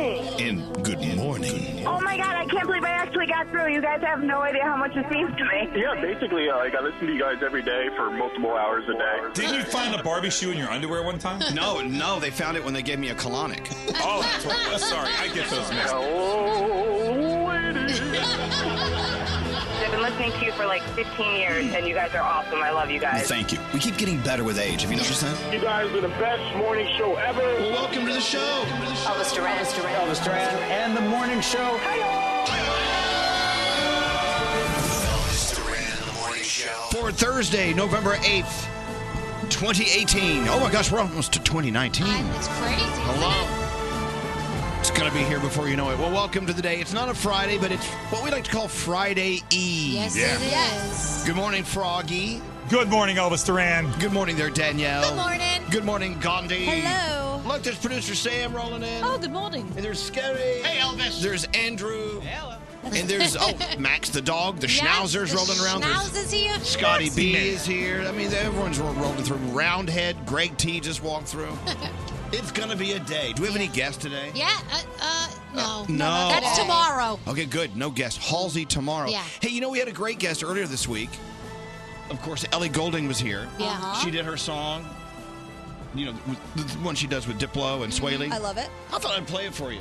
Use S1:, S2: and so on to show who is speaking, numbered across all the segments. S1: and good morning.
S2: Oh my god, I can't believe I actually got through. You guys have no idea how much it seems to me.
S3: Yeah, basically, uh, like I listen to you guys every day for multiple hours a day.
S4: Didn't you find a Barbie shoe in your underwear one time?
S5: No, no, they found it when they gave me a colonic.
S4: Oh, that's what it was. Sorry, I get those mixed. up.
S3: Oh, lady.
S2: I've been listening to you for like 15 years, and you guys are awesome. I love you guys.
S5: Thank you. We keep getting better with age. Have you noticed that?
S3: You guys are the best morning show ever.
S5: Well, welcome to the show.
S2: Elvis Duran. Elvis Duran.
S6: Elvis Duran and the morning show.
S1: Elvis Duran in the morning show.
S5: For Thursday, November 8th, 2018. Oh my gosh, we're almost to 2019.
S7: I- it's crazy. isn't
S5: Hello. It's going to be here before you know it. Well, welcome to the day. It's not a Friday, but it's what we like to call Friday Eve.
S7: it? Yes,
S4: Yeah.
S7: it is.
S5: Good morning, Froggy.
S4: Good morning, Elvis Duran.
S5: Good morning there, Danielle.
S7: Good morning.
S5: Good morning, Gandhi.
S7: Hello.
S5: Look, there's producer Sam rolling in.
S8: Oh, good morning.
S5: And there's Scary. Hey, Elvis. There's Andrew. Hello. And there's, oh, Max the dog. The schnauzer's
S7: Yes, the
S5: rolling around. There's
S7: Schnauzer's here.
S5: Scotty
S7: Yes.
S5: B is here. I mean, everyone's ro- rolling through. Roundhead, Greg T just walked through. it's gonna be a day. Do we have any guests today?
S7: Yeah. Uh, uh, no.
S5: no.
S7: That's tomorrow.
S5: Okay, good. No guests. Halsey tomorrow.
S7: Yeah.
S5: Hey, you know we had a great guest earlier this week. Of course, Ellie Golding was here.
S7: Yeah.
S5: She did her song. You know, with- the one she does with Diplo and Swae Lee.
S8: I love it.
S5: I thought I'd play it for you.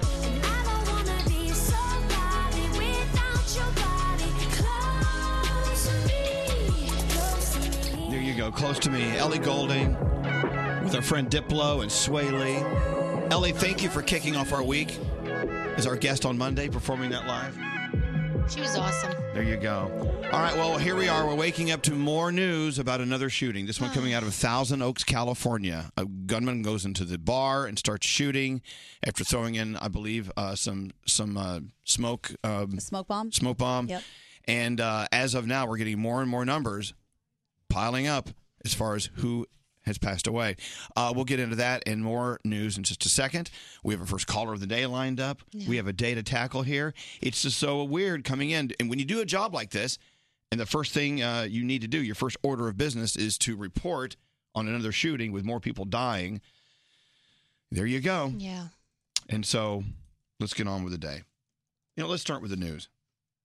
S5: There you go. Close to me. Ellie Golding with our friend Diplo and Sway Lee. Ellie, thank you for kicking off our week as our guest on Monday performing that live.
S7: She was awesome.
S5: There you go. All right, well, here we are. We're waking up to more news about another shooting. This one coming out of Thousand Oaks, California. A gunman goes into the bar and starts shooting after throwing in, I believe, uh, some some uh, smoke um,
S8: Smoke bomb.
S5: smoke bomb.
S8: Yep.
S5: And uh, as of now, we're getting more and more numbers piling up as far as who has passed away. Uh, we'll get into that and more news in just a second. We have our first caller of the day lined up. We have a day to tackle here. It's just so weird coming in. And when you do a job like this, and the first thing uh, you need to do, your first order of business is to report on another shooting with more people dying. There you go.
S7: Yeah.
S5: And so let's get on with the day. You know, let's start with the news.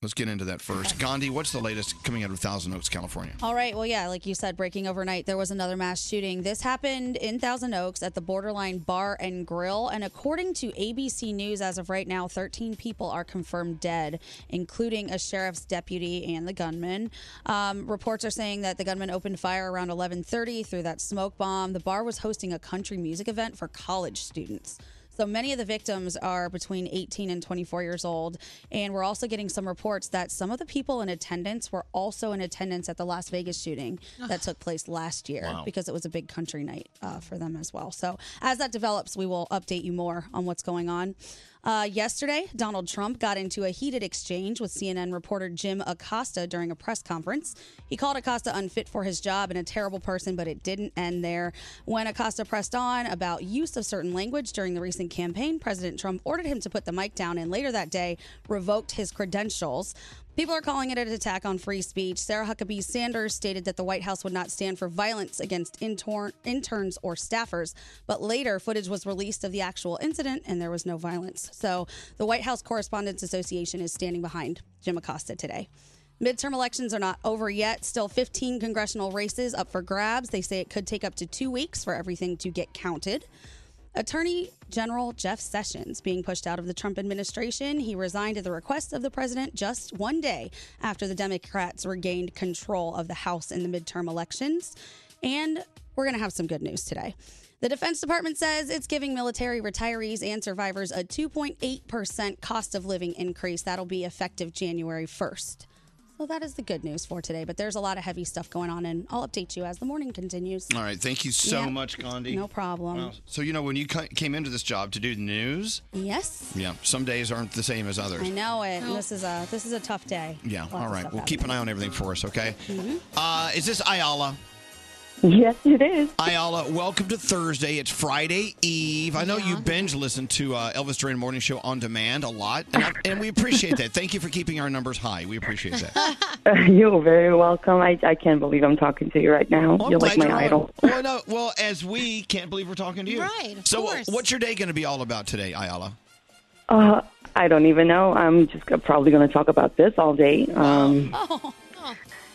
S5: Let's get into that first. Gandhi, what's the latest coming out of Thousand Oaks, California?
S8: All right. Well, yeah, like you said, breaking overnight, there was another mass shooting. This happened in Thousand Oaks at the Borderline Bar and Grill. And according to ABC News, as of right now, 13 people are confirmed dead, including a sheriff's deputy and the gunman. Um, reports are saying that the gunman opened fire around 11:30 through that smoke bomb. The bar was hosting a country music event for college students. So many of the victims are between 18 and 24 years old. And we're also getting some reports that some of the people in attendance were also in attendance at the Las Vegas shooting that took place last year because it was a big country night uh, for them as well. So as that develops, we will update you more on what's going on. Uh, yesterday, Donald Trump got into a heated exchange with CNN reporter Jim Acosta during a press conference. He called Acosta unfit for his job and a terrible person, but it didn't end there. When Acosta pressed on about use of certain language during the recent campaign, President Trump ordered him to put the mic down and later that day revoked his credentials. People are calling it an attack on free speech. Sarah Huckabee Sanders stated that the White House would not stand for violence against intor- interns or staffers, but later footage was released of the actual incident and there was no violence. So the White House Correspondents Association is standing behind Jim Acosta today. Midterm elections are not over yet. Still 15 congressional races up for grabs. They say it could take up to two weeks for everything to get counted. Attorney General Jeff Sessions being pushed out of the Trump administration. He resigned at the request of the president just one day after the Democrats regained control of the House in the midterm elections. And we're going to have some good news today. The Defense Department says it's giving military retirees and survivors a 2.8% cost of living increase. That'll be effective January 1st. So that is the good news for today, but there's a lot of heavy stuff going on, and I'll update you as the morning continues.
S5: All right, thank you so
S8: Yeah.
S5: much, Gandhi.
S8: No problem.
S5: Wow. So you know when you ca- came into this job to do the news,
S8: Yes.
S5: yeah, some days aren't the same as others.
S8: I know it. This is a this is a tough day.
S5: Yeah.
S8: Lots of
S5: All right.
S8: stuff
S5: Well, keep an eye on everything for us, okay? Uh, is this Ayala?
S2: Yes, it is.
S5: Ayala, welcome to Thursday. It's Friday Eve. I know you binge listen to uh, Elvis Duran Morning Show on demand a lot, and, I, and we appreciate that. Thank you for keeping our numbers high. We appreciate that.
S2: You're very welcome. I, I can't believe I'm talking to you right now.
S5: Well, I'm
S2: You're like
S5: glad
S2: my
S5: you're on.
S2: idol.
S5: Well, no, well, as we can't believe we're talking to you.
S7: Right, of
S5: so, uh,
S7: course.
S5: what's your day going to be all about today, Ayala?
S9: Uh, I don't even know. I'm just go- probably going to talk about this all day. Um,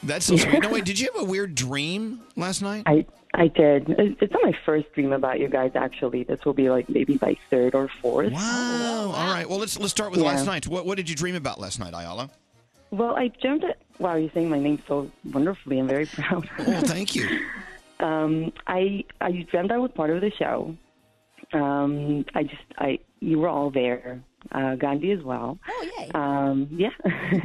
S5: That's so sweet. No, wait, did you have a weird dream last night?
S9: I I did. It- It's not my first dream about you guys. Actually, this will be like maybe my third or fourth.
S5: Wow. Oh, All right. Well, let's let's start with
S9: Yeah.
S5: last night. What what did you dream about last night, Ayala?
S9: Well, I dreamt that. Wow, you're saying my name so wonderfully. I'm very proud.
S5: Oh, thank you.
S9: Um, I I dreamt I was part of the show. Um, I just I you were all there. Uh, Gandhi as well.
S8: Oh yay!
S9: Um, yeah.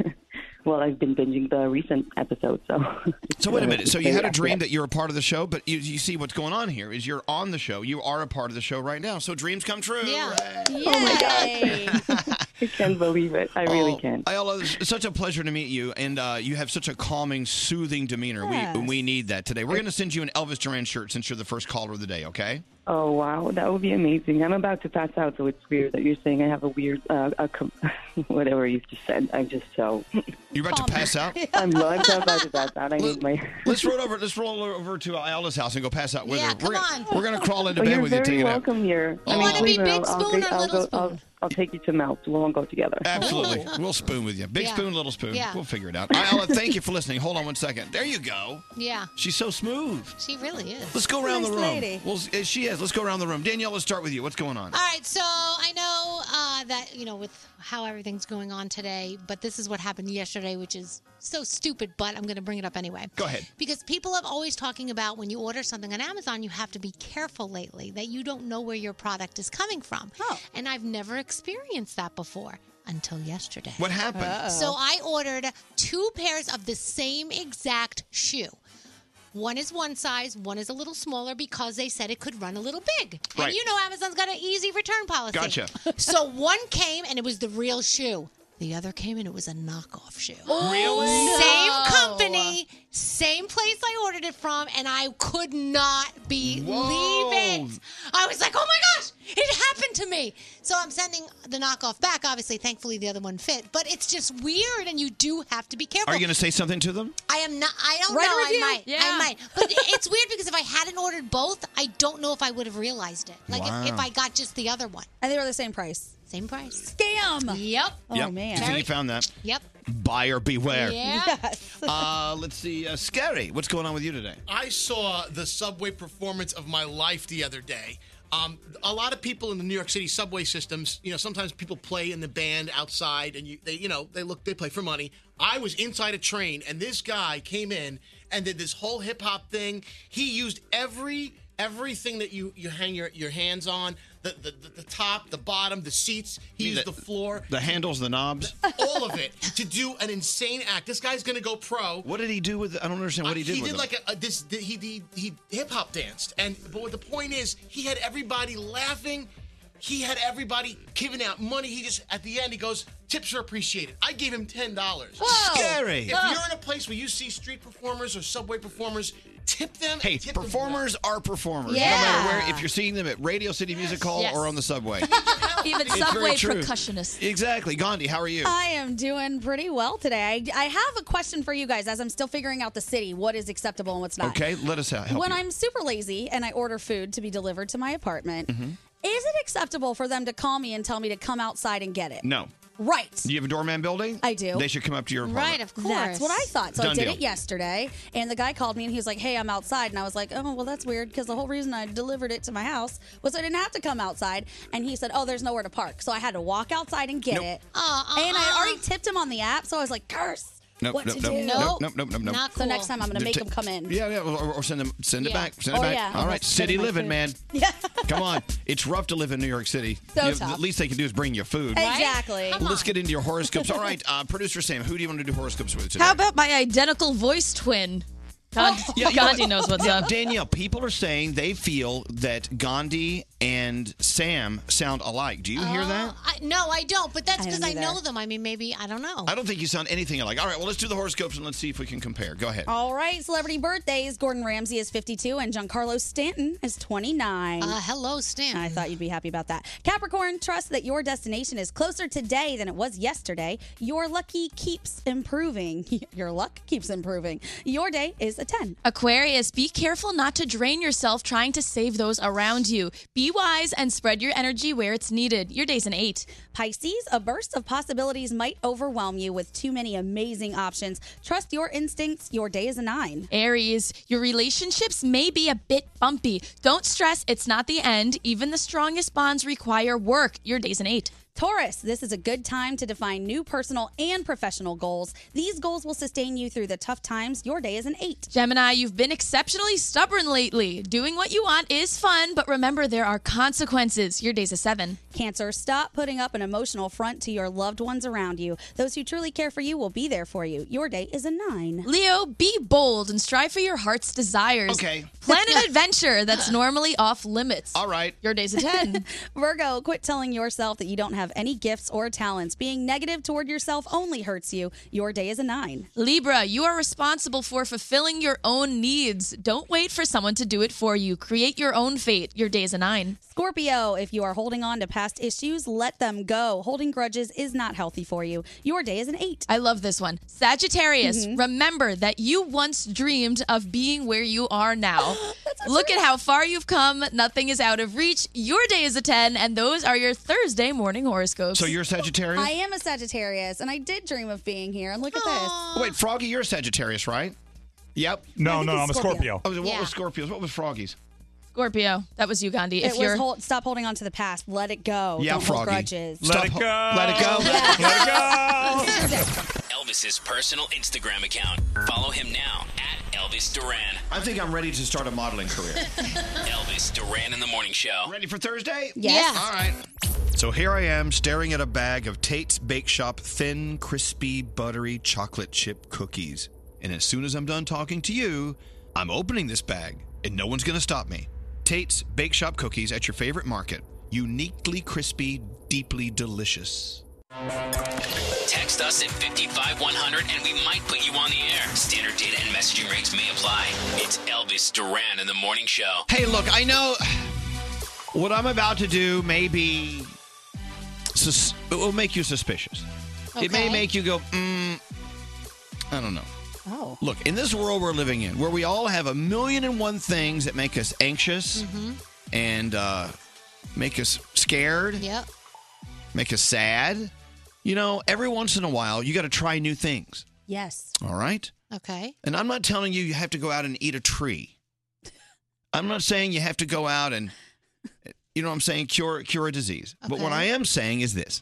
S9: well, I've been binging the recent episode, so.
S5: So wait a minute. So you had a dream that you're a part of the show, but you, you see what's going on here is you're on the show. You are a part of the show right now. So dreams come true. Yeah.
S9: Oh my god! I can't believe it. I really
S5: Oh,
S9: can't.
S5: Ayala, it's such a pleasure to meet you, and uh, you have such a calming, soothing demeanor.
S9: Yes.
S5: We we need that today. We're going to send you an Elvis Duran shirt since you're the first caller of the day. Okay.
S9: Oh wow, that would be amazing. I'm about to pass out, so it's weird that you're saying I have a weird, uh, a com- whatever you just said. I'm just so.
S5: You're about to pass out.
S9: I'm, lo- I'm so about to pass out. I need my.
S5: Let's roll over. Let's roll over to Ayala's house and go pass out with her. We're, gonna- We're gonna crawl into
S9: oh,
S5: bed
S9: you're
S5: with you.
S9: very
S5: Take it out.
S9: welcome here.
S5: You wanna
S9: believe
S5: be
S9: it or
S5: big
S9: not, I'll,
S5: spoon
S9: take-
S5: or
S9: I'll
S5: little
S9: go, I'll, I'll take you to Melt. We'll all go together.
S5: Absolutely. We'll spoon with you. Big
S7: Oh. Yeah.
S5: spoon, little spoon.
S7: Yeah.
S5: We'll figure it out. Ayala, thank you for listening. Hold on one second. There you go.
S7: Yeah.
S5: She's so smooth.
S7: She really is.
S5: Let's go around the room. Well, s- eh, she is. Let's go around the room. Danielle, let's start with you. What's going on?
S7: All right, so I know uh, that, you know, with how everything's going on today, but this is what happened yesterday, which is so stupid, but I'm going to bring it up anyway.
S10: Go ahead.
S7: Because people have always talking about when you order something on Amazon, you have to be careful lately that you don't know where your product is coming from. Oh. And I've never experienced that before until yesterday.
S5: What happened? Uh-oh.
S7: So I ordered two pairs of the same exact shoe. One is one size, one is a little smaller because they said it could run a little big.
S10: Right.
S7: And you know Amazon's got an easy return policy.
S10: Gotcha.
S7: so one came and it was the real shoe. The other came and it was a knockoff shoe.
S10: Really?
S7: Same
S10: No.
S7: company, same place I ordered it from, and I could not believe it. I was like, oh my gosh, it happened to me. So I'm sending the knockoff back. Obviously, thankfully, the other one fit, but it's just weird, and you do have to be careful.
S5: Are you going to say something to them?
S7: I am not. I don't
S10: Write a
S7: know. I
S10: review.
S7: might.
S10: Yeah.
S7: I might. But it's weird because if I hadn't ordered both, I don't know if I would have realized it. Like
S5: Wow.
S7: if, if I got just the other one.
S8: And they were the same price.
S7: Same price.
S8: Scam.
S7: Yep.
S8: Oh
S5: yep.
S8: man.
S5: Do you think you found that?
S7: Yep.
S5: Buyer beware.
S8: Yes.
S5: Uh, let's see. Uh, Scary, what's going on with you today?
S11: I saw the subway performance of my life the other day. Um, a lot of people in the New York City subway systems, you know, sometimes people play in the band outside, and you, they, you know, they look, they play for money. I was inside a train, and this guy came in and did this whole hip hop thing. He used every everything that you you hang your, your hands on the, the the the top, the bottom, the seats. He
S5: You mean
S11: used
S5: the-
S11: the floor,
S5: The handles, the knobs.
S11: all of it, to do an insane act. This guy's gonna go pro.
S5: What did he do with? I don't understand what he
S11: Uh,
S5: did
S11: He
S5: with
S11: did
S5: them.
S11: like a, a this. th- He he, he hip hop danced, and but what the point is, he had everybody laughing. He had everybody giving out money. He just at the end he goes, "Tips are appreciated." I gave him ten dollars.
S5: Whoa. Scary.
S11: If
S5: Ugh.
S11: you're in a place where you see street performers or subway performers, tip them.
S5: Hey,
S11: and tip them
S5: performers are performers.
S11: Yeah.
S5: No matter where, if you're seeing them at Radio City Music Hall
S8: Yes.
S5: or on the subway.
S8: Even
S5: It's very true. Exactly. Gandhi, how are you?
S8: I am doing pretty well today. I, I have a question for you guys as I'm still figuring out the city, what is acceptable and what's not.
S5: okay, let us help.
S8: when
S5: you.
S8: I'm super lazy and I order food to be delivered to my apartment,
S5: Mhm.
S8: is it acceptable for them to call me and tell me to come outside and get it?
S5: No.
S8: Right.
S5: Do you have a doorman building?
S8: I do.
S5: They should come up to your apartment.
S8: That's what I thought. So I
S5: Done
S8: did
S5: deal.
S8: it yesterday, and the guy called me and he was like, "Hey, I'm outside," and I was like, "Oh, well, that's weird because the whole reason I delivered it to my house was I didn't have to come outside." And he said, "Oh, there's nowhere to park," so I had to walk outside and get it. and I already tipped him on the app, so I was like, "Curse."
S5: Nope,
S8: what
S5: nope,
S8: to
S5: nope,
S8: do?
S5: nope, nope, nope, nope, nope. Not
S8: So next time I'm going to make
S5: T-
S8: him come in.
S5: Yeah, yeah, or, or send them, send it
S8: Yeah.
S5: back, send it
S8: Oh,
S5: back.
S8: yeah.
S5: All
S8: Almost
S5: right,
S8: spit
S5: city
S8: in my
S5: living,
S8: food.
S5: man.
S8: Yeah.
S5: Come on, it's rough to live in New York City.
S8: So
S5: You-
S8: tough.
S5: The least they can do is bring you food.
S8: Exactly.
S5: Well, let's get into your horoscopes. All right, uh, producer Sam, who do you want to do horoscopes with today?
S10: How about my identical voice twin? Gandhi,
S5: Yeah, you know
S10: Gandhi
S5: what?
S10: knows what's
S5: Yeah,
S10: up.
S5: Danielle, people are saying they feel that Gandhi and Sam sound alike. Do you hear that?
S7: Uh, I, no, I don't. But that's
S5: I
S7: because
S5: don't
S7: I,
S5: either.
S7: know them. I mean, maybe I don't
S10: Oh.
S7: know.
S5: I don't think you sound anything alike. All right, well, let's do the horoscopes and let's see if we can compare. Go
S10: Oh.
S5: ahead.
S8: All right, celebrity birthdays. Gordon Ramsay is 52 and Giancarlo Stanton is 29. Uh,
S7: hello, Stanton.
S8: I thought you'd be happy about that. Capricorn, trust that your destination is closer today than it was yesterday. Your lucky keeps improving. Your luck keeps improving. Your day is a 10.
S10: Aquarius, be careful not to drain yourself trying to save those around you. Be wise and spread your energy where it's needed. Your day's an eight.
S8: Pisces, a burst of possibilities might overwhelm you with too many amazing options. Trust your instincts. Your day is a nine.
S10: Aries, your relationships may be a bit bumpy. Don't stress, it's not the end. Even the strongest bonds require work. Your day's an eight.
S8: Taurus, this is a good time to define new personal and professional goals. These goals will sustain you through the tough times. Your day is an eight.
S10: Gemini, you've been exceptionally stubborn lately. Doing what you want is fun, but remember there are consequences. Your day's a seven.
S8: Cancer, stop putting up an emotional front to your loved ones around you. Those who truly care for you will be there for you. Your day is a nine.
S10: Leo, be bold and strive for your heart's desires. Okay. Plan an adventure that's normally off limits. All
S5: right.
S10: Your day's a 10.
S8: Virgo, quit telling yourself that you don't have any gifts or talents. Being negative toward yourself only hurts you. Your day is a nine.
S10: Libra, you are responsible for fulfilling your own needs. Don't wait for someone to do it for you. Create your own fate. Your day is a nine.
S8: Scorpio, if you are holding on to past issues, let them go. Holding grudges is not healthy for you. Your day is an eight.
S10: I love this one. Sagittarius, remember that you once dreamed of being where you are now. Look at how far you've come. Nothing is out of reach. Your day is a 10, and those are your Thursday morning horoscopes.
S5: So you're Sagittarius?
S8: I am a Sagittarius, and I did dream of being here. And look at this.
S5: Wait, Froggy, you're a Sagittarius, right? Yep.
S4: No, I think no, he's I'm a Scorpio. Scorpio.
S5: Oh, what
S8: Yeah.
S5: was Scorpios? What was Froggies?
S10: Scorpio, that was you, Gandhi.
S8: It
S10: if you're
S8: was hold, stop holding on to the past. Let it
S10: Oh,
S8: go.
S5: Yeah,
S8: Don't
S5: Froggy.
S8: hold grudges.
S5: Let it Stop- go. let it go.
S1: Elvis's personal Instagram account. Follow him now at Elvis Duran.
S5: I think I'm ready to start a modeling career.
S1: Elvis Duran in the morning show.
S5: Ready for Thursday?
S1: Yes.
S5: All right. So here I am staring at a bag of Tate's Bake Shop thin, crispy, buttery chocolate chip cookies. And as soon as I'm done talking to you, I'm opening this bag and no one's going to stop me. Tate's Bake Shop cookies at your favorite market. Uniquely crispy, deeply delicious.
S1: Text us at 55100 and we might put you on the air. Standard data and messaging rates may apply. It's Elvis Duran in the morning show.
S5: Hey, look, I know what I'm about to do may be. Sus- it will make you suspicious. It may
S1: Okay.
S5: make you go, mm, I don't know.
S8: Oh.
S5: Look, in this world we're living in, where we all have a million and one things that make us anxious
S1: Mhm.
S5: and uh, make us scared,
S10: Yep.
S5: make us sad, you know, every once in a while, you got to try new things.
S8: Yes.
S5: All right?
S8: Okay.
S5: And I'm not telling you you have to go out and eat a tree. I'm not saying you have to go out and you know what I'm saying cure cure a disease. But what
S7: Okay.
S5: I am saying is this.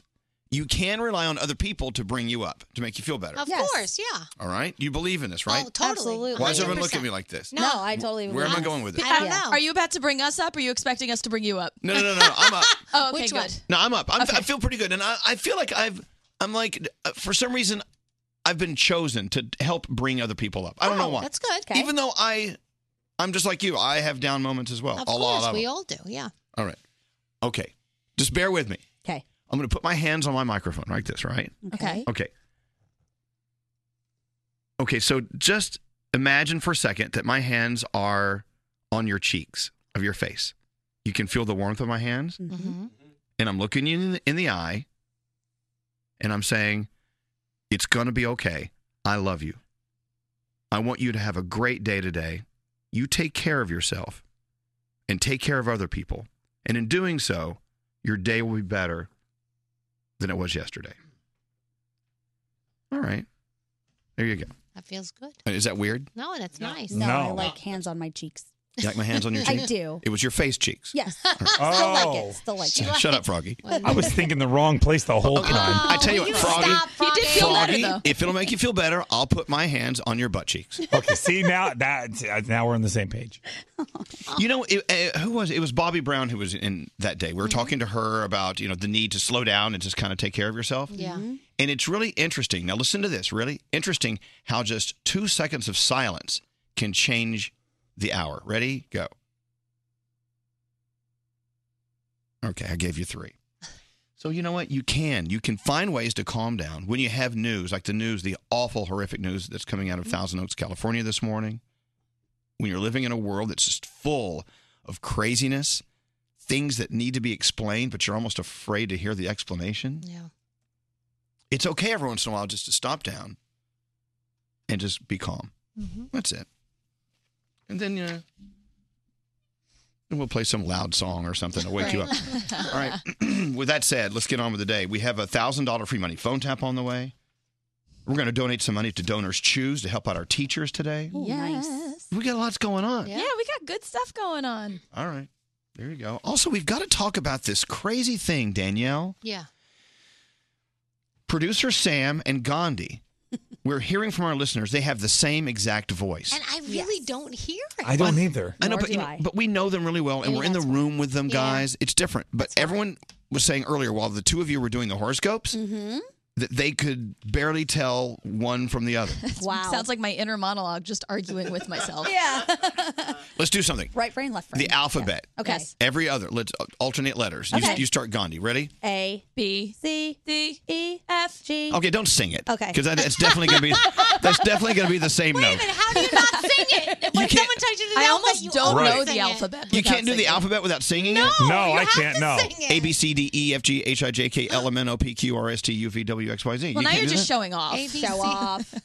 S5: You can rely on other people to bring you up, to make you feel better.
S7: Of course, yeah.
S5: All right? You believe in this, right?
S7: Oh, totally. Absolutely.
S5: Why does everyone look
S7: 100%.
S5: at me like this?
S7: No, I totally
S5: Where am I going with this?
S10: I don't know. Are you about to bring us up? Or are you expecting us to bring you up?
S5: No, no, no, no. no. I'm up.
S10: Oh, okay,
S5: Which
S10: good.
S5: one? No, I'm up. I'm, I feel pretty good, and I, I feel like I've I'm like uh, for some reason uh, I've been chosen to help bring other people up. I
S7: Oh,
S5: don't know why.
S10: that's good.
S7: Okay.
S5: Even though I I'm just like you. I have down moments as well.
S7: Of
S5: a lot
S7: course,
S5: of
S7: we
S5: them.
S7: all do. Yeah.
S5: All right. Okay. Just bear with me.
S8: Okay.
S5: I'm going to put my hands on my microphone like this, right?
S7: Okay.
S5: Okay. Okay, so just imagine for a second that my hands are on your cheeks of your face. You can feel the warmth of my hands,
S7: Mm-hmm.
S5: and I'm looking you in the, in the eye, and I'm saying, It's going to be okay. I love you. I want you to have a great day today. You take care of yourself and take care of other people. And in doing so, your day will be better than it was yesterday. All right. There you go. Uh,
S7: That feels good.
S5: Is that weird?
S7: No, that's nice.
S8: No, I
S5: No.
S8: like hands on my cheeks.
S5: You like my hands on your
S8: I
S5: cheeks?
S8: do.
S5: It was your face cheeks.
S8: Yes.
S4: Oh.
S8: Still like it. Still like it.
S5: Shut up, Froggy.
S4: I was thinking the wrong place the whole time.
S5: I tell you
S8: will
S5: what,
S8: you
S5: Froggy.
S8: stop, He did feel
S5: Froggy,
S8: better, though.
S5: if it'll make you feel better, I'll put my hands on your butt cheeks.
S4: Okay, see now that now we're on the same page.
S5: You know, it, uh, who was it? It was Bobby Brown who was in that day. We were talking to her about you know the need to slow down and just kind of take care of yourself.
S7: Yeah. Mhm.
S5: And it's really interesting. Now listen to this. Really interesting how just two seconds of silence can change the hour. Ready? Go. Okay, I gave you three. So you know what? You can. You can find ways to calm down when you have news like the news, the awful, horrific news that's coming out of Thousand Oaks, California this morning when you're living in a world that's just full of craziness, things that need to be explained, but you're almost afraid to hear the explanation.
S7: Yeah.
S5: It's okay
S8: Mm-hmm.
S5: every once in a while just to stop down and just be calm. That's it. and then uh, and we'll play some loud song or something to wake you up. All right. with that said, let's get on with the day. We have a thousand dollar free money phone tap on the way. We're going to donate some money to Donors Choose to help out our teachers today.
S10: yes.
S5: We got lots going on.
S10: Yeah. we got good stuff going on.
S5: All right. There you go. Also, we've got to talk about this crazy thing, Danielle.
S10: Yeah.
S5: Producer Sam and Gandhi. We're hearing from our listeners. They have the same exact voice.
S7: And I really don't hear it.
S5: I know,
S7: Nor
S5: but,
S7: do
S5: you know,
S7: I.
S5: but we know them really well, and
S7: Maybe
S5: we're in the
S7: that's
S5: room with them,
S7: Yeah.
S5: guys. It's different. But everyone was saying earlier, while the two of you were doing the horoscopes,
S10: Mm-hmm.
S5: that they could barely tell one from the other.
S10: Wow. Sounds like my inner monologue just arguing with myself.
S8: yeah.
S5: Let's do something.
S8: Right brain, left brain.
S5: The alphabet.
S8: Yeah. Okay. Yes.
S5: Every other. Let's uh, alternate letters. You,
S8: Okay.
S5: you start Gandhi. Ready?
S8: A
S10: B
S8: C
S10: D
S8: E F G.
S5: Okay, don't sing it.
S8: Okay.
S5: Because that, that's definitely gonna be that's definitely gonna be the same note.
S7: How do you not sing it? When someone tells you to
S10: I
S7: do
S10: almost
S7: that, you
S10: don't
S7: always
S10: know
S7: sing
S10: the
S7: it.
S10: alphabet.
S5: You can't do the alphabet without singing it.
S4: No, No, you I have can't, to no. sing
S5: A B C D E F G H I J K L M N O P Q R S T U V W X Y Z. you
S10: Well, now
S5: can't
S10: you're
S5: do
S10: just
S5: that?
S10: showing off.
S7: A, B, C.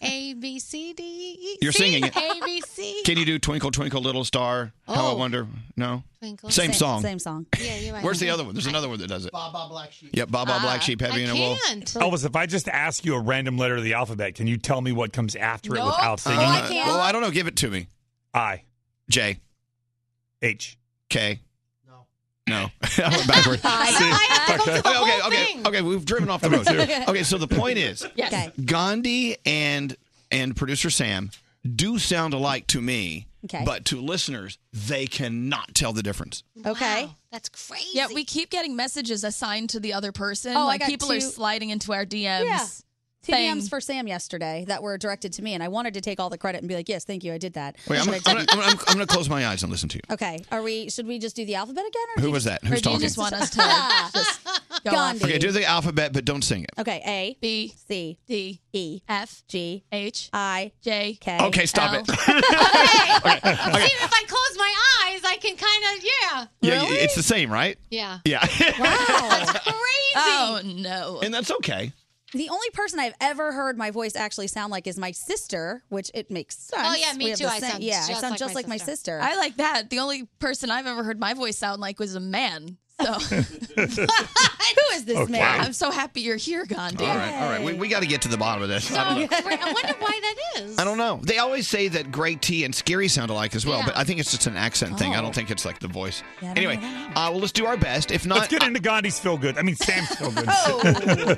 S7: A B C D E.
S5: You're
S7: See?
S5: singing it.
S7: A B C.
S5: Can you do Twinkle Twinkle Little Star? How I
S7: Oh.
S5: wonder. No.
S7: Twinkle.
S5: Same, song.
S8: song. Mm-hmm.
S7: Yeah, you're right.
S10: Mm-hmm.
S5: Where's the other one? There's another one that does it.
S11: Bob Bob Black Sheep.
S5: Yep, Bob Bob
S8: Uh,
S5: Black Sheep Heavy in a Wool.
S4: Elvis, if I just ask you a random letter of the alphabet, can you tell me what comes after it
S5: No.
S4: without
S8: Oh,
S4: singing?
S5: Uh,
S4: it?
S5: I can't. well, I don't know. Give it to me.
S4: I.
S5: J.
S4: H.
S5: K. No. No. I went backward.
S4: I- I have to go through the
S5: okay, okay,
S4: whole
S5: okay,
S4: thing.
S5: okay. We've driven off the road.
S4: Okay.
S5: okay, so the point is
S8: Okay.
S5: Gandhi and and producer Sam do sound alike to me,
S8: Okay.
S5: but to listeners, they cannot tell the difference.
S8: Okay.
S10: That's crazy. Yeah, we keep getting messages assigned to the other person.
S8: Oh, I
S10: like
S8: got
S10: people are
S8: two-
S10: sliding into our DMs.
S8: Yeah. Two
S10: Thing.
S8: DMs for Sam yesterday that were directed to me, and I wanted to take all the credit and be like, "Yes, thank you, I did that."
S5: Wait, I'm,
S8: But I
S5: gonna- I'm,
S8: didn't.
S5: gonna- I'm, gonna- I'm going to close my eyes and listen to you.
S8: Okay, are we? Should we just do the alphabet again?
S5: Who
S8: Or do you
S5: was
S8: just-
S5: that? Who's Or do you talking? just
S10: want us
S8: Ah.
S10: go
S8: Gandhi.
S5: Okay, do the alphabet, but don't sing it.
S8: Okay, A
S10: B
S8: C
S10: D
S8: E
S10: F
S8: G
S10: H
S8: I
S10: J
S8: K.
S5: Okay, stop it.
S7: See, if I close my eyes, I can kind of yeah.
S5: Yeah, it's the same, right?
S7: Yeah.
S5: Yeah,
S7: Crazy.
S10: Oh no.
S5: and that's okay.
S8: The only person I've ever heard my voice actually sound like is my sister, which it makes sense.
S10: Oh, yeah, me
S8: We have
S10: too.
S8: the
S10: I
S8: same-
S10: sound
S8: yeah, I
S10: just
S8: sound
S10: like
S8: just
S10: my
S8: like my sister.
S10: I like that. The only person I've ever heard my voice sound like was a man. So who is
S5: this Okay. man?
S10: I'm so happy you're here, Gandhi.
S5: All right, all right. We, we got to get to the bottom of this.
S7: So
S5: I don't know.
S7: great. I wonder why that is.
S5: I don't know. They always say that Gray T and Scary sound alike as well,
S7: Yeah.
S5: but I think it's just an accent thing. I
S4: Oh.
S5: don't think it's like the voice.
S4: Yeah, I don't
S5: anyway, uh, well, let's do our best. If not, uh,
S4: Let's get into Gandhi's feel good. I mean, Sam's feel good.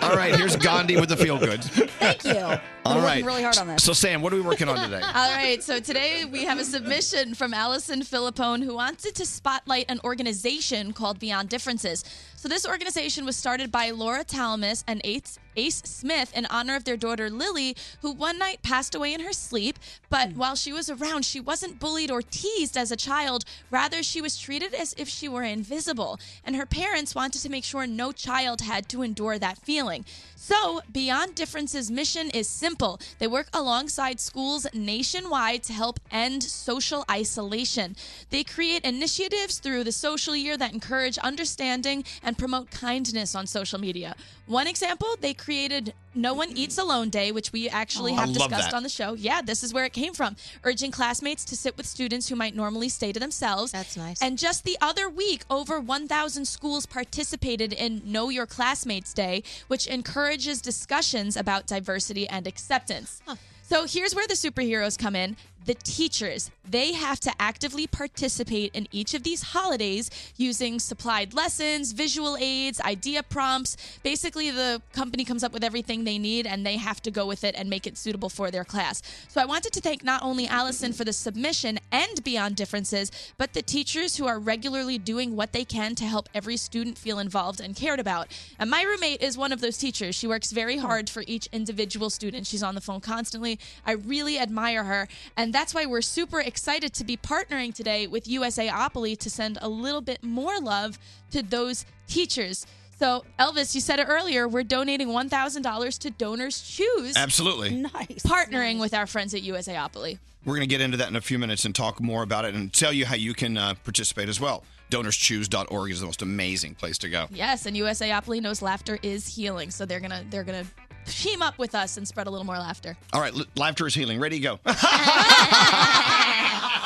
S5: all right. Here's Gandhi with the feel goods.
S8: Oh. Thank you. All
S5: All
S8: working
S5: right.
S8: really hard on this.
S5: So Sam, what are we working on today?
S10: All right, so today we have a submission from Allison Philippone who wanted to spotlight an organization called Beyond Differences. So this organization was started by Laura Talmas and Ace, Ace Smith in honor of their daughter Lily, who one night passed away in her sleep. But while she was around, she wasn't bullied or teased as a child. Rather, she was treated as if she were invisible. And her parents wanted to make sure no child had to endure that feeling. So, Beyond Differences' mission is simple. They work alongside schools nationwide to help end social isolation. They create initiatives through the social year that encourage understanding and promote kindness on social media. One example, they created No One Eats Alone Day, which we actually
S12: Oh. I
S10: have
S12: love
S10: discussed
S12: that.
S10: on the show. Yeah, this is where it came from, urging classmates to sit with students who might normally stay to themselves. That's nice. And just the other week, over 1,000 schools participated in Know Your Classmates Day, which encourages discussions about diversity and acceptance. So here's where the superheroes come in. The teachers, they have to actively participate in each of these holidays using supplied lessons, visual aids, idea prompts. Basically, the company comes up with everything they need and they have to go with it and make it suitable for their class. So I wanted to thank not only Allison for the submission and Beyond Differences, but the teachers who are regularly doing what they can to help every student feel involved and cared about. And my roommate is one of those teachers. She works very hard for each individual student. She's on the phone constantly. I really admire her. And that's why we're super excited to be partnering today with USAopoly to send a little bit more love to those teachers. So, Elvis, you said it earlier, we're donating $1,000 to Donors Choose.
S5: Absolutely.
S8: Nice.
S10: Partnering with our friends at USAopoly.
S5: We're going to get into that in a few minutes and talk more about it and tell you how you can uh, participate as well. DonorsChoose.org is the most amazing place to go.
S10: Yes, and USAopoly knows laughter is healing, so they're going to they're going to team up with us and spread a little more laughter.
S5: All right, l- laughter is healing. Ready, go. All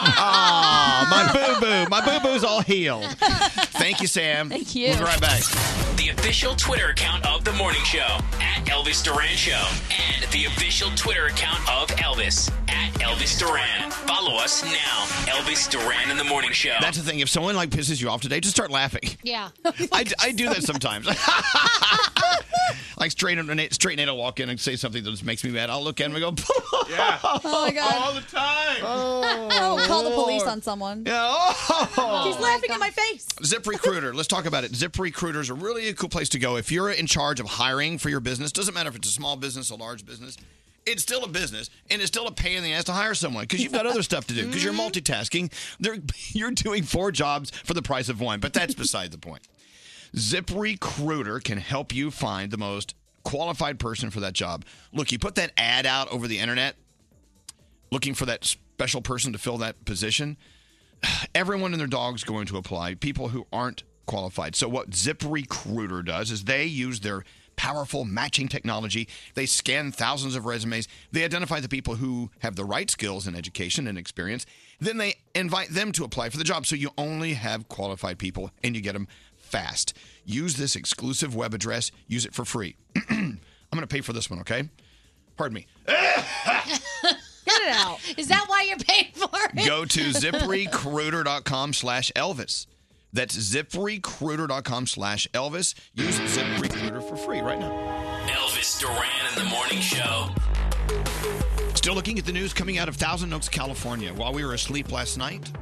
S5: Oh, my boo boo. My boo boo's all healed. Thank you, Sam.
S1: Thank you.
S5: We'll be right back.
S1: The official Twitter account of the morning show at Elvis Duran Show, and the official Twitter account of Elvis at Elvis Duran. Follow us now, Elvis Duran in the morning show.
S5: That's the thing. If someone like pisses you off today, just start laughing.
S7: Yeah.
S5: I, I do that sometimes. like straight Nate, straight Nate will walk in and say something that just makes me mad. I'll look at him and go, yeah.
S8: Oh my god.
S5: All the time.
S8: I will call the police
S5: Lord.
S8: on someone.
S5: Yeah. Oh.
S8: He's laughing in my face.
S5: ZipRecruiter. Let's talk about it. ZipRecruiter is a really cool place to go if you're in charge of hiring for your business. Doesn't matter if it's a small business, a large business. It's still a business, and it's still a pain in the ass to hire someone because you've got other stuff to do because you're multitasking. They're, you're doing four jobs for the price of one, but that's beside the point. ZipRecruiter can help you find the most qualified person for that job. Look, you put that ad out over the internet looking for that special person to fill that position everyone and their dog's going to apply, people who aren't qualified. So, what ZipRecruiter does is they use their powerful matching technology. They scan thousands of resumes. They identify the people who have the right skills and education and experience. Then they invite them to apply for the job. So, you only have qualified people and you get them fast. Use this exclusive web address, use it for free. I'm going to pay for this one, okay? Pardon me.
S7: Get it out. Is that why you're paying for it?
S5: go to ziprecruiter.com slash elvis that's ziprecruiter.com slash elvis use ziprecruiter for free right now
S1: Elvis Duran in the morning show.
S5: still looking at the news coming out of thousand oaks california while we were asleep last night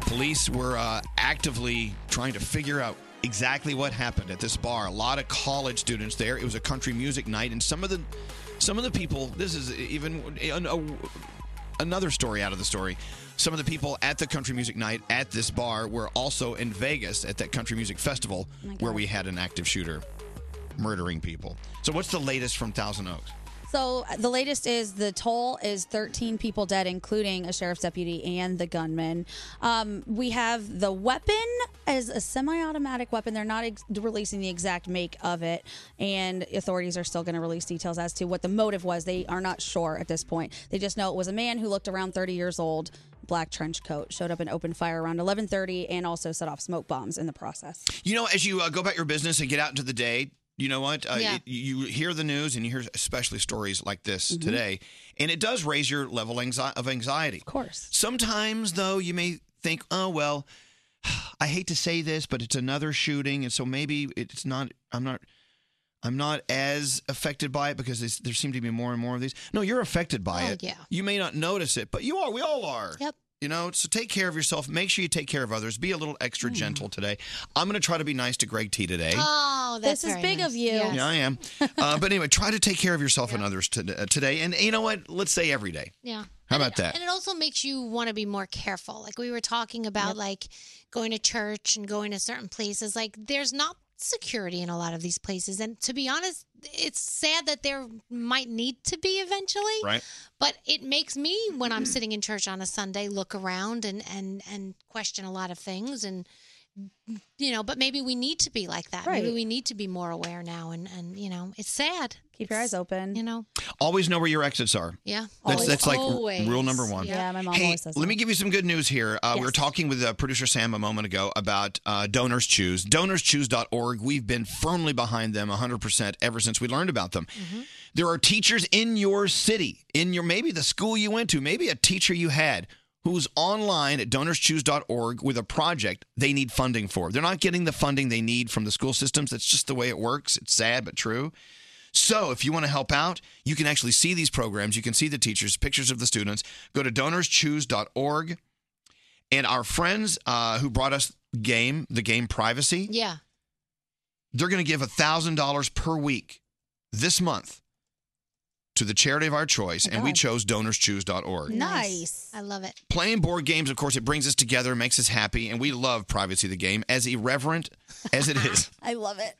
S5: police were uh, actively trying to figure out exactly what happened at this bar a lot of college students there it was a country music night and some of the some of the people this is even a- another story out of the story. Some of the people at the country music night at this bar were also in Vegas at that country music festival
S8: Oh my God.
S5: where we had an active shooter murdering people. So, what's the latest from Thousand Oaks?
S8: So uh, the latest is the toll is 13 people dead, including a sheriff's deputy and the gunman. Um, we have the weapon as a semi-automatic weapon. They're not ex- releasing the exact make of it, and authorities are still going to release details as to what the motive was. They are not sure at this point. They just know it was a man who looked around 30 years old, black trench coat, showed up and opened fire around 11:30, and also set off smoke bombs in the process.
S5: You know, as you uh, go about your business and get out into the day, you know what? Uh,
S8: Yeah.
S5: it- you hear the news and you hear especially stories like this
S8: Mm-hmm.
S5: today, and it does raise your level anxi- of anxiety. Of
S8: course.
S5: Sometimes, though, you may think, oh, well, I hate to say this, but it's another shooting, and so maybe it's not, I'm not. I'm not as affected by it because there's- there seem to be more and more of these. No, you're affected by
S12: Oh,
S5: it.
S12: yeah.
S5: You may not notice it, but you are. We all are.
S12: Yep.
S5: You know, so take care of yourself. Make sure you take care of others. Be a little extra gentle today. I'm going to try to be nice to Greg T today.
S7: Hmm. Oh, that's
S8: this is
S7: very
S8: big
S7: nice.
S8: of you.
S5: Yeah, I am. Uh, but anyway, try to take care of yourself and others to, uh, today. And you know what? Let's say every day.
S7: Yeah.
S5: How about that?
S7: And it also makes you want to be more careful. Like we were talking about, like going to church and going to certain places. Like there's not security in a lot of these places. And to be honest, it's sad that there might need to be eventually.
S13: Right.
S7: But it makes me, when
S8: Mm-hmm.
S7: I'm sitting in church on a Sunday, look around and and and question a lot of things and. You know, but maybe we need to be like that. Maybe
S8: Right.
S7: we need to be more aware now, and and you know, it's sad.
S8: Keep your eyes open.
S7: You know,
S5: Always know where your exits are.
S7: yeah.
S5: That's, that's like r-
S7: Always.
S5: rule number one.
S8: Yeah, my mom
S5: hey,
S8: always says
S5: let me give you some good news here. Uh, We were
S8: Yes.
S5: talking with uh, producer Sam a moment ago about uh, Donors Choose. DonorsChoose.org. We've been firmly behind them 100% ever since we learned about them. There are teachers in your city, in your maybe the school you went to, maybe a teacher you had who's online at donorschoose.org with a project they need funding for. They're not getting the funding they need from the school systems. That's just the way it works. It's sad but true. So, if you want to help out, you can actually see these programs. You can see the teachers, pictures of the students. Go to donorschoose.org. And our friends uh, who brought us game, the game privacy,
S7: Yeah.
S5: they're going to give $1,000 per week this month to the charity of our choice. and we chose donorschoose.org.
S7: Nice. I love it.
S5: Playing board games, of course, it brings us together, makes us happy, and we love privacy the game, as irreverent as it is.
S8: I love it.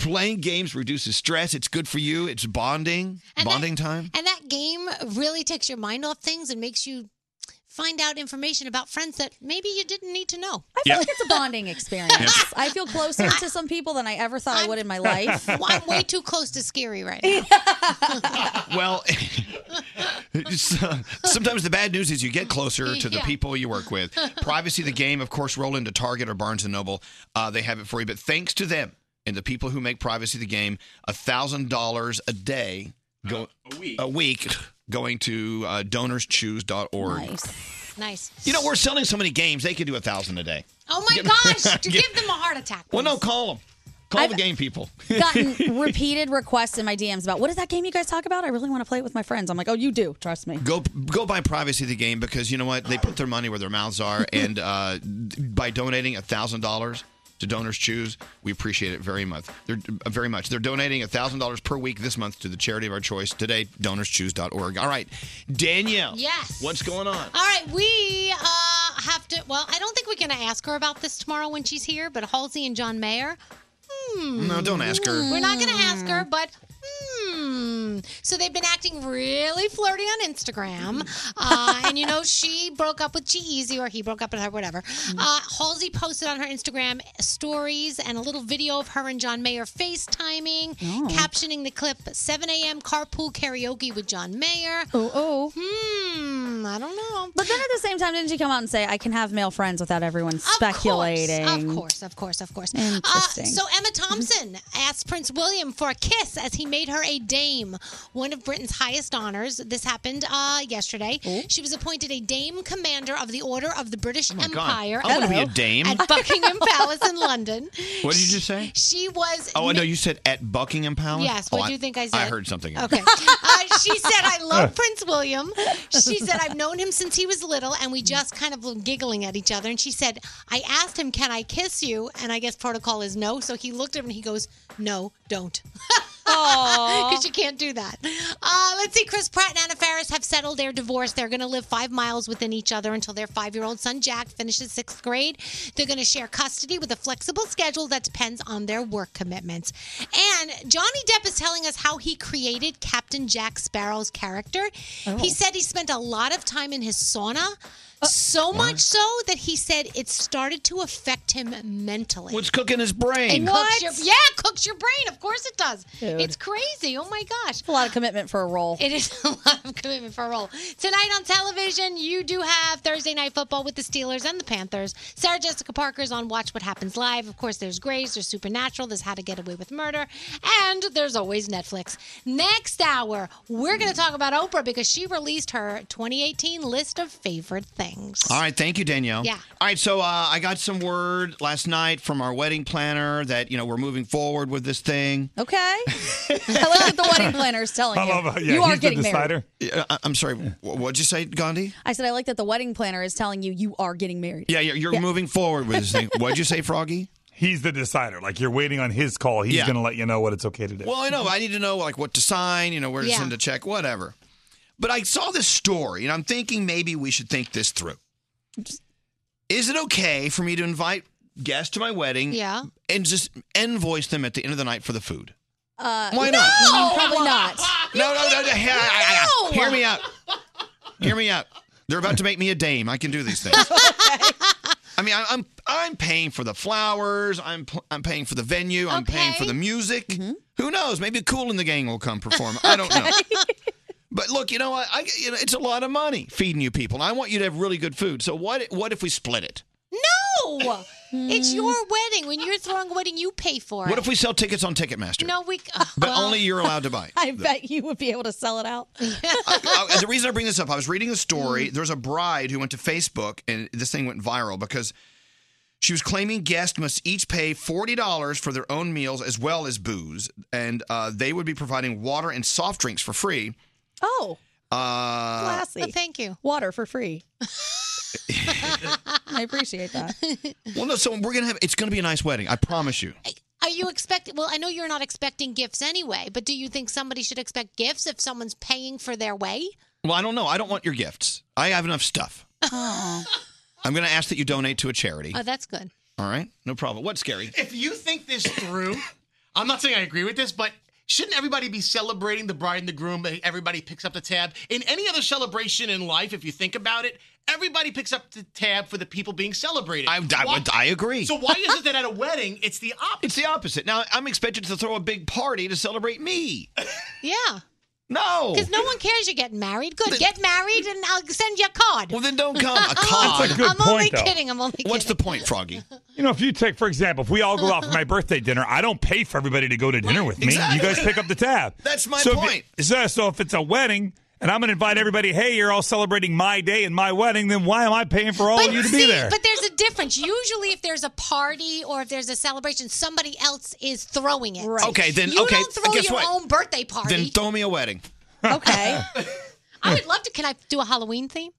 S5: Playing games reduces stress. It's good for you. It's bonding,
S7: And
S5: bonding time.
S7: And that game really takes your mind off things and makes you find out information about friends that maybe you didn't need to know.
S8: I feel like it's a bonding experience. I feel closer to some people than I ever thought I would in my life.
S7: Well, I'm way too close to scary right now.
S5: Well, it's, uh, sometimes the bad news is you get closer to the
S7: Yeah.
S5: people you work with. Privacy the game, of course, roll into Target or Barnes and Noble. Uh, they have it for you. But thanks to them and the people who make Privacy the game, thousand dollars a day go a week, going to uh, DonorsChoose.org.
S7: Nice.
S5: You know, we're selling so many games; they could do a thousand a day.
S7: Oh my
S5: Get-
S7: gosh! To
S5: Get-
S7: give them a heart attack.
S5: Well, no, call them. Call
S8: I've
S5: the game people.
S8: Gotten repeated requests in my DMs about what is that game you guys talk about? I really want to play it with my friends. I'm like, oh, you do. Trust me.
S5: Go go buy privacy the game because you know what they put their money where their mouths are, and uh, by donating thousand dollars to Donors Choose, we appreciate it very much. They're uh, very much. They're donating thousand dollars per week this month to the charity of our choice today. DonorsChoose.org. All right, Danielle.
S7: Yes.
S5: What's going on?
S7: All right, we uh, have to. Well, I don't think we're going to ask her about this tomorrow when she's here. But Halsey and John Mayer. Hmm.
S5: No, don't ask her.
S7: We're not going to ask her, but. Hmm. So they've been acting really flirty on Instagram, uh, and you know she broke up with G-Eazy or he broke up with her, whatever.
S5: Mm-hmm.
S7: Uh, Halsey posted on her Instagram stories and a little video of her and John Mayer FaceTiming,
S5: Oh.
S7: captioning the clip "7 a.m. carpool karaoke with John Mayer."
S8: Oh, oh.
S7: Hmm. I don't know.
S8: But then at the same time, didn't you come out and say I can have male friends without everyone speculating?
S7: Of course, of course, of course.
S8: Mm-hmm.
S7: Uh,
S8: Interesting.
S7: So Emma Thompson asked Prince William for a kiss as he made her a dame, one of Britain's highest honors. This happened uh, yesterday. She was appointed a dame commander of the Order of the British
S5: Oh my God.
S7: Empire.
S5: I wanna be a dame.
S7: at Buckingham Palace in London.
S5: What did you just say?
S7: She was.
S5: Oh, I
S7: na-
S5: know you said at Buckingham Palace.
S7: Yes,
S5: Oh,
S7: what do you think I
S5: I
S7: said? Oh,
S5: heard something. else.
S7: Okay. Uh, she said, I love Prince William. She said, I've known him since he was little, and we just kind of were giggling at each other. And she said, I asked him, Can I kiss you? And I guess protocol is no. So he looked at him and he goes, No, don't. Because you can't do that. Uh, let's see. Chris Pratt and Anna Faris have settled their divorce. They're going to live five miles within each other until their five year old son Jack finishes sixth grade. They're going to share custody with a flexible schedule that depends on their work commitments. And Johnny Depp is telling us how he created Captain Jack Sparrow's character. He said he spent a lot of time in his sauna. so much so that he said it started to affect him mentally.
S5: What's cooking his brain?
S7: It cooks your, yeah, it cooks your brain. Of course it does. It's crazy. Oh my gosh.
S8: a lot of commitment for a role.
S7: It is a lot of commitment for a role. Tonight on television, you do have Thursday Night Football with the Steelers and the Panthers. Sarah Jessica Parker's on Watch What Happens Live. Of course, there's Grace, there's Supernatural, there's How to Get Away with Murder, and there's always Netflix. Next hour, we're going to talk about Oprah because she released her 2018 list of favorite things.
S5: All right, thank you, Danielle.
S7: Yeah.
S5: All right, so uh, I got some word last night from our wedding planner that you know we're moving forward with this thing.
S8: Okay. I like that the wedding planner is telling you. you are getting married.
S5: Yeah, I- I'm sorry. wh- What'd you say, Gandhi?
S8: I said I like that the wedding planner is telling you you are getting married.
S5: Yeah, you're, you're moving forward with this thing. What'd you say, Froggy?
S4: He's the decider. Like you're waiting on his call. He's
S5: Yeah.
S4: going to let you know what it's okay to do.
S5: Well, I know I need to know like what to sign, you know, where to
S4: Yeah.
S5: send a check, whatever. But I saw this story, and I'm thinking maybe we should think this through. Is it okay for me to invite guests to my wedding?
S7: Yeah.
S5: And just invoice them at the end of the night for the food.
S8: Uh,
S5: Why
S8: no!
S5: not?
S8: Probably not.
S5: No, no, no, no. Hear, hear me out. Hear me out. They're about to make me a dame. I can do these things. I mean, I, I'm I'm paying for the flowers. I'm pl- I'm paying for the venue. I'm paying for the music. Who knows? Maybe Cool and the Gang will come perform. I don't know. But look, you know, I, I you know, it's a lot of money feeding you people. And I want you to have really good food. So what what if we split it?
S7: No! it's your wedding. When you're throwing a wedding, you pay for it.
S5: What if we sell tickets on Ticketmaster?
S7: No, we. uh,
S5: But
S7: well-
S5: only you're allowed to buy.
S8: I bet you would be able to sell it out.
S5: I- the reason I bring this up, I was reading a story. There's a bride who went to Facebook, and this thing went viral because she was claiming guests must each pay forty dollars for their own meals as well as booze, and uh, they would be providing water and soft drinks for free.
S8: Oh,
S5: Uh,
S8: classy.
S7: thank you.
S8: Water for free. I appreciate that.
S5: Well, no, so we're gonna have. It's gonna be a nice wedding, I promise you.
S7: Are you expecting? Well, I know you're not expecting gifts anyway, but do you think somebody should expect gifts if someone's paying for their way?
S5: Well, I don't know. I don't want your gifts. I have enough stuff.
S7: Oh,
S5: I'm gonna ask that you donate to a charity.
S7: that's good.
S5: All right, no problem. What's scary?
S11: If you think this through, I'm not saying I agree with this, but Shouldn't everybody be celebrating the bride and the groom? Everybody picks up the tab. In any other celebration in life, if you think about it, everybody picks up the tab for the people being celebrated. I,
S5: I would- I agree.
S11: So why is it that at a wedding it's the opposite?
S5: It's the opposite. Now I'm expected to throw a big party to celebrate me.
S7: Yeah.
S5: No.
S7: Because no one cares you're getting married. Good, get married, and I'll send you a card. Well,
S5: then don't come. A
S4: card. That's a good
S7: I'm only
S4: point, though.
S7: kidding. I'm only kidding.
S5: What's the point, Froggy?
S4: You know, if you take, for example, if we all go out for my birthday dinner, I don't pay for everybody to go to dinner with me. You guys pick up the tab.
S5: That's my
S4: so if
S5: point.
S4: you- so, so if it's a wedding and I'm going to invite everybody, hey, you're all celebrating my day and my wedding, then why am I paying for all of you to be
S7: see,
S4: there?
S7: But there's a difference. Usually, if there's a party or if there's a celebration, somebody else is throwing it.
S5: Okay, then-
S7: you
S5: okay,
S7: don't throw
S5: guess
S7: your
S5: what?
S7: own birthday party.
S5: Then throw me a wedding.
S8: Okay.
S7: I would love to. Can I do a Halloween theme?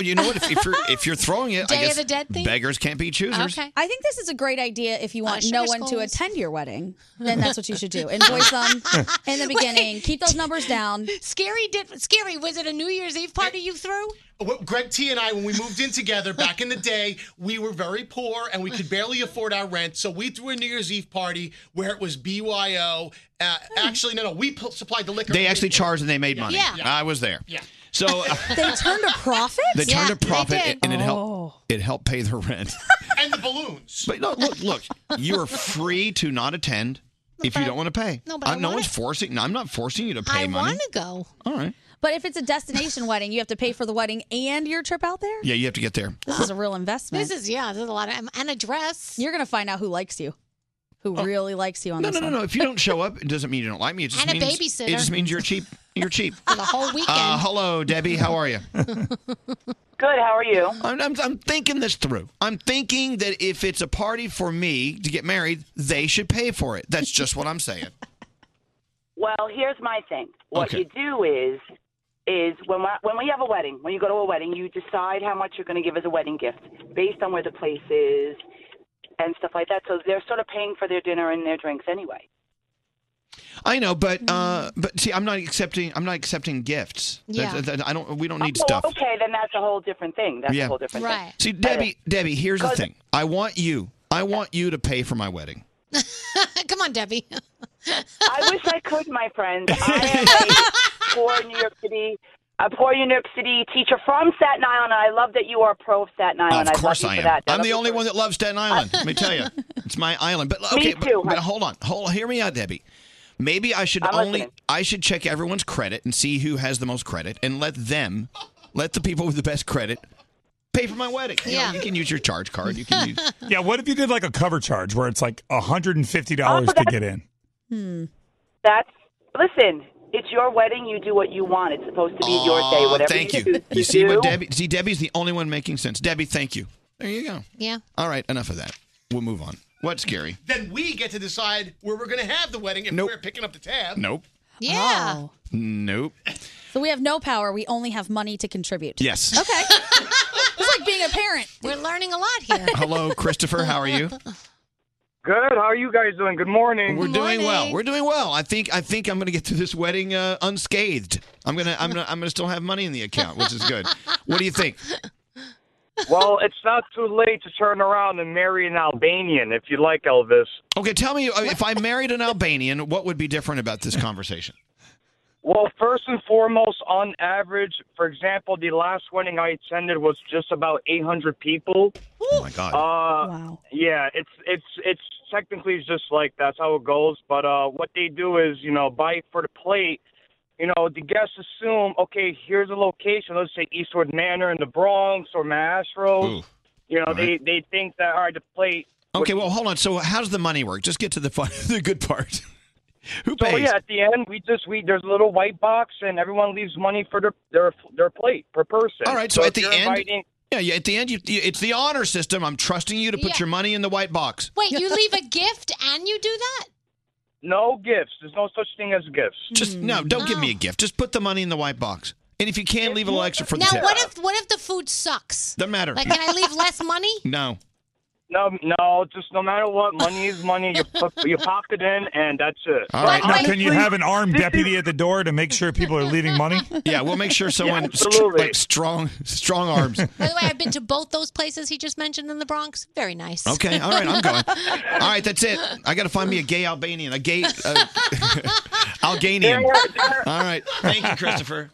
S5: You know what? If, if you're if you're throwing it,
S7: Day
S5: I
S7: of
S5: guess
S7: the Dead thing?
S5: beggars can't be choosers.
S8: I think this is a great idea if you want
S7: sugar
S8: Uh, no one to
S7: skulls.
S8: attend your wedding. Then that's what you should do. Invoice them in the beginning. Keep those numbers down.
S7: Scary did. Scary was it a New Year's Eve party you threw?
S11: Well, Greg T and I, when we moved in together back in the day, we were very poor and we could barely afford our rent. So we threw a New Year's Eve party where it was BYO. Uh,
S8: Hmm.
S11: actually, no, no, we pu- supplied the liquor.
S5: They actually charged and they made money.
S11: Yeah. Yeah.
S5: I was there.
S11: Yeah.
S5: So
S11: uh,
S8: They turned a profit? Oh.
S5: they turned a profit and, it
S11: Oh.
S5: helped it helped pay their rent.
S11: and the balloons.
S5: But no, look, look, you are free to not attend if you don't want to pay.
S8: No, but I
S5: I'm- no
S8: wanna-
S5: one's forcing. No, I'm not forcing you to pay money.
S8: wanna
S7: go.
S5: All right.
S8: But if it's a destination wedding, you have to pay for the wedding and your trip out there.
S5: Yeah, you have to get there.
S8: This is a real investment.
S7: This is yeah. There's a lot of and a dress.
S8: You're gonna find out who likes you, who really likes you on
S5: Oh. No,
S8: this.
S5: no, no,
S8: one.
S5: no. If you don't show up, it doesn't mean you don't like me. It just
S8: And a
S5: means
S8: babysitter.
S5: it just means you're cheap. You're cheap.
S7: For the whole weekend.
S5: Uh, hello, Debbie. How are you?
S12: Good. How are you?
S5: I'm, I'm, I'm thinking this through. I'm thinking that if it's a party for me to get married, they should pay for it. That's just what I'm saying.
S12: Well, here's my thing. What
S5: Okay.
S12: you do is is when we, when we have a wedding, when you go to a wedding, you decide how much you're going to give as a wedding gift based on where the place is and stuff like that. So they're sort of paying for their dinner and their drinks anyway.
S5: I know, but uh, but see, I'm not accepting. I'm not accepting gifts. That-
S12: Mm-hmm. Yeah.
S5: that- I don't. We don't need
S12: Oh,
S5: stuff.
S12: Okay, then that's a whole different thing. That's a whole different thing.
S5: See, Debbie. Debbie, here's the
S12: Cause-
S5: thing. I want you. I want you to pay for my wedding.
S7: Come on, Debbie.
S12: I wish I could, my friend. I am a poor New York City, a poor New York City teacher from Staten Island. I love that you are a pro of Staten Island.
S5: of course,
S12: I, love
S5: I
S12: you
S5: am.
S12: For that.
S5: I'm the only one that loves Staten Island. Let me tell you, it's my island. But
S12: Me
S5: okay, but-
S12: too,
S5: but, hold on, hold. Hear me out, Debbie. Maybe I should
S12: I'm
S5: only
S12: listening.
S5: I should check everyone's credit and see who has the most credit, and let them, let the people with the best credit, pay for my wedding. You know,
S12: Yeah.
S5: you can use your charge card. You can use.
S4: yeah, what if you did like a cover charge where it's like
S7: Oh,
S4: $150 to get in?
S12: Hmm. That's listen. It's your wedding. You do what you want. It's supposed to be your day.
S5: Aw,
S12: Whatever
S5: thank
S12: you,
S5: you.
S12: choose to
S5: You see
S12: do.
S5: what Debbie? See, Debbie's the only one making sense. Debbie, thank you. There you go.
S7: Yeah.
S5: All right, enough of that. We'll move on. What's scary?
S11: Then we get to decide where we're going to have the wedding if
S5: Nope.
S11: we're picking up the tab.
S5: Nope.
S7: Yeah.
S5: Nope.
S8: Oh. So we have no power. We only have money to contribute.
S5: Yes.
S8: Okay. it's like being a parent.
S7: We're learning a lot here.
S5: Hello, Christopher. How are you?
S13: Good. How are you guys doing? Good morning.
S5: We're doing well. We're doing well. I think I think I'm going to get to this wedding uh, unscathed. I'm gonna I'm gonna I'm gonna still have money in the account, which is good. What do you think?
S13: well, it's not too late to turn around and marry an Albanian if you like Elvis.
S5: Okay, tell me uh, if I married an Albanian, what would be different about this conversation?
S13: Well, first and foremost, on average, for example, the last wedding I attended was just about 800 people.
S5: Oh my God.
S13: Uh,
S8: wow.
S13: Yeah, it's it's it's technically just like that's how it goes. But uh, what they do is, you know, buy for the plate. You know, the guests assume, okay, here's a location. Let's say Eastwood Manor in the Bronx or Mass Road. You know,
S5: All
S13: they
S5: right.
S13: they think that all right, the plate.
S5: Okay, well hold on. So how does the money work? Just get to the fun, the good part. Who
S13: So
S5: pays?
S13: yeah, at the end, we just we there's a little white box, and everyone leaves money for their their their plate per person.
S5: All right. So,
S13: if
S5: at the
S13: you're
S5: end,
S13: inviting-
S5: yeah, yeah. At the end, you, you, it's the honor system. I'm trusting you to put
S7: Yeah.
S5: your money in the white box.
S7: Wait, you leave a gift and you do that?
S13: no gifts. There's no such thing as gifts.
S5: Just
S7: Mm-hmm.
S5: no, don't give me a gift. Just put the money in the white box. And if you can, leave a little extra for the
S7: now,
S5: tip.
S7: what if what if the food sucks?
S5: Doesn't matter.
S7: Like, can I leave less money?
S5: No.
S13: No, no, just no matter what, money is money. You pop, you pop it in, and that's it.
S4: All right. Now, can you have an armed deputy at the door to make sure people are leaving money?
S5: Yeah, we'll make sure someone str-
S13: absolutely.
S5: like strong, strong arms.
S7: By the way, I've been to both those places he just mentioned in the Bronx. Very nice.
S5: Okay, all right, I'm going. All right, that's it. I got to find me a gay Albanian, a gay, uh, Alganian.
S12: There-
S5: All right. Thank you, Christopher.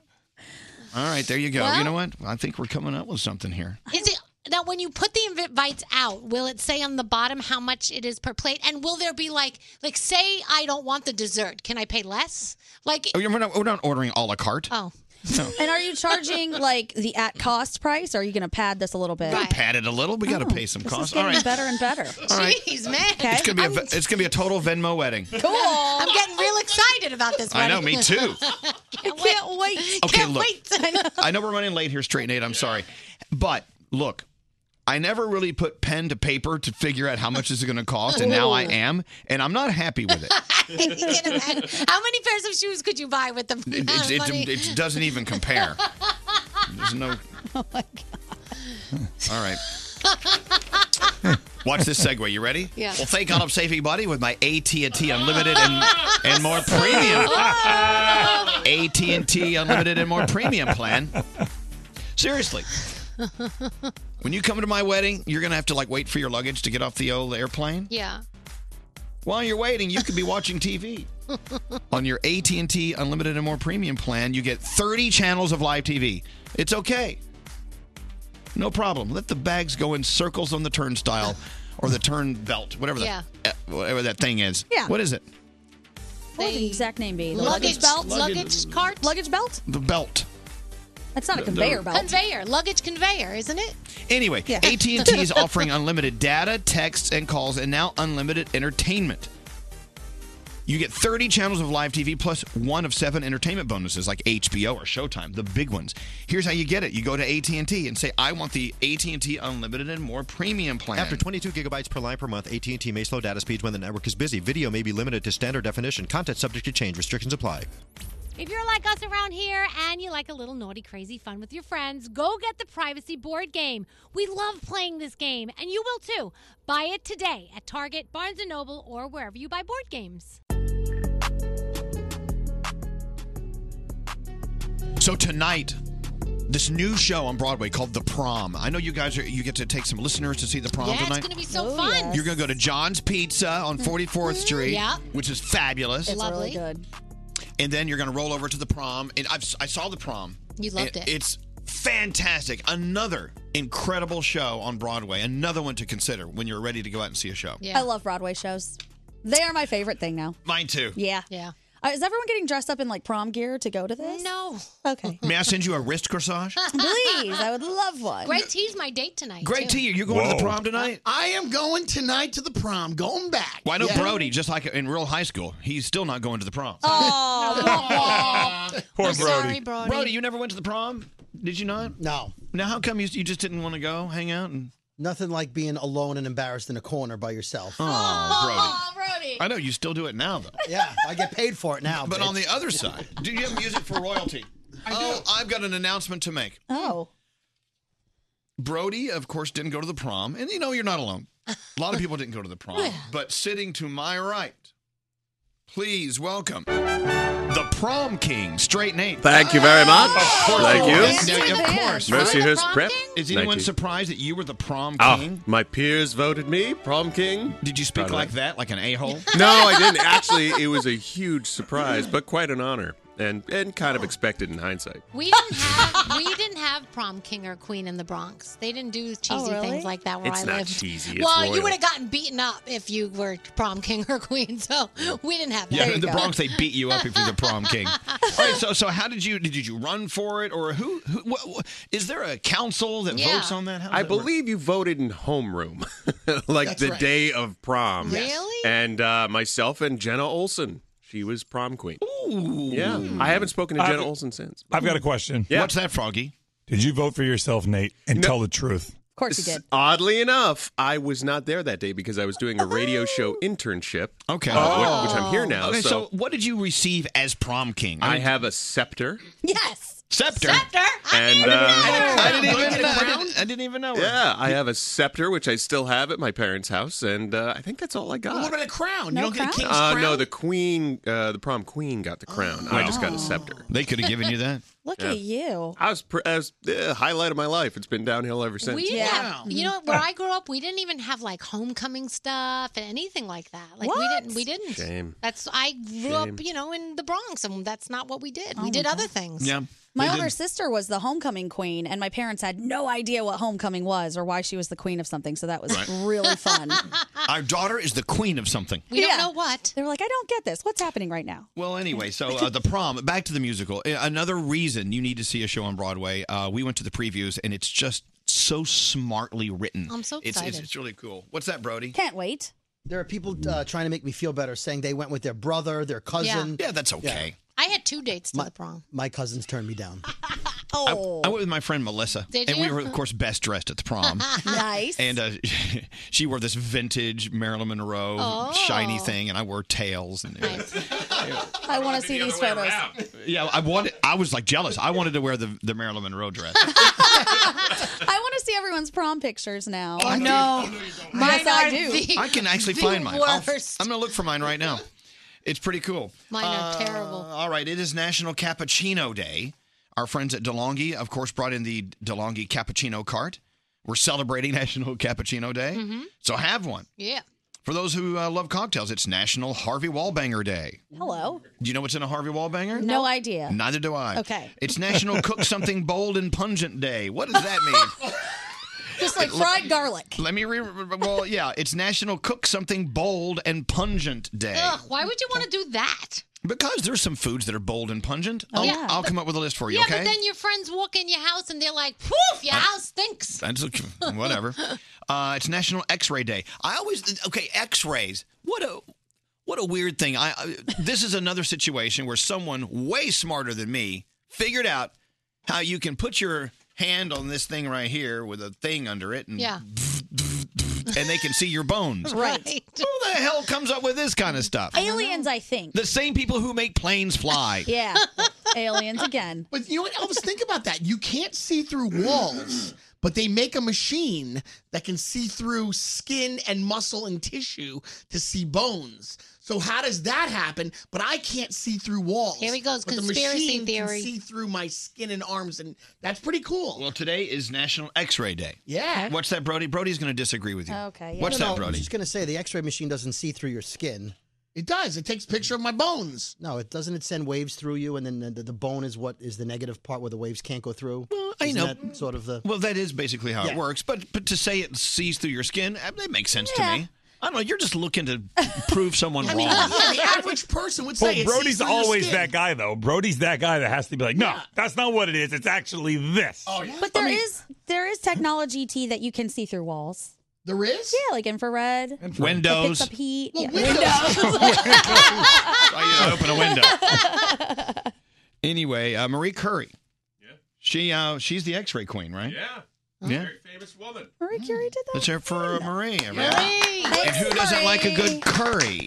S5: All right, there you go.
S7: Well-
S5: you know what? I think we're coming up with something here.
S7: Is it now when you put the invites out, will it say on the bottom how much it is per plate? And will there be like like say I don't want the dessert, can I pay less? Like
S5: Oh, you're- we're not, we're not ordering a la carte.
S7: Oh.
S5: No.
S8: And are you charging like the at cost price? Or are you going to pad this a little bit?
S5: Pat it a little. We got to pay some
S8: Oh, This is
S5: costs. All
S8: getting
S5: right.
S8: better and better.
S5: All right.
S7: Jeez, man.
S5: It's gonna be a ve- it's gonna be a total Venmo wedding.
S7: Cool. I'm getting real excited about this.
S5: I know,
S7: wedding.
S5: me too.
S7: can't, can't wait.
S5: Okay,
S7: can't
S5: look.
S7: wait.
S5: I know we're running late here, straight Nate. I'm sorry, but look, I never really put pen to paper to figure out how much this is going to cost, and now I
S8: Oh.
S7: Ooh.
S5: am, and I'm not happy with it.
S7: You can imagine. How many pairs of shoes could you buy with the
S5: It,
S7: amount
S5: it, it,
S7: of money?
S5: it doesn't even compare. There's no.
S8: Oh
S5: All right. Watch this segue. You ready?
S14: Yeah.
S5: Well, thank God I'm saving money with my AT&T Unlimited and, and more premium. AT&T Unlimited and more premium plan. Seriously. When you come to my wedding, you're going to have to like wait for your luggage to get off the old airplane.
S7: yeah.
S5: While you're waiting, you could be watching TV. On your AT&T Unlimited and More Premium plan, you get 30 channels of live TV. It's okay. No problem. Let the bags go in circles on the turnstile or the turn belt, whatever
S8: Yeah.
S5: that eh, whatever that thing is.
S8: Yeah.
S5: What is it?
S8: What would the exact name be? The
S7: Luggage-
S8: luggage, belt?
S7: luggage
S8: cart? Luggage belt?
S5: The belt.
S8: That's not a
S5: The- the-
S8: conveyor belt.
S7: Conveyor, luggage conveyor, isn't it?
S5: Anyway, AT&T is offering unlimited data, texts, and calls, and now unlimited entertainment. You get 30 channels of live TV plus one of seven entertainment bonuses like HBO or Showtime, the big ones. Here's how you get it: you go to AT and T and say, "I want the AT and T Unlimited and More Premium plan."
S15: After 22 gigabytes per line per month, AT&T may slow data speeds when the network is busy. Video may be limited to standard definition. Content subject to change. Restrictions apply.
S16: If you're like us around here and you like a little naughty, crazy fun with your friends, go get the Privacy Board Game. We love playing this game, and you will too. Buy it today at Target, Barnes & Noble, or wherever you buy board games.
S5: So tonight, this new show on Broadway called The Prom. I know you guys are you get to take some listeners to see The Prom
S7: yeah, it's
S5: tonight.
S7: going to be so fun. Mm-hmm.
S5: You're going to go to John's Pizza on 44th Street,
S7: Yeah.
S5: which is fabulous.
S7: Lovely.
S5: and then you're going to roll over to the prom. And I've, I saw the prom.
S7: You loved
S5: And
S7: it.
S5: It's fantastic. Another incredible show on Broadway. Another one to consider when you're ready to go out and see a show.
S8: I love Broadway shows. They are my favorite thing now.
S5: Mine too.
S8: Yeah.
S7: Yeah.
S8: Uh, is everyone getting dressed up in like prom gear to go to this?
S7: No.
S8: Okay.
S5: May I send you a wrist corsage?
S8: Please, I would love one.
S7: Great tea's my date tonight.
S5: Great
S7: too.
S5: tea. Are you going to the
S11: Whoa.
S5: prom tonight?
S11: I am going tonight to the prom, going back.
S5: Well, I know
S11: Yeah.
S5: Brody, just like in real high school, he's still not going to the prom.
S11: Oh,
S5: Poor
S11: I'm sorry, Brody.
S5: Brody.
S11: Brody.
S5: you never went to the prom? Did you not?
S17: No.
S5: Now, how come you, you just didn't want to go hang out? And...
S17: Nothing like being alone and embarrassed in a corner by yourself.
S5: Oh, Brody. I know you still do it now, though.
S17: Yeah, I get paid for it now.
S5: But on the other side, do you have music for royalty? oh, I've got an announcement to make.
S8: Oh.
S5: Brody, of course, didn't go to the prom. And you know, you're not alone. A lot of people didn't go to the prom. But sitting to my right, please welcome the prom king, Straight Nate.
S18: Thank you very much. Thank you.
S5: Now, of course.
S18: Mercy
S5: right?
S18: here's prep.
S5: Is
S18: Thank
S5: anyone
S18: you.
S5: surprised that you were the prom
S18: Ah,
S5: king?
S18: my peers voted me prom king.
S5: Did you speak like that, like an a-hole?
S18: No, I didn't. Actually, it was a huge surprise, but quite an honor, and and kind of expected in hindsight.
S7: We didn't have we didn't have prom king or queen in the Bronx. They didn't do cheesy
S8: Oh, really?
S7: things like that where
S18: It's
S7: I
S18: not
S7: lived.
S18: cheesy, it's
S7: well, you
S18: royal.
S7: would have gotten beaten up if you were prom king or queen. So we didn't have that.
S5: Yeah, in the Bronx they beat you up if you're the prom king. All right, so so how did you did you run for it or who, who what, what- is there a council that votes on that? How does
S18: I
S5: that work?
S18: believe you voted in homeroom, like
S5: That's
S18: the
S5: right.
S18: day of prom.
S5: Yes.
S18: Really? And uh, myself and Jenna Olson. She was prom queen.
S5: Ooh.
S18: Yeah. I haven't spoken to
S4: I've-
S18: Jenna Olson since.
S4: Uh, I've got a question.
S18: Yeah. What's that,
S5: Froggy?
S4: Did you vote for yourself, Nate, and tell the truth?
S8: Of course you did.
S18: Oddly enough, I was not there that day because I was doing a radio show internship.
S5: Okay. Oh.
S18: uh, whi- which, I'm here now.
S5: Okay, so,
S18: so,
S5: what did you receive as prom king?
S18: I have a scepter.
S8: Yes.
S5: Scepter.
S7: Scepter.
S18: And uh,
S5: I didn't
S11: Look at
S5: even.
S11: it,
S5: I
S11: Brown.
S5: didn't, I didn't even know. her.
S18: yeah, I have a scepter which I still have at my parents' house, and uh, I think that's all I got.
S11: Well, what about a crown?
S5: No
S11: you don't get a king's
S18: uh,
S11: crown.
S18: No, the queen, uh, the prom queen got the crown. I just got a scepter.
S5: Oh. They could have given you that.
S8: Look
S18: Yeah.
S8: at you.
S18: I was, pr- I was uh, highlight of my life. It's been downhill ever since.
S7: We didn't have, you know, where I grew up, we didn't even have like homecoming stuff and anything like that. Like we didn't, we didn't.
S18: Shame.
S7: That's I grew up,
S18: Shame.
S7: you know, in the Bronx, and that's not what we did.
S8: Oh,
S7: we did
S8: my
S7: other
S8: God.
S7: things.
S5: Yeah.
S8: My
S5: They
S8: older
S5: did.
S8: sister was the homecoming queen, and my parents had no idea what homecoming was or why she was the queen of something. So that was
S5: Right.
S8: really fun.
S5: Our daughter is the queen of something.
S7: We don't know what.
S8: They were like, I don't get this. What's happening right now?
S5: Well, anyway, so uh, the prom. Back to the musical. Uh, Another reason you need to see a show on Broadway. Uh, we went to the previews, and it's just so smartly written.
S8: I'm so
S5: It's- It's,
S8: excited.
S5: it's really cool. What's that, Brody?
S8: Can't wait.
S17: There are people uh, trying to make me feel better, saying they went with their brother, their cousin.
S5: Yeah, that's okay.
S7: I had two dates to
S17: My,
S7: the prom.
S17: my cousins turned me down.
S5: I, I went with my friend Melissa,
S7: Did
S5: and
S7: you?
S5: we were, of course, best dressed at the prom.
S7: nice.
S5: And uh, she wore this vintage Marilyn Monroe
S8: Oh.
S5: shiny thing, and I wore tails. And
S8: I want to see these photos.
S5: yeah, I wanted. I was like jealous. I wanted to wear the, the Marilyn Monroe dress.
S8: I want to see everyone's prom pictures now.
S5: Oh,
S8: no. yes, I do.
S5: I can actually find mine. I'll- I'm going to look for mine right now. It's pretty cool. Uh,
S7: Mine are terrible.
S5: All right, it is National Cappuccino Day. Our friends at DeLonghi, of course, brought in the DeLonghi cappuccino cart. We're celebrating National Cappuccino Day,
S7: Mhm.
S5: so have one.
S7: Yeah.
S5: For those who uh, love cocktails, it's National Harvey Wallbanger Day.
S8: Hello.
S5: Do you know what's in a Harvey Wallbanger?
S8: No idea.
S5: Neither do I.
S8: Okay.
S5: It's National Cook Something Bold and Pungent Day. What does that mean?
S8: Just like
S5: It look-
S8: fried garlic.
S5: Let me re. Well, yeah, it's National Cook Something Bold and Pungent Day.
S7: Ugh, why would you want to do that?
S5: Because there's some foods that are bold and pungent.
S7: Oh,
S5: I'll,
S7: yeah.
S5: I'll come up with a list for you,
S7: yeah,
S5: okay? Uh,
S7: but then your friends walk in your house and they're like, "Poof, your
S5: I-
S7: house stinks."
S5: That's okay. Whatever. uh, it's National X-Ray Day. I always okay. X-rays. What a what a weird thing. I, I this is another situation where someone way smarter than me figured out how you can put your hand on this thing right here with a thing under it, and
S7: Yeah.
S5: and they can see your bones.
S7: Right.
S5: Who the hell comes up with this kind of stuff?
S8: Aliens, I think.
S5: The same people who make planes fly.
S8: Yeah. Aliens again.
S11: But you know what, Elvis? Think about that. You can't see through walls, but they make a machine that can see through skin and muscle and tissue to see bones. So how does that happen? But I can't see through walls.
S7: Here he goes,
S11: But the
S7: conspiracy
S11: machine
S7: theory.
S11: Can see through my skin and arms, and that's pretty cool.
S5: Well, today is National X-Ray Day.
S11: Yeah.
S5: What's that, Brody? Brody's going to disagree with you.
S8: Okay.
S5: What's that,
S17: No, no, I was
S5: Brody?
S17: just going to say the x ray machine doesn't see through your skin.
S11: It does. It takes a picture of my bones.
S17: No, it doesn't. It send waves through you, and then the, the bone is what is the negative part where the waves can't go through. Well,
S5: I know.
S17: That sort of the.
S5: Well, that is basically how it
S17: Yeah.
S5: works. But but to say it sees through your skin, eh, that makes sense to me. I don't know. You're just looking to prove someone
S11: I
S5: wrong.
S11: mean, yeah, the average person would say
S4: Well,
S11: it sees
S4: Brody's
S11: through your
S4: always
S11: skin.
S4: that guy, though. Brody's that guy that has to be like, no, that's not what it is. It's actually this. Oh,
S11: yeah.
S8: But there is there is technology T that you can see through walls.
S11: There is?
S8: Yeah, like infrared. It
S5: Windows.
S8: picks up heat.
S11: Well,
S8: Yeah.
S11: windows.
S5: I, uh, open a window. anyway, uh, Marie Curry. She uh, she's the X-ray queen, right? Yeah. Yeah.
S18: Famous woman.
S8: Marie Curie did
S5: Let's hear it for uh, Marie. everybody.
S8: Thanks,
S5: And who doesn't like a
S8: Marie.
S5: good curry?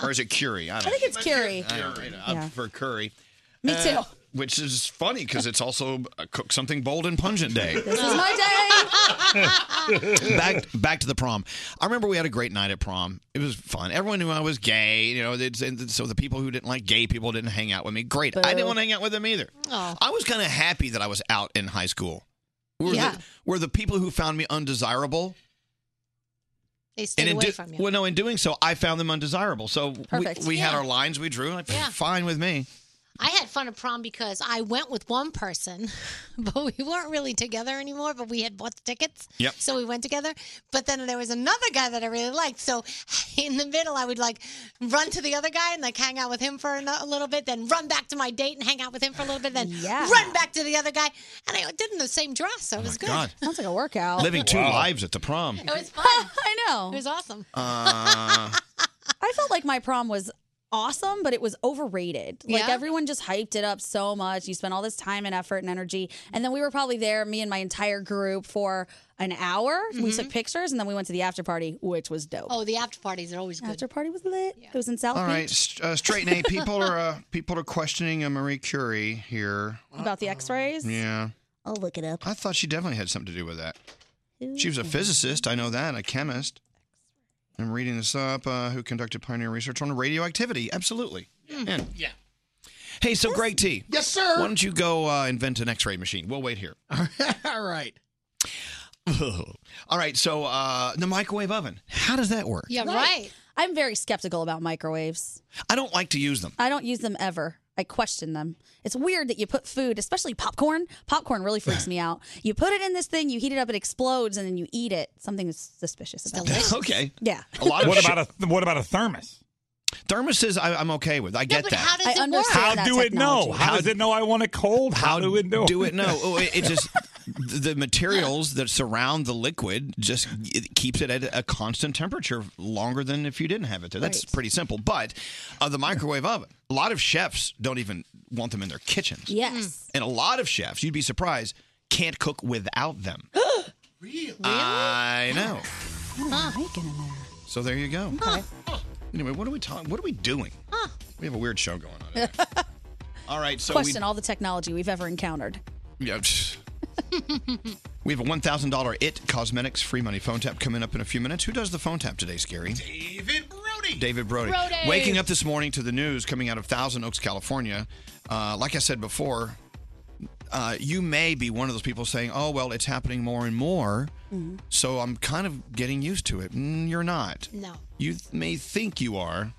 S5: or is it Curie? I
S8: I
S5: don't.
S8: think it's Curie.
S5: I don't know. I'm
S8: Yeah.
S5: for curry.
S8: Me
S5: Uh,
S8: too.
S5: which is funny because it's also uh, cook something bold and pungent day.
S8: This is my day.
S5: back back to the prom. I remember we had a great night at prom. It was fun. Everyone knew I was gay. You know, they'd- and so the people who didn't like gay people didn't hang out with me. Great. I didn't want to hang out with them either. I was kind of happy that I was out in high school. Were,
S7: Yeah.
S5: the, were the people who found me undesirable?
S7: They stayed
S5: in
S7: away
S5: do-
S7: from you.
S5: well, no, in doing so, I found them undesirable. So we,
S7: Perfect.
S5: we had
S7: Yeah.
S5: our lines we drew. Like,
S7: Yeah.
S5: Fine with me.
S7: I had fun at prom because I went with one person, but we weren't really together anymore. But we had bought the tickets,
S5: Yep.
S7: so we went together. But then there was another guy that I really liked. So in the middle, I would like run to the other guy and like hang out with him for a, a little bit, then run back to my date and hang out with him for a little bit, then run back to the other guy. And I did in the same dress, so it was good.
S5: Oh God.
S8: Sounds like a workout.
S5: Living two lives at the prom.
S7: It was fun.
S8: I know.
S7: It was awesome.
S5: Uh,
S8: I felt like my prom was awesome, but it was overrated. Like
S7: Yeah.
S8: everyone just hyped it up so much. You spent all this time and effort and energy. And then we were probably there, me and my entire group, for an hour. We took pictures and then we went to the after party, which was dope.
S7: Mm-hmm. Oh, the after parties are always good. After
S8: party was lit. It was in South
S5: All
S8: Beach.
S5: right, st- uh, straight A. People are uh, people are questioning uh, Marie Curie here.
S8: About the x-rays?
S5: Yeah,
S8: I'll look it up. Mm-hmm.
S5: I thought she definitely had something to do with that.
S8: Who
S5: She was a
S8: knows?
S5: physicist. I know that. A chemist. I'm reading this up. Uh, who conducted pioneer research on radioactivity? Absolutely. Man.
S11: Yeah.
S5: Hey, so Greg T.
S11: Yes, sir.
S5: Why don't you go uh, invent an X-ray machine? We'll wait here.
S11: All right.
S5: All right. So uh, the microwave oven. How does that work?
S8: Yeah, right. I'm very skeptical about microwaves.
S5: I don't like to use them.
S8: I don't use them ever. I question them. It's weird that you put food, especially popcorn. Popcorn really freaks me out. You put it in this thing, you heat it up, it explodes, and then you eat it. Something is suspicious about that.
S5: okay.
S8: Yeah.
S5: A lot of
S4: what
S5: shit-
S4: about a what about a thermos?
S5: Thermoses, I, I'm okay with. I get
S4: but
S5: that.
S4: how does
S8: I it work? understand
S4: How
S8: that
S4: do it know?
S8: technology.
S4: How does it know I want it cold? How, do it know?
S5: do it no oh, it, it just the materials that surround the liquid just it keeps it at a constant temperature longer than if you didn't have it there that's
S8: Right.
S5: pretty simple but uh, the microwave oven a lot of chefs don't even want them in their kitchens
S8: Yes.
S5: and a lot of chefs you'd be surprised can't cook without them
S11: really?
S5: i know
S8: Bacon in there.
S5: so there you go anyway what are we talking what are we doing we have a weird show going on today. all right so we
S8: question all the technology we've ever encountered.
S5: Yeah. psh. we have a $1,000 IT Cosmetics free money phone tap coming up in a few minutes. Who does the phone tap today, Scary?
S11: David Brody.
S5: David Brody.
S11: Brody.
S5: Waking up this morning to the news coming out of Thousand Oaks, California. Uh, like I said before, uh, you may be one of those people saying, oh, well, it's happening more and more. So I'm kind of getting used to it. Mm, you're not.
S7: No.
S5: You th- may think you are.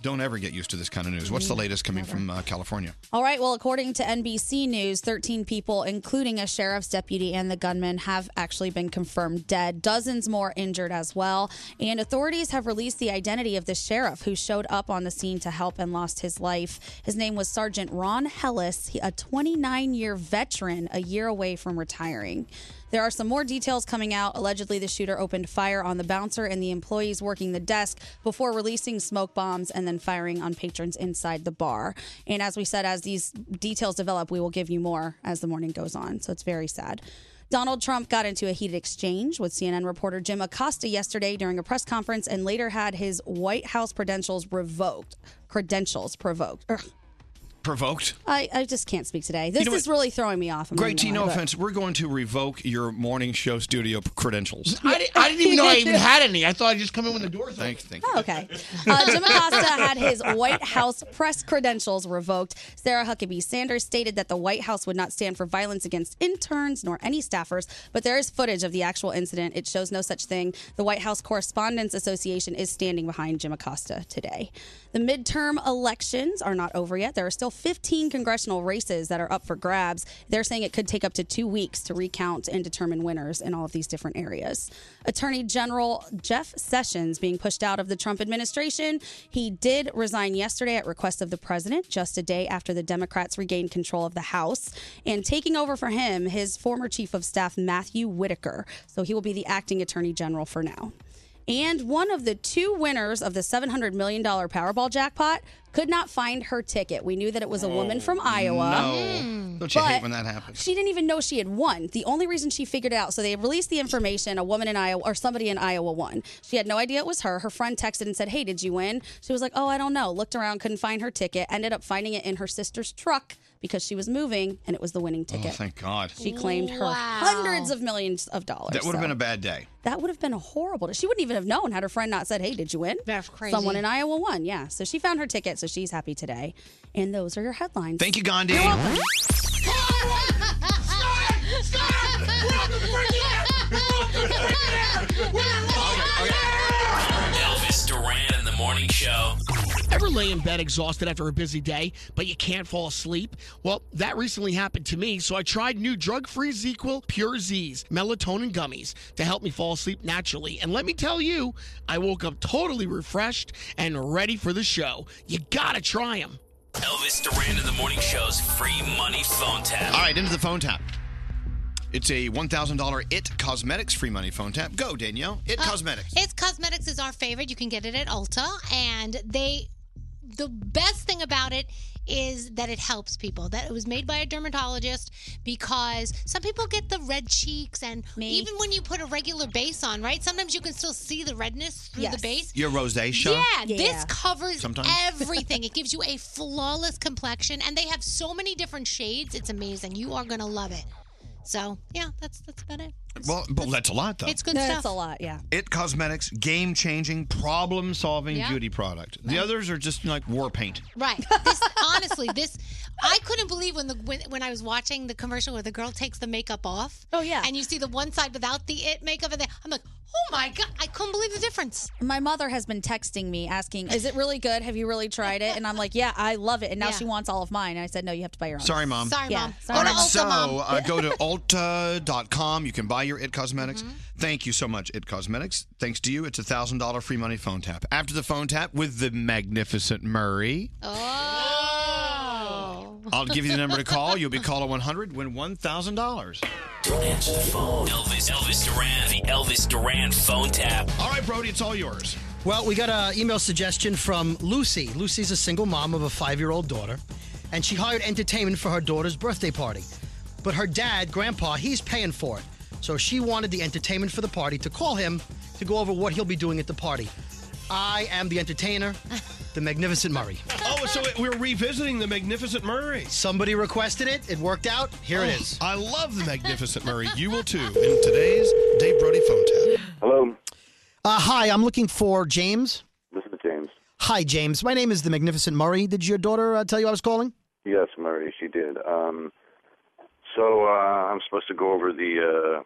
S5: Don't ever get used to this kind of news. What's the
S8: Mm,
S5: latest coming
S8: never.
S5: from uh, California?
S8: All right. Well, according to NBC News, 13 people, including a sheriff's deputy and the gunman, have actually been confirmed dead. Dozens more injured as well. And authorities have released the identity of the sheriff who showed up on the scene to help and lost his life. His name was Sergeant Ron Hellis, he- a 29 year veteran, a year away from retiring. There are some more details coming out. Allegedly, the shooter opened fire on the bouncer and the employees working the desk before releasing smoke bombs and then firing on patrons inside the bar. And as we said, as these details develop, we will give you more as the morning goes on. So it's very sad. Donald Trump got into a heated exchange with CNN reporter Jim Acosta yesterday during a press conference and later had his White House credentials revoked. Credentials provoked. Ugh.
S5: Provoked?
S8: I, I just can't speak today. This
S5: You know
S8: is really throwing me off. I'm not
S5: Greg T,
S8: gonna
S5: no
S8: lie, but-
S5: offense. We're going to revoke your morning show studio p- credentials.
S11: I, di- I didn't even know I even had any. I thought I'd just come in when the door's
S5: Thank, thank.
S8: Oh, okay. Uh, Jim Acosta had his White House press credentials revoked. Sarah Huckabee Sanders stated that the White House would not stand for violence against interns nor any staffers, but there is footage of the actual incident. It shows no such thing. The White House Correspondents Association is standing behind Jim Acosta today. The midterm elections are not over yet. There are still 15 congressional races that are up for grabs. They're saying it could take up to two weeks to recount and determine winners in all of these different areas. Attorney General Jeff Sessions being pushed out of the Trump administration. He did resign yesterday at request of the president, just a day after the Democrats regained control of the House. And taking over for him, his former chief of staff, Matthew Whitaker. So he will be the acting attorney general for now. And one of the two winners of the $700 million Powerball jackpot could not find her ticket. We knew that it was a woman from Iowa.
S2: Hmm.
S7: Mm.
S5: No. Don't you hate
S8: But
S5: when that happens?
S8: She didn't even know she had won. The only reason she figured it out, so they released the information. A woman in Iowa or somebody in Iowa won. She had no idea it was her. Her friend texted and said, "Hey, did you win?" She was like, "Oh, I don't know." Looked around, couldn't find her ticket. Ended up finding it in her sister's truck because she was moving, and it was the winning
S5: Oh,
S8: ticket.
S5: thank God.
S8: she claimed her hundreds of millions of dollars.
S5: That would have
S8: so.
S5: been a bad day.
S8: That would have been a horrible. She wouldn't even have known had her friend not said, "Hey, did you win?" That's
S7: crazy.
S8: Someone in Iowa won. Yeah, so she found her ticket, so she's happy today. And those are your headlines.
S5: Thank you, Gandhi.
S8: You're welcome.
S1: Elvis Duran in the morning show.
S11: Ever lay in bed exhausted after a busy day, but you can't fall asleep? Well, that recently happened to me, so I tried new drug free ZQL Pure Z's melatonin gummies to help me fall asleep naturally. And let me tell you, I woke up totally refreshed and ready for the show. You gotta try them.
S1: Elvis Duran in the morning show's free money phone tap.
S5: All right, into the phone tap. It's a $1,000 IT Cosmetics free money phone tap.
S7: Uh,
S5: Go, Danielle. IT Cosmetics.
S7: It's Cosmetics is our favorite. You can get it at Ulta, and they the best thing about it is that it helps people. That it was made by a dermatologist because some people get the red cheeks and even when you put a regular base on, right? Sometimes you can still see the redness through the base.
S5: Your rosacea.
S7: Yeah, this covers
S5: Sometimes.
S7: everything. it gives you a flawless complexion, and they have so many different shades. It's amazing. You are gonna love it. So yeah, that's that's about it.
S5: Well, but that's a lot though.
S7: It's good
S8: No,
S7: stuff.
S8: it's a lot, yeah.
S5: It Cosmetics, game changing, problem solving
S7: Yeah.
S5: beauty product. The others are just like war paint.
S7: Right. This honestly, this I couldn't believe when the when, when I was watching the commercial where the girl takes the makeup off. Oh yeah. And you see the one side without the it makeup, and then I'm like, oh my god, I couldn't believe the difference.
S8: My mother has been texting me asking, "Is it really good? Have you really tried it?" And I'm like, "Yeah, I love it." And now she wants all of mine. And I said, "No, you have to buy your own."
S5: Sorry, mom.
S8: Yeah, sorry,
S5: All right,
S8: Mom.
S5: so uh, go to ulta.com. You can buy your It Cosmetics. Thank you so much, It Cosmetics. Thanks to you, it's a $1,000 free money phone tap. After the phone tap with the magnificent Murray.
S7: Oh.
S5: I'll give you the number to call. You'll be caller 100, win $1,000.
S1: Don't answer the phone. Elvis, Elvis Duran, the Elvis Duran phone tap.
S5: All right, Brody, it's all yours.
S17: Well, we got an email suggestion from Lucy. Lucy's a single mom of a five year old daughter, and she hired entertainment for her daughter's birthday party. But her dad, Grandpa, he's paying for it. So she wanted the entertainment for the party to call him to go over what he'll be doing at the party. I am the entertainer, the Magnificent Murray.
S19: Oh, so it- we're revisiting the Magnificent Murray.
S17: Somebody requested it, it worked out. Here it
S19: Oh,
S17: is.
S5: I love the Magnificent Murray. You will too in today's Dave Brody phone tap.
S20: Hello,
S17: Uh, hi, I'm looking for James.
S20: this is James.
S17: Hi, James. My name is the Magnificent Murray. Did your daughter uh, tell you I was calling?
S20: Yes, Murray, she did. Um, so uh, I'm supposed to go over the uh,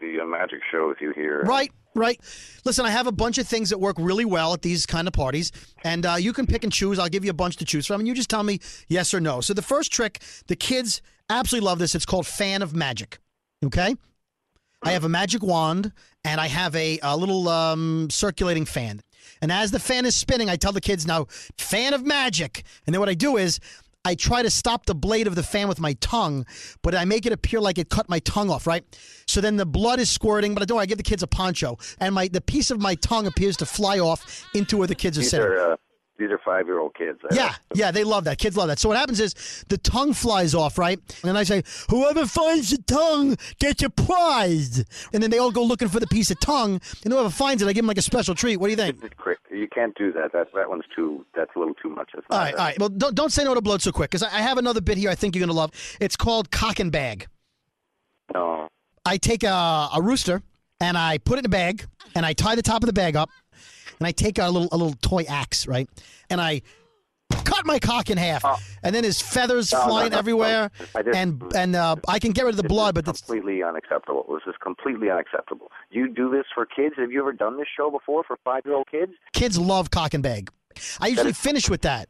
S20: the uh, magic show with you here.
S17: Right, right. Listen, I have a bunch of things that work really well at these kind of parties, and uh, you can pick and choose. I'll give you a bunch to choose from, and you just tell me yes or no. So the first trick, the kids absolutely love this. It's called Fan of Magic. Okay. I have a magic wand, and I have a, a little um, circulating fan. And as the fan is spinning, I tell the kids now, fan of magic. And then what I do is I try to stop the blade of the fan with my tongue, but I make it appear like it cut my tongue off, right? So then the blood is squirting, but I don't. I give the kids a poncho, and my the piece of my tongue appears to fly off into where the kids are
S20: These
S17: sitting.
S20: are uh, these are five year old kids. I-
S17: Yeah, yeah, they love that. Kids love that. So what happens is the tongue flies off, right? And then I say, whoever finds the tongue gets a prize. And then they all go looking for the piece of tongue, and whoever finds it, I give them like a special treat. What do you think?
S20: Quick, you can't do that. That that one's too. That's a little too much. That's
S17: All
S20: not,
S17: right,
S20: uh,
S17: all right. Well, don't, don't say no to blood so quick, because I, I have another bit here I think you're going to love. It's called cock and bag.
S21: Oh.
S20: No.
S17: I take a, a rooster and I put it in a bag and I tie the top of the bag up and I take a little a little toy axe, right? And I cut my cock in half. and then his feathers
S20: Oh. No, no,
S17: flying
S20: no,
S17: everywhere
S20: no. I just-
S17: and and uh, I can get rid of the blood, but it's
S20: Completely unacceptable. This is completely unacceptable. You do this for kids? Have you ever done this show before for five year old kids?
S17: kids love cock and bag. I usually finish with that.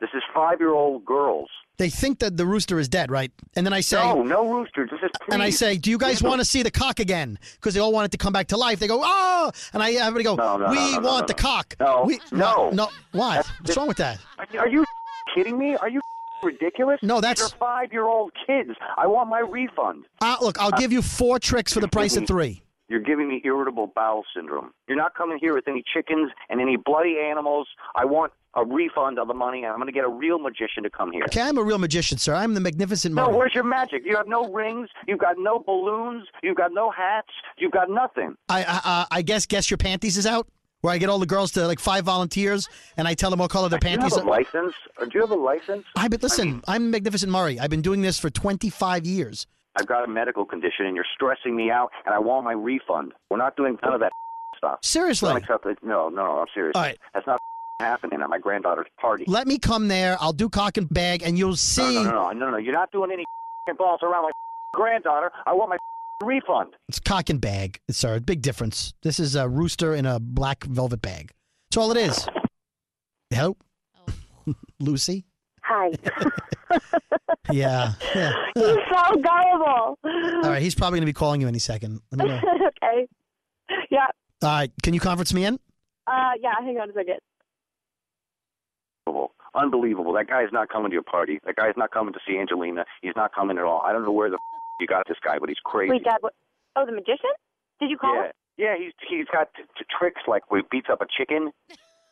S20: This is five year old girls.
S17: They think that the rooster is dead, right? And then I say
S20: no, no rooster. This is
S17: and I
S20: please.
S17: say, "Do you guys
S20: Yeah.
S17: want to see the cock again?" Because they all want it to come back to life. They go, "Oh!" And I everybody go,
S20: no, no,
S17: "We
S20: no, no,
S17: want
S20: no.
S17: the cock."
S20: No,
S17: we,
S20: no.
S17: no. Why? What's wrong with that?
S20: Are you kidding me? Are you ridiculous? No, that's These are five year old kids. I want my refund.
S17: Uh, look, I'll
S20: Uh,
S17: give you four tricks for the price of three.
S20: You're giving me irritable bowel syndrome. You're not coming here with any chickens and any bloody animals. I want a refund of the money, and I'm going to get a real magician to come here.
S17: Okay, I'm a real magician, sir. I'm the magnificent
S20: No,
S17: Murray.
S20: where's your magic? You have no rings. You've got no balloons. You've got no hats. You've got nothing.
S17: I, I, uh, I- I guess guess your panties is out. Where I get all the girls to like five volunteers, and I tell them what color their
S20: Do you have
S17: panties
S20: a
S17: are.
S20: license? Or do you have a license?
S17: I but listen, I'm the magnificent Murray. I've been doing this for 25 years.
S20: I've got a medical condition, and you're stressing me out, and I want my refund. We're not doing none of that stuff.
S17: Seriously?
S20: Don't accept it. No, no, I'm serious.
S17: All right.
S20: That's not happening at my granddaughter's party.
S17: Let me come there. I'll do cock and bag, and you'll
S20: No,
S17: see.
S20: no, no, no, no, no. You're not doing any balls around my granddaughter. I want my refund.
S17: It's cock and bag, sir. Big difference. This is a rooster in a black velvet bag. That's all it is. Hello, Lucy.
S3: Hi.
S17: Yeah. yeah.
S3: He's so gullible.
S17: All right. He's probably gonna be calling you any second. Let me know.
S3: okay. Yeah.
S17: All right. Can you conference me in?
S3: Uh, yeah. Hang on a second.
S20: Unbelievable. Unbelievable. That guy's not coming to your party. That guy's not coming to see Angelina. He's not coming at all. I don't know where the you got this guy, but he's crazy.
S3: Wait, Dad. What? Oh, the magician? Did you call
S20: yeah.
S3: him?
S20: Yeah, he's he's got t- t- tricks like where he beats up a chicken,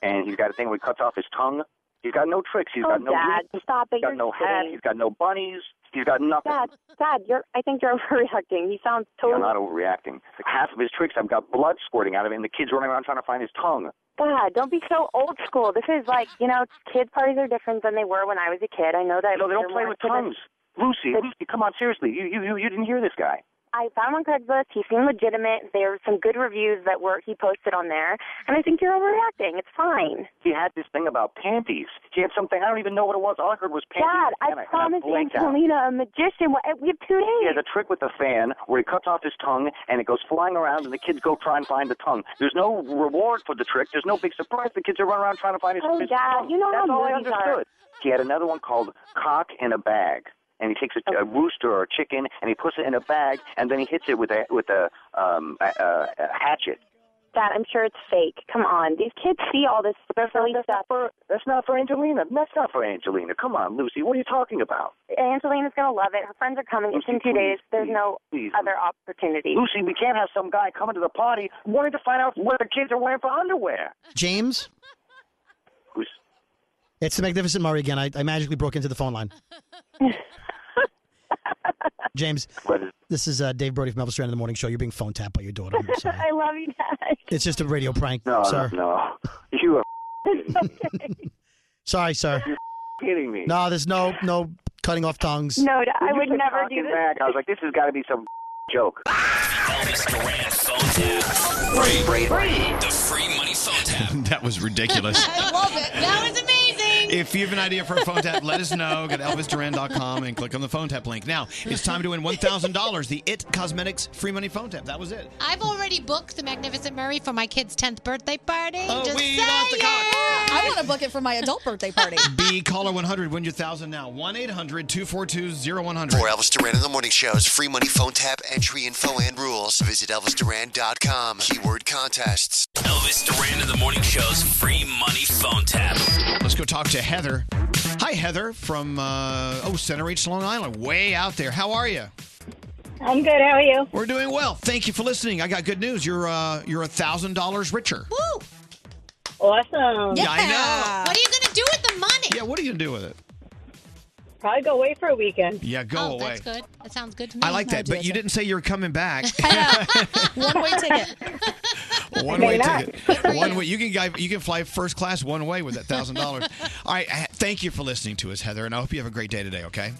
S20: and he's got a thing where he cuts off his tongue. He's got no tricks. He's
S21: Oh,
S20: got no
S21: Dad,
S20: wheels.
S21: stop it.
S20: He's got
S21: You're
S20: no hat.
S21: kidding.
S20: He's got no bunnies. He's got nothing.
S21: Dad, Dad, you're. I think you're overreacting. He sounds
S20: I'm
S21: totally.
S20: not overreacting. Like half of his tricks, I've got blood squirting out of him, and the kid's running around trying to find his tongue.
S21: God, don't be so old school. This is like, you know, kid parties are different than they were when I was a kid. I know that.
S20: No, they
S21: they're
S20: don't play
S21: more
S20: with
S21: exhibit-
S20: tongues. Lucy, Lucy, come on, seriously. You, you, you, you didn't hear this guy.
S21: I found him on Craigslist. He seemed legitimate. There were some good reviews that were he posted on there, and I think you're overreacting. It's fine.
S20: He had this thing about panties. He had something I don't even know what it was. All I heard was panties.
S21: Dad,
S20: and and
S21: I promised
S20: blanked out.
S21: Angelina, a magician. What, we have two
S20: He
S21: days.
S20: has a trick with the fan where he cuts off his tongue and it goes flying around, and the kids go try and find the tongue. There's no reward for the trick. There's no big surprise. The kids are running around trying to find his.
S21: Oh,
S20: his
S21: Dad,
S20: tongue.
S21: you know
S20: That's
S21: how
S20: all I
S21: movies are.
S20: understood. He had another one called cock in a bag. And he takes a, a rooster or a chicken and he puts it in a bag and then he hits it with a with a um a, a, a hatchet.
S21: Dad, I'm sure it's fake. Come on, these kids see all this silly stuff.
S20: That's not for Angelina. That's not for Angelina. Come on, Lucy. What are you talking about?
S21: Angelina's gonna love it. Her friends are coming. It's in two days. There's no
S20: please,
S21: other opportunity.
S20: Lucy, we can't have some guy coming to the party wanting to find out what the kids are wearing for underwear.
S17: James?
S20: Who's-
S17: It's the Magnificent Murray again. I, I magically broke into the phone line. James, this is uh, Dave Brody from Elvis Duran in the Morning Show. You're being phone tapped by your daughter. I'm sorry.
S21: I love you, Dad.
S17: It's just a radio prank,
S20: No,
S17: sir.
S20: no, no. You are
S17: Sorry, sir.
S20: kidding me.
S17: No, there's no no cutting off tongues.
S20: When you said cock and bag, I was like, this has got to be some joke.
S1: Elvis Duran phone tap. Free, free, free. The free money phone tap.
S5: that was ridiculous.
S7: I love it. That was amazing.
S5: If you have an idea for a phone tap, let us know. Go to elvisduran.com and click on the phone tap link. Now, it's time to win $1,000, the IT Cosmetics free money phone tap. That was it.
S7: I've already booked the Magnificent Murray for my kid's 10th birthday party. Just
S5: Oh, we
S7: saying.
S5: want the
S8: I want to book it for my adult birthday party.
S5: Be caller 100, win your 1000 now. 1 800 242 0100.
S11: For Elvis Duran in the Morning Show's free money phone tap entry info and rules, visit ElvisDuran.com. Keyword contests.
S1: Elvis Duran in the Morning Show's free money phone tap.
S5: Let's go talk to Heather. Hi, Heather from, uh, oh, Center H, Long Island, way out there. How are you?
S3: I'm good. How are you?
S5: We're doing well. Thank you for listening. I got good news. You're uh, you're a thousand dollars richer.
S7: Woo!
S8: Oh.
S3: Awesome.
S5: Yeah, I know.
S7: What are you going to do with the money?
S5: Yeah, what are you gonna do with it?
S3: Probably go away for a weekend.
S5: Yeah, go
S7: oh,
S5: away.
S7: that's good. That sounds good to me.
S5: I like that, but you didn't say you were coming back.
S7: One way ticket.
S5: one
S7: Maybe
S5: way
S7: not.
S5: ticket. One way. You can guy, you can fly first class one way with that thousand dollars. All right. I- Thank you for listening to us, Heather, and I hope you have a great day today. Okay.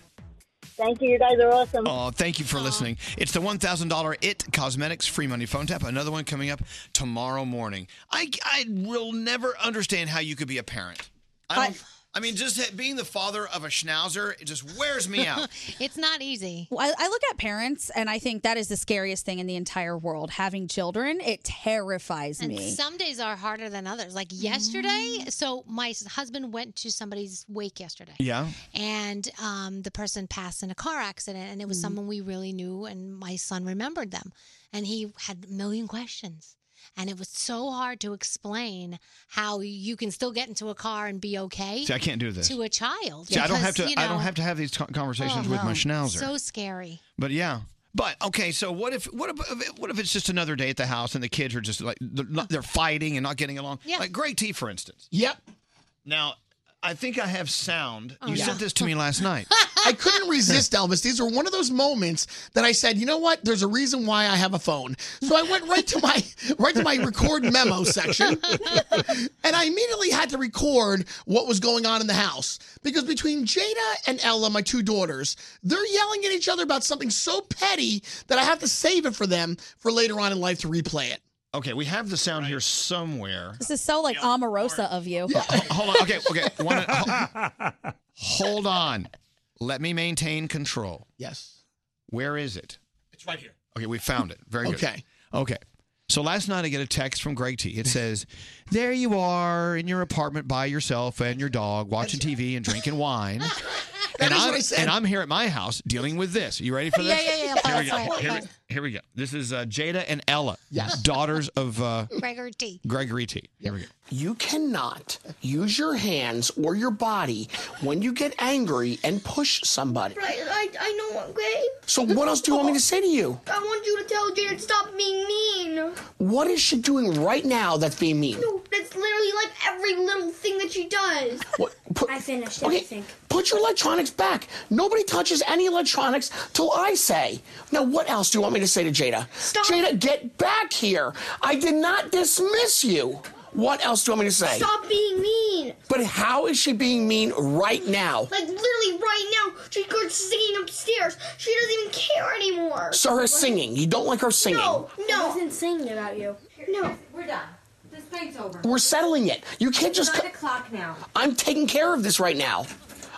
S3: Thank you. You guys are awesome.
S5: Oh, thank you for listening. It's the one thousand dollar It Cosmetics free money phone tap. Another one coming up tomorrow morning. I I will never understand how you could be a parent. I don't. I mean, just ha- being the father of a schnauzer, it just wears me out.
S7: it's not easy.
S8: Well, I, I look at parents and I think that is the scariest thing in the entire world. Having children, it terrifies
S7: And
S8: me. Mm.
S7: some days are harder than others. Like yesterday, so my s- husband went to somebody's wake yesterday.
S5: Yeah.
S7: And um, the person passed in a car accident, and it was
S5: Mm-hmm.
S22: Mhm.
S7: someone we really knew, and my son remembered them. And he had a million questions. And it was so hard to explain how you can still get into a car and be okay.
S5: See, I can't do this.
S7: to a child.
S5: See, I don't have
S7: because,
S5: to.
S7: you
S5: I don't
S7: know-
S5: have to have these co- conversations
S7: Oh,
S5: with my
S7: no.
S5: schnauzer.
S7: So scary.
S5: But yeah. But okay, so what if what if what if it's just another day at the house and the kids are just like they're, not, they're fighting and not getting along?
S23: Yeah.
S5: Like Greg T, for instance. Yep. Now, I think I have sound.
S23: Oh,
S5: you sent this to me last night.
S23: I couldn't resist Elvis. These were one of those moments that I said, you know what? There's a reason why I have a phone. So I went right to my right to my record memo section, and I immediately had to record what was going on in the house because between Jada and Ella, my two daughters, they're yelling at each other about something so petty that I have to save it for them for later on in life to replay it.
S5: Okay, we have the sound here somewhere.
S8: this is so like Omarosa of you.
S5: Hold on. Okay, okay. One, ho- hold on. Let me maintain control.
S23: Yes.
S5: Where is it?
S23: It's right here.
S5: Okay, we found it. Very good.
S23: Okay.
S5: Okay. So last night I get a text from Greg T. It says, "There you are in your apartment by yourself and your dog, watching TV and drinking wine." and
S23: is
S5: I'm,
S23: what I said.
S5: And I'm here at my house dealing with this. You ready for
S23: Yeah,
S5: this?
S23: yeah, yeah,
S5: Here
S23: please,
S5: we go.
S23: please.
S5: Here we, here we go. This is uh, Jada and Ella, daughters of uh,
S7: Gregor T.
S5: Gregory T. Here we go.
S23: You cannot use your hands or your body when you get angry and push somebody.
S24: Right, I, I know, okay?
S23: So what else do you want me to say to you?
S24: I want you to tell Jared stop being mean.
S23: What is she doing right now that's being mean?
S24: That's literally like every little thing that she does.
S23: What, I finished okay, Put your electronics back. Nobody touches any electronics till I say. Now, what else do you want me to say to Jada? Stop. Jada, get back here. I did not dismiss you. What else do you want me to say?
S24: Stop being mean.
S23: But how is she being mean right now?
S24: Like literally right now, she goes singing upstairs. She doesn't even care anymore.
S23: So her singing. You don't like her singing.
S24: No, no.
S25: wasn't singing about you.
S24: No.
S25: We're done. This thing's over.
S23: We're settling it. You can't just.
S25: Nine
S23: co-
S25: o'clock now.
S23: I'm taking care of this right now.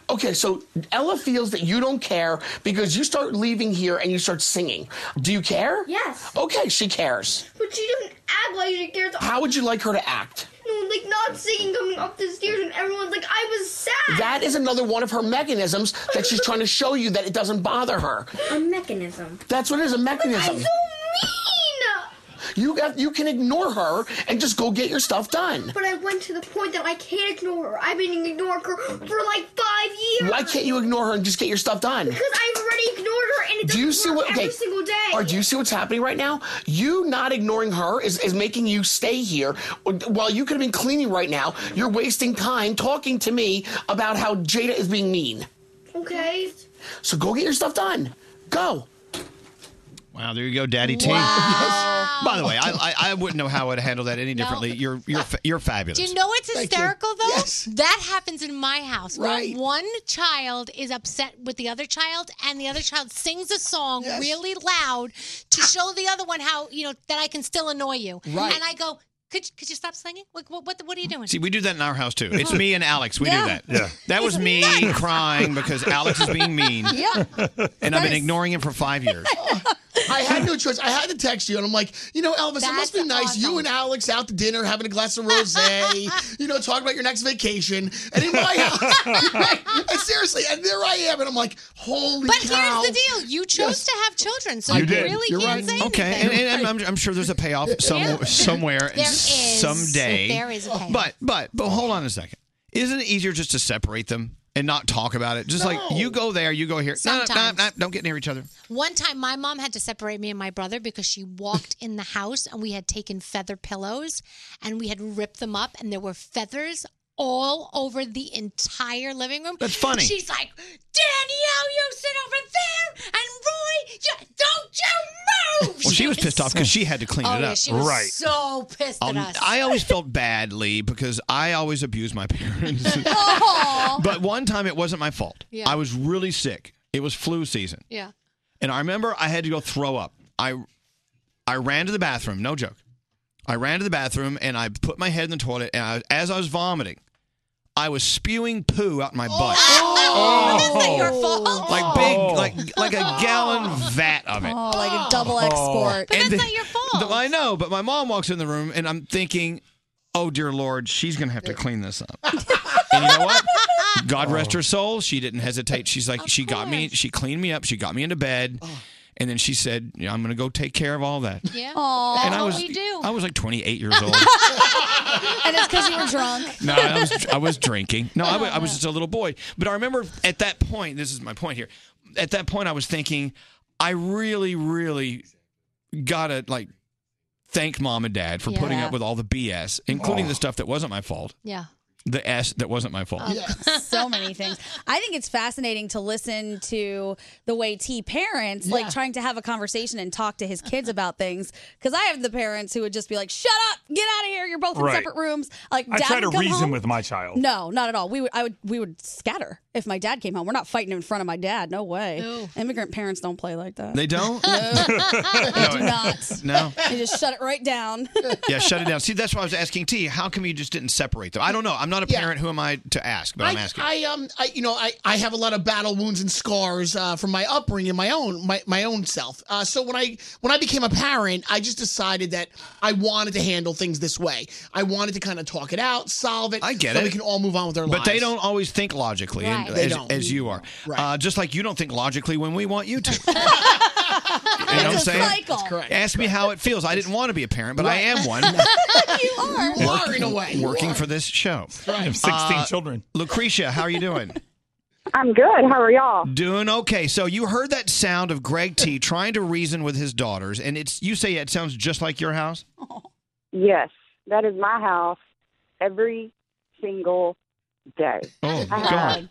S23: Okay, so Ella feels that you don't care because you start leaving here and you start singing. Do you care?
S24: Yes.
S23: Okay, she cares.
S24: But she doesn't act like she cares.
S23: How would you like her to act?
S24: No, like not singing coming up the stairs and everyone's like, I was sad.
S23: That is another one of her mechanisms that she's trying to show you that it doesn't bother her.
S24: a mechanism.
S23: That's what it is, a mechanism. You got you can ignore her and just go get your stuff done.
S24: But I went to the point that I can't ignore her. I've been ignoring her for like five years.
S23: Why can't you ignore her and just get your stuff done?
S24: Because I've already ignored her and it
S23: Do
S24: doesn't
S23: you see
S24: work
S23: what? Okay,
S24: every single day.
S23: Or do you see what's happening right now? You not ignoring her is, is making you stay here while you could have been cleaning right now. You're wasting time talking to me about how Jada is being mean.
S24: okay.
S23: So go get your stuff done. Go.
S5: Wow, there you go, Daddy T. By the way, I, I I wouldn't know how I'd handle that any differently. You're you're fa- you're fabulous.
S7: Do you know it's hysterical though? That happens in my house. where
S23: Right.
S7: one child is upset with the other child, and the other child sings a song
S2: Yes.
S7: really loud to show the other one how you know that I can still annoy you.
S5: Right.
S7: And I go, could could you stop singing? Like, what what, what are you doing?
S5: See, we do that in our house too. It's me and Alex. We
S7: Yeah.
S5: do that. Yeah. That was me crying because Alex is being mean.
S7: Yeah.
S5: And I've been ignoring him for five years.
S23: I had no choice. I had to text you, and I'm like, you know, Elvis, it must be nice. You and Alex out to dinner, having a glass of rosé, you know, talking about your next vacation. And in my house, and seriously, and there I am, and I'm like, holy
S7: But
S23: cow.
S7: here's the deal: you chose to have children, so you, really can't say anything.
S5: Okay, and, and I'm, I'm, I'm sure there's a payoff some,
S7: Yeah.
S5: somewhere
S7: There is.
S5: someday.
S7: There is a payoff.
S5: But but but hold on a second. Isn't it easier just to separate them and not talk about it? Just like
S7: No.
S5: you go there, you go here. No, no, no,
S7: Sometimes.
S5: no, don't get near each other.
S7: One time, my mom had to separate me and my brother because she walked in the house and we had taken feather pillows and we had ripped them up and there were feathers all over the entire living room.
S5: That's funny.
S7: She's like, Danielle, you sit over there, and Roy, you, don't you move.
S5: Well, she was pissed off because she had to clean
S7: oh,
S5: it
S7: yeah,
S5: up.
S7: she was so pissed
S5: Um,
S7: at us.
S5: I always felt badly because I always abused my parents. but one time it wasn't my fault.
S7: Yeah.
S5: I was really sick. It was flu season.
S7: yeah.
S5: And I remember I had to go throw up. I I ran to the bathroom, no joke. I ran to the bathroom and I put my head in the toilet and I, as I was vomiting, I was spewing poo out my butt.
S8: Oh. That's not your
S7: fault.
S5: Like big like like a gallon vat of it.
S8: Oh, like a double export.
S5: And the- the- I know, but my mom walks in the room and I'm thinking, oh dear Lord, she's going to have to clean this up. and you know what? God rest her soul. She didn't hesitate. She's like, she got me, she cleaned me up, she got me into bed. And then she said, yeah, I'm going to go take care of all that.
S7: Yeah.
S5: and I
S8: what
S5: was,
S8: we do.
S5: I was like 28 years old.
S8: and it's because you were drunk.
S5: No, I was I was drinking. No, I wa- I was just a little boy. But I remember at that point, this is my point here. At that point, I was thinking, I really, really gotta like thank mom and dad for
S7: Yeah.
S5: putting up with all the BS, including the stuff that wasn't my fault,
S7: Yeah.
S5: the S that wasn't my fault.
S8: Oh. so many things. I think it's fascinating to listen to the way T parents like trying to have a conversation and talk to his kids about things. Because I have the parents who would just be like, "Shut up, get out of here. You're both in
S4: Right.
S8: separate rooms." Like,
S4: I
S8: dad
S4: try
S8: would
S4: to
S8: come
S4: reason
S8: home-
S4: with my child.
S8: No, not at all. We would, I would, we would scatter if my dad came home. We're not fighting in front of my dad. No way. Immigrant parents don't play like that.
S5: They don't?
S8: they do not.
S5: No.
S8: They just shut it right down.
S5: Yeah, shut it down. See, that's why I was asking T. How come you just didn't separate them? I don't know. I'm not a
S23: Yeah.
S5: parent. Who am I to ask? But I, am asking.
S23: I um, I you know, I I have a lot of battle wounds and scars uh, from my upbringing, my own my my own self. Uh, so when I when I became a parent, I just decided that I wanted to handle things this way. I wanted to kind of talk it out, solve it. I
S5: get
S23: so
S5: it.
S23: We can all move on with our
S5: But
S23: lives.
S5: they don't always think logically,
S23: Right.
S5: and,
S23: They
S5: as,
S23: don't.
S5: as you are. Uh, just like you don't think logically when we want you to. you know
S23: It's
S5: what I'm
S23: a
S5: saying?
S23: cycle. That's correct.
S5: Ask me how it feels. I didn't want to be a parent, but I am one.
S23: you are. You are in a way. You
S5: Working
S23: are.
S5: for this show.
S23: right. I have 16
S5: children. Lucretia, how are you doing?
S25: I'm good. How are y'all?
S5: Doing okay. So you heard that sound of Greg T trying to reason with his daughters, and it's you say it sounds just like your house.
S25: Yes, that is my house every single
S24: day.
S2: Oh,
S24: I
S2: God.
S24: have-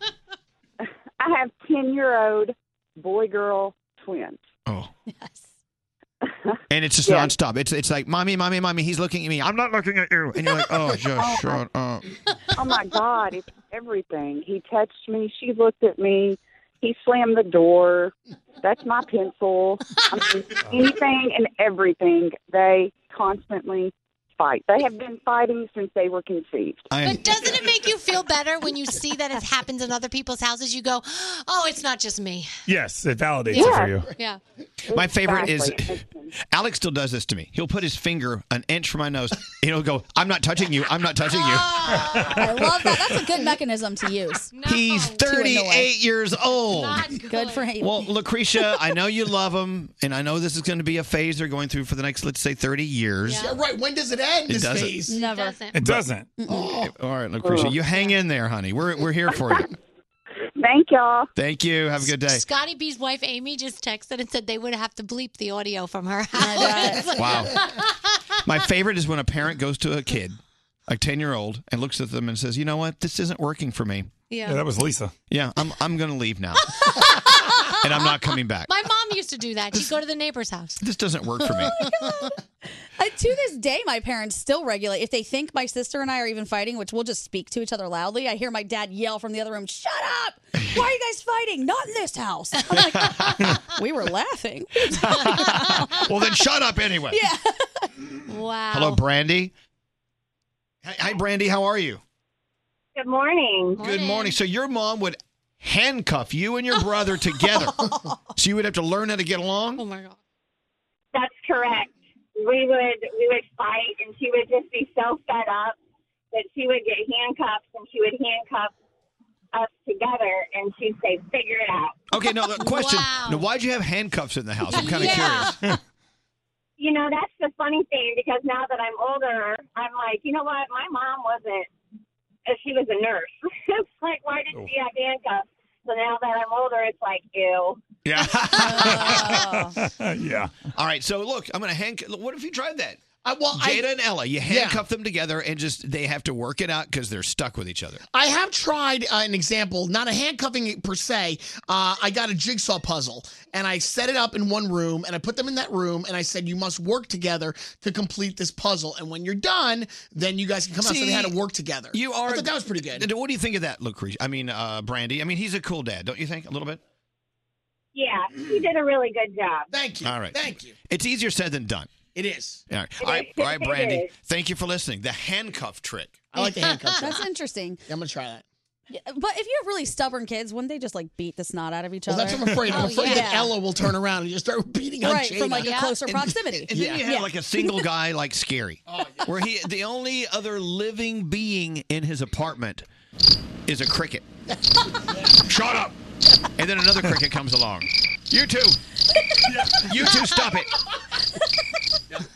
S24: I have 10 year old boy girl twins.
S5: Oh. And it's just nonstop. It's it's like, mommy, mommy, mommy. He's looking at me. I'm not looking at you. And you're like, oh, just
S24: Oh,
S5: shut up.
S24: oh my God, it's everything. He touched me. She looked at me. He slammed the door. That's my pencil. I mean, anything and everything. They constantly fight. They have been fighting since they were conceived.
S7: But doesn't it make you feel better when you see that it happens in other people's houses? You go, oh, it's not just me.
S4: Yes, it validates it for you.
S7: Yeah.
S5: My favorite is Alex still does this to me. He'll put his finger an inch from my nose and he'll go, I'm not touching you. I'm not touching you.
S8: I love that. That's a good mechanism to use.
S5: He's 38 years old.
S8: good. for him.
S5: Well, Lucretia, I know you love him, and I know this is going to be a phase they're going through for the next, let's say, 30 years.
S23: Yeah, right. When does it end?
S5: It
S23: this
S5: doesn't.
S23: phase?
S8: Never.
S5: It doesn't.
S23: Oh.
S5: All right, Lucretia, you hang in there, honey. We're, we're here for you.
S24: Thank y'all.
S5: Thank you. Have a good day.
S7: Scotty B's wife Amy just texted and said they would have to bleep the audio from her house.
S5: Wow. My favorite is when a parent goes to a kid, a 10 year old, and looks at them and says, You know what? This isn't working for me.
S7: Yeah. Yeah, that was
S5: Lisa. Yeah, I'm, I'm going to leave now. and I'm not coming back.
S7: My mom used to do that. She'd go to the neighbor's house.
S5: This doesn't work for me.
S8: Uh, to this day, my parents still regulate. If they think my sister and I are even fighting, which we'll just speak to each other loudly, I hear my dad yell from the other room, "Shut up! Why are you guys fighting? Not in this house!" I'm like, "We were laughing."
S5: well, then shut up anyway.
S8: Yeah.
S7: Wow.
S5: Hello, Brandy. Hi, hi, Brandy. How are you?
S3: Good morning.
S5: Good morning. So your mom would handcuff you and your brother together, so you would have to learn how to get along.
S7: Oh my god.
S3: That's correct. We would we would fight, and she would just be so fed up that she would get handcuffs, and she would handcuff us together, and she'd say, "Figure it out."
S5: Okay, now the question: Now, why'd you have handcuffs in the house? I'm kind of
S3: Yeah.
S5: curious.
S3: You know, that's the funny thing because now that I'm older, I'm like, you know what? My mom wasn't. uh, She was a nurse. it's like, why did
S23: Oh.
S3: she have handcuffs? So now that I'm older, it's like, ew.
S23: Oh.
S5: yeah. All right. So look, I'm gonna handcuff. What if you tried that?
S23: I, well, I-
S5: Jada and Ella, you
S23: Yeah.
S5: handcuff them together, and just they have to work it out because they're stuck with each other.
S23: I have tried uh, an example, not a handcuffing per se. Uh, I got a jigsaw puzzle and I set it up in one room and I put them in that room and I said, you must work together to complete this puzzle. And when you're done, then you guys can come out. So they had
S5: See,
S23: to work together.
S5: You are.
S23: I thought that was pretty good.
S5: What do you think of that, Lucretia? I mean, uh, Brandy. I mean, he's a cool dad, don't you think? A little bit.
S3: Yeah, she did a really good job.
S23: Thank
S5: All right.
S23: Thank you.
S5: It's easier said than done.
S23: It is.
S5: All right.
S23: It
S5: All right,
S23: is.
S5: all right Brandy.
S23: It is.
S5: Thank you for listening. The handcuff trick.
S23: I like the handcuffs.
S8: That's interesting.
S23: I'm going to try that.
S8: Yeah, But if you have really stubborn kids, wouldn't they just like beat the snot out of each
S23: Well,
S8: other?
S23: that's what I'm afraid. of. I'm
S8: Oh,
S23: afraid
S8: yeah.
S23: that Ella will turn around and just start beating on
S8: Right,
S23: Jada.
S8: from, like, a Yeah. closer And- proximity.
S5: And then you have
S8: Yeah.
S5: like a single guy like Scary, where he the only other living being in his apartment is a cricket. Shut up! And then another cricket comes along. You two, you two, stop it!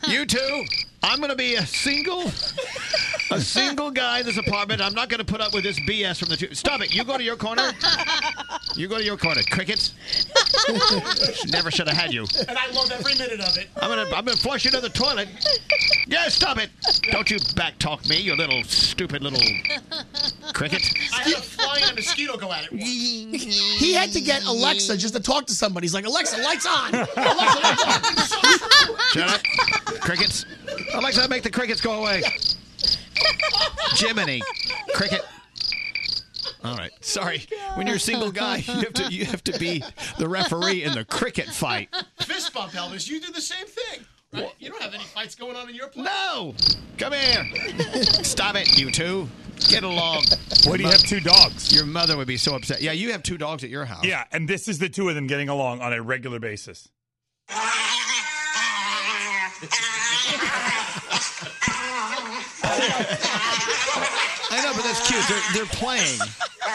S5: You two, I'm gonna be a single, a single guy in this apartment. I'm not gonna put up with this BS from the two. Stop it! You go to your corner. You go to your corner, crickets. Never should have had you.
S23: And I love every minute of it.
S5: I'm gonna I'm gonna flush you to the toilet. Yeah, stop it! Don't you back talk me, you little stupid little cricket.
S23: I had a fly and a mosquito go at it. once. he had to get Alexa just to talk to somebody. He's like, Alexa, lights on. Alexa, lights on.
S5: Shut up. Crickets. Alexa, make the crickets go away. Jiminy. Cricket. All right. Sorry. When you're a single guy, you have to you have to be the referee in the cricket fight.
S23: Fist bump, Elvis. You do the same thing. Right? You don't have any fights going on in your place.
S5: No. Come here. Stop it, you two. Get along.
S4: Why do you have two
S5: dogs? Your mother would be so upset. Yeah, you have two dogs at your house.
S4: Yeah, and this is the two of them getting along on a regular basis.
S5: I know, but that's cute. They're, they're playing.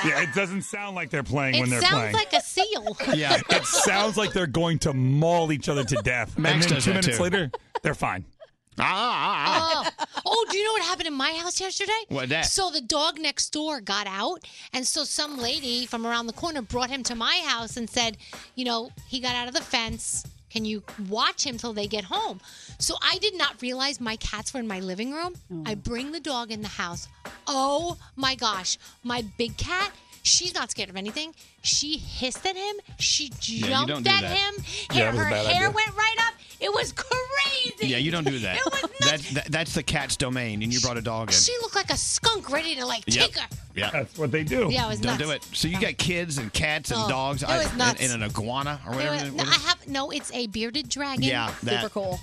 S4: Yeah, it doesn't sound like they're playing
S7: It
S4: when they're
S7: sounds
S4: playing.
S7: like a seal.
S4: yeah, it sounds like they're going to maul each other to death. and
S5: Max
S4: then
S5: does
S4: two
S5: that,
S4: minutes
S5: too. Ah,
S4: later, they're fine.
S7: Oh. oh, do you know what happened in my house yesterday?
S4: What that?
S7: So the dog next door got out, and so some lady from around the corner brought him to my house and said, you know, he got out of the fence. and you watch him till they get home. So I did not realize my cats were in my living room. I bring the dog in the house. Oh my gosh, my big cat. She's not scared of anything. She hissed at him. She
S5: you
S7: jumped
S5: don't do
S7: at
S5: that.
S7: him.
S5: Yeah, that
S7: Her,
S5: was a
S7: her
S5: bad
S7: hair
S5: idea.
S7: went right up. It was crazy.
S5: Yeah, you don't do that.
S7: It was
S5: that, that- that's the cat's domain, and you brought a dog in.
S7: She looked like a skunk ready to like
S5: Yep.
S7: take her.
S5: Yeah, that's what they do.
S7: Yeah, it was
S5: don't
S7: nuts.
S5: do it. So you got kids and cats and
S7: Oh,
S5: dogs
S7: it
S5: I-
S7: was nuts.
S5: In, in an iguana or
S7: There
S5: whatever.
S7: was- no, I have no. It's a bearded dragon.
S5: Yeah, that. Super
S8: cool.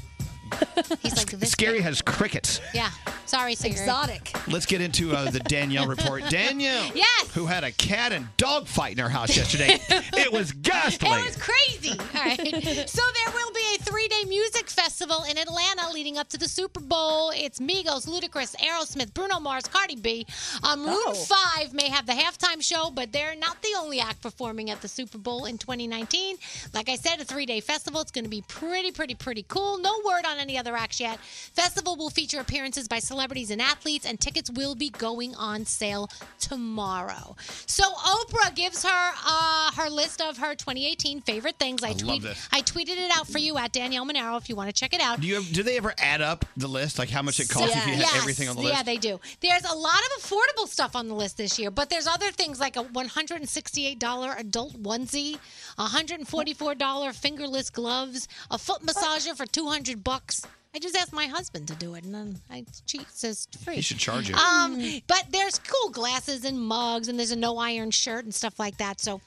S7: He's like this.
S5: Scary has crickets.
S7: Yeah. Sorry, Siri.
S8: Exotic.
S5: Let's get into uh, the Danielle report. Danielle,
S7: Yes.
S5: who had a cat and dog fight in her house yesterday. it was ghastly.
S7: It was crazy. All right. so there will be a three-day music festival in Atlanta leading up to the Super Bowl. It's Migos, Ludacris, Aerosmith, Bruno Mars, Cardi B. Um, Maroon
S3: Oh.
S7: 5 may have the halftime show, but they're not the only act performing at the Super Bowl in 2019. Like I said, a three-day festival. It's going to be pretty, pretty, pretty cool. No word on any other acts yet. Festival will feature appearances by celebrities and athletes, and tickets will be going on sale tomorrow. So Oprah gives her uh, her list of her 2018 favorite things. I,
S5: love
S7: tweet-
S5: this.
S7: I tweeted it out for you at Danielle Monero if you want to check it out.
S5: Do you have, do they ever add up the list? Like how much it costs if you had
S7: Yes.
S5: everything on the
S7: Yeah,
S5: list?
S7: they do. There's a lot of affordable stuff on the list this year, but there's other things like a $168 adult onesie, $144 fingerless gloves, a foot massager for 200 bucks. I just asked my husband to do it, and then I she says it's free.
S5: You should charge it.
S7: Um, but there's cool glasses and mugs, and there's a no iron shirt and stuff like that. So.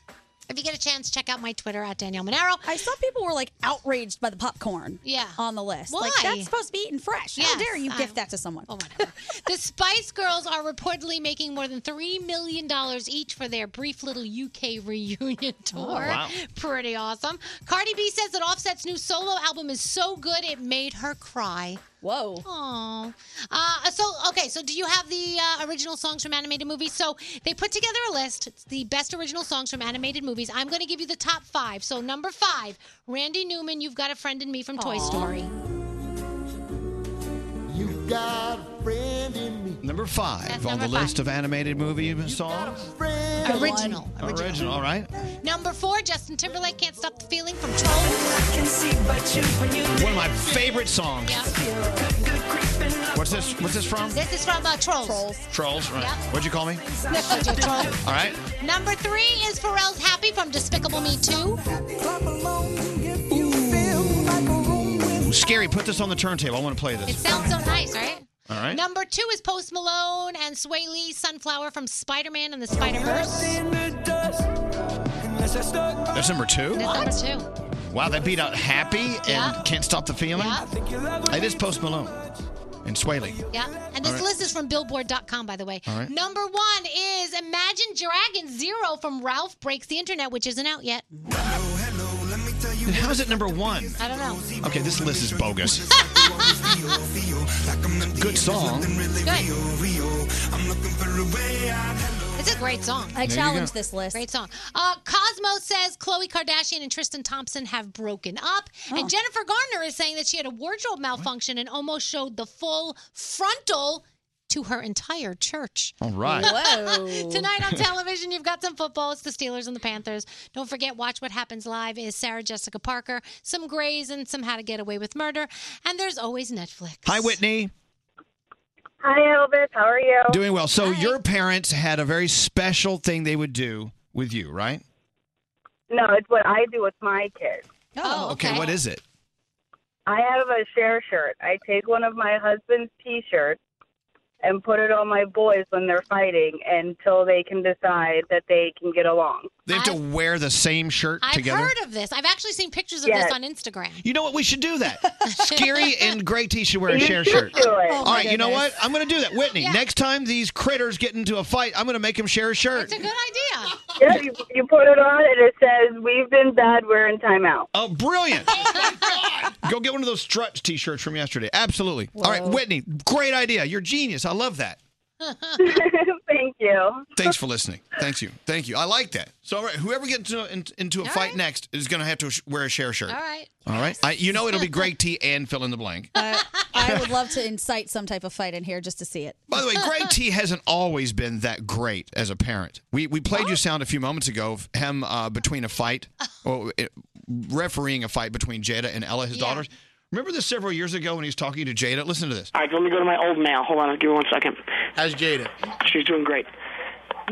S7: If you get a chance, check out my Twitter at Danielle Monero.
S8: I saw people were like outraged by the popcorn.
S7: Yeah.
S8: On the list.
S7: Why?
S8: Like that's supposed to be eaten fresh. How
S7: Yes,
S8: dare you
S7: I-
S8: gift that to someone?
S7: Oh whatever. the Spice Girls are reportedly making more than three million dollars each for their brief little UK reunion tour.
S3: wow.
S7: Pretty awesome. Cardi B says that Offset's new solo album is so good it made her cry.
S8: Whoa.
S7: Oh. Uh, so okay. So do you have the uh, original songs from animated movies? So they put together a list. It's the best original songs from animated movies. I'm going to give you the top five. So number five, Randy Newman, "You've Got a Friend in Me" from Toy Story.
S5: You've got a friend in me. Number five
S7: That's
S5: on
S7: number
S5: the list of animated movie songs.
S7: Original.
S5: Original. All right.
S7: Number four, Justin Timberlake can't stop the feeling from Trolls. I can see but you when you
S5: One of my favorite songs.
S7: yeah.
S5: What's this? What's this from?
S7: This is from uh, Trolls. Trolls.
S5: Trolls. Right.
S7: Yep.
S5: What'd you call me?
S7: Trolls.
S5: All right.
S7: Number three is Pharrell's Happy from Despicable Me 2.
S5: Ooh, scary. Put this on the turntable. I want to play
S7: It
S5: this.
S7: sounds so nice, right?
S5: All right.
S7: Number two is Post Malone and Sway Lee Sunflower from Spider Man and the Spider Verse.
S5: That's number two.
S7: That's number two.
S5: Wow, that beat out "Happy" and
S7: Yeah.
S5: "Can't Stop the Feeling." It is Post Malone and Swae Lee.
S7: Yeah. And this
S5: All right.
S7: list is from Billboard.com, by the way.
S5: All right.
S7: Number one is Imagine Dragon Zero from Ralph Breaks the Internet, which isn't out yet.
S5: Then How is it number one?
S7: I don't know.
S5: Okay, this list is bogus. Good song.
S7: It's a great song.
S8: I There you challenge go. this list.
S7: Great song. Uh, Cosmo says Khloe Kardashian and Tristan Thompson have broken up,
S8: Oh.
S7: and Jennifer Garner is saying that she had a wardrobe malfunction and almost showed the full frontal to her entire church.
S5: All right.
S3: Whoa.
S7: Tonight on television, you've got some football. It's the Steelers and the Panthers. Don't forget, Watch What Happens Live is Sarah Jessica Parker, some Grays, and some How to Get Away with Murder. And there's always Netflix.
S5: Hi, Whitney.
S25: Hi, Elvis. How are you?
S5: Doing well. So your parents had a very special thing they would do with you, right?
S25: No, it's what I do with my kids.
S7: Oh,
S5: Okay, what is it?
S25: I have a share shirt. I take one of my husband's T-shirts and put it on my boys when they're fighting until they can decide that they can get along.
S5: They have to wear the same shirt
S7: I've
S5: together.
S7: heard of this. I've actually seen pictures of
S5: Yes.
S7: this on Instagram.
S5: you know what? We should do that. Scary and Great T should wear a
S7: You
S5: share
S7: should
S5: shirt.
S7: do it. Oh,
S5: All
S7: my
S5: right, you know what?
S7: goodness.
S5: I'm going to do that. Whitney, next time these critters get into a fight, I'm going to make them share a shirt.
S7: It's a good idea.
S25: Yeah, you, you put it on and it says, "We've been bad. We're in timeout."
S5: Oh, brilliant. Go get one of those struts t shirts from yesterday. Absolutely. All right, Whitney, great idea. You're genius. I love that.
S25: Thank you.
S5: Thanks for listening. Thank you. Thank you. I like that. So, all right, whoever gets into, in- into a fight next is going to have to sh- wear a share shirt.
S8: All right.
S5: All right. I, you know it'll be Greg T and fill in the blank.
S8: Uh, I would love to incite some type of fight in here just to see it.
S5: By the way, Greg T hasn't always been that great as a parent. We we played you sound a few moments ago of him uh, between a fight. Well, it- refereeing a fight between Jada and Ella, his daughters. Remember this several years ago when he was talking to Jada? Listen to this.
S2: All right, let me go to my old mail. Hold on, give me one second.
S5: How's Jada?
S2: She's doing great.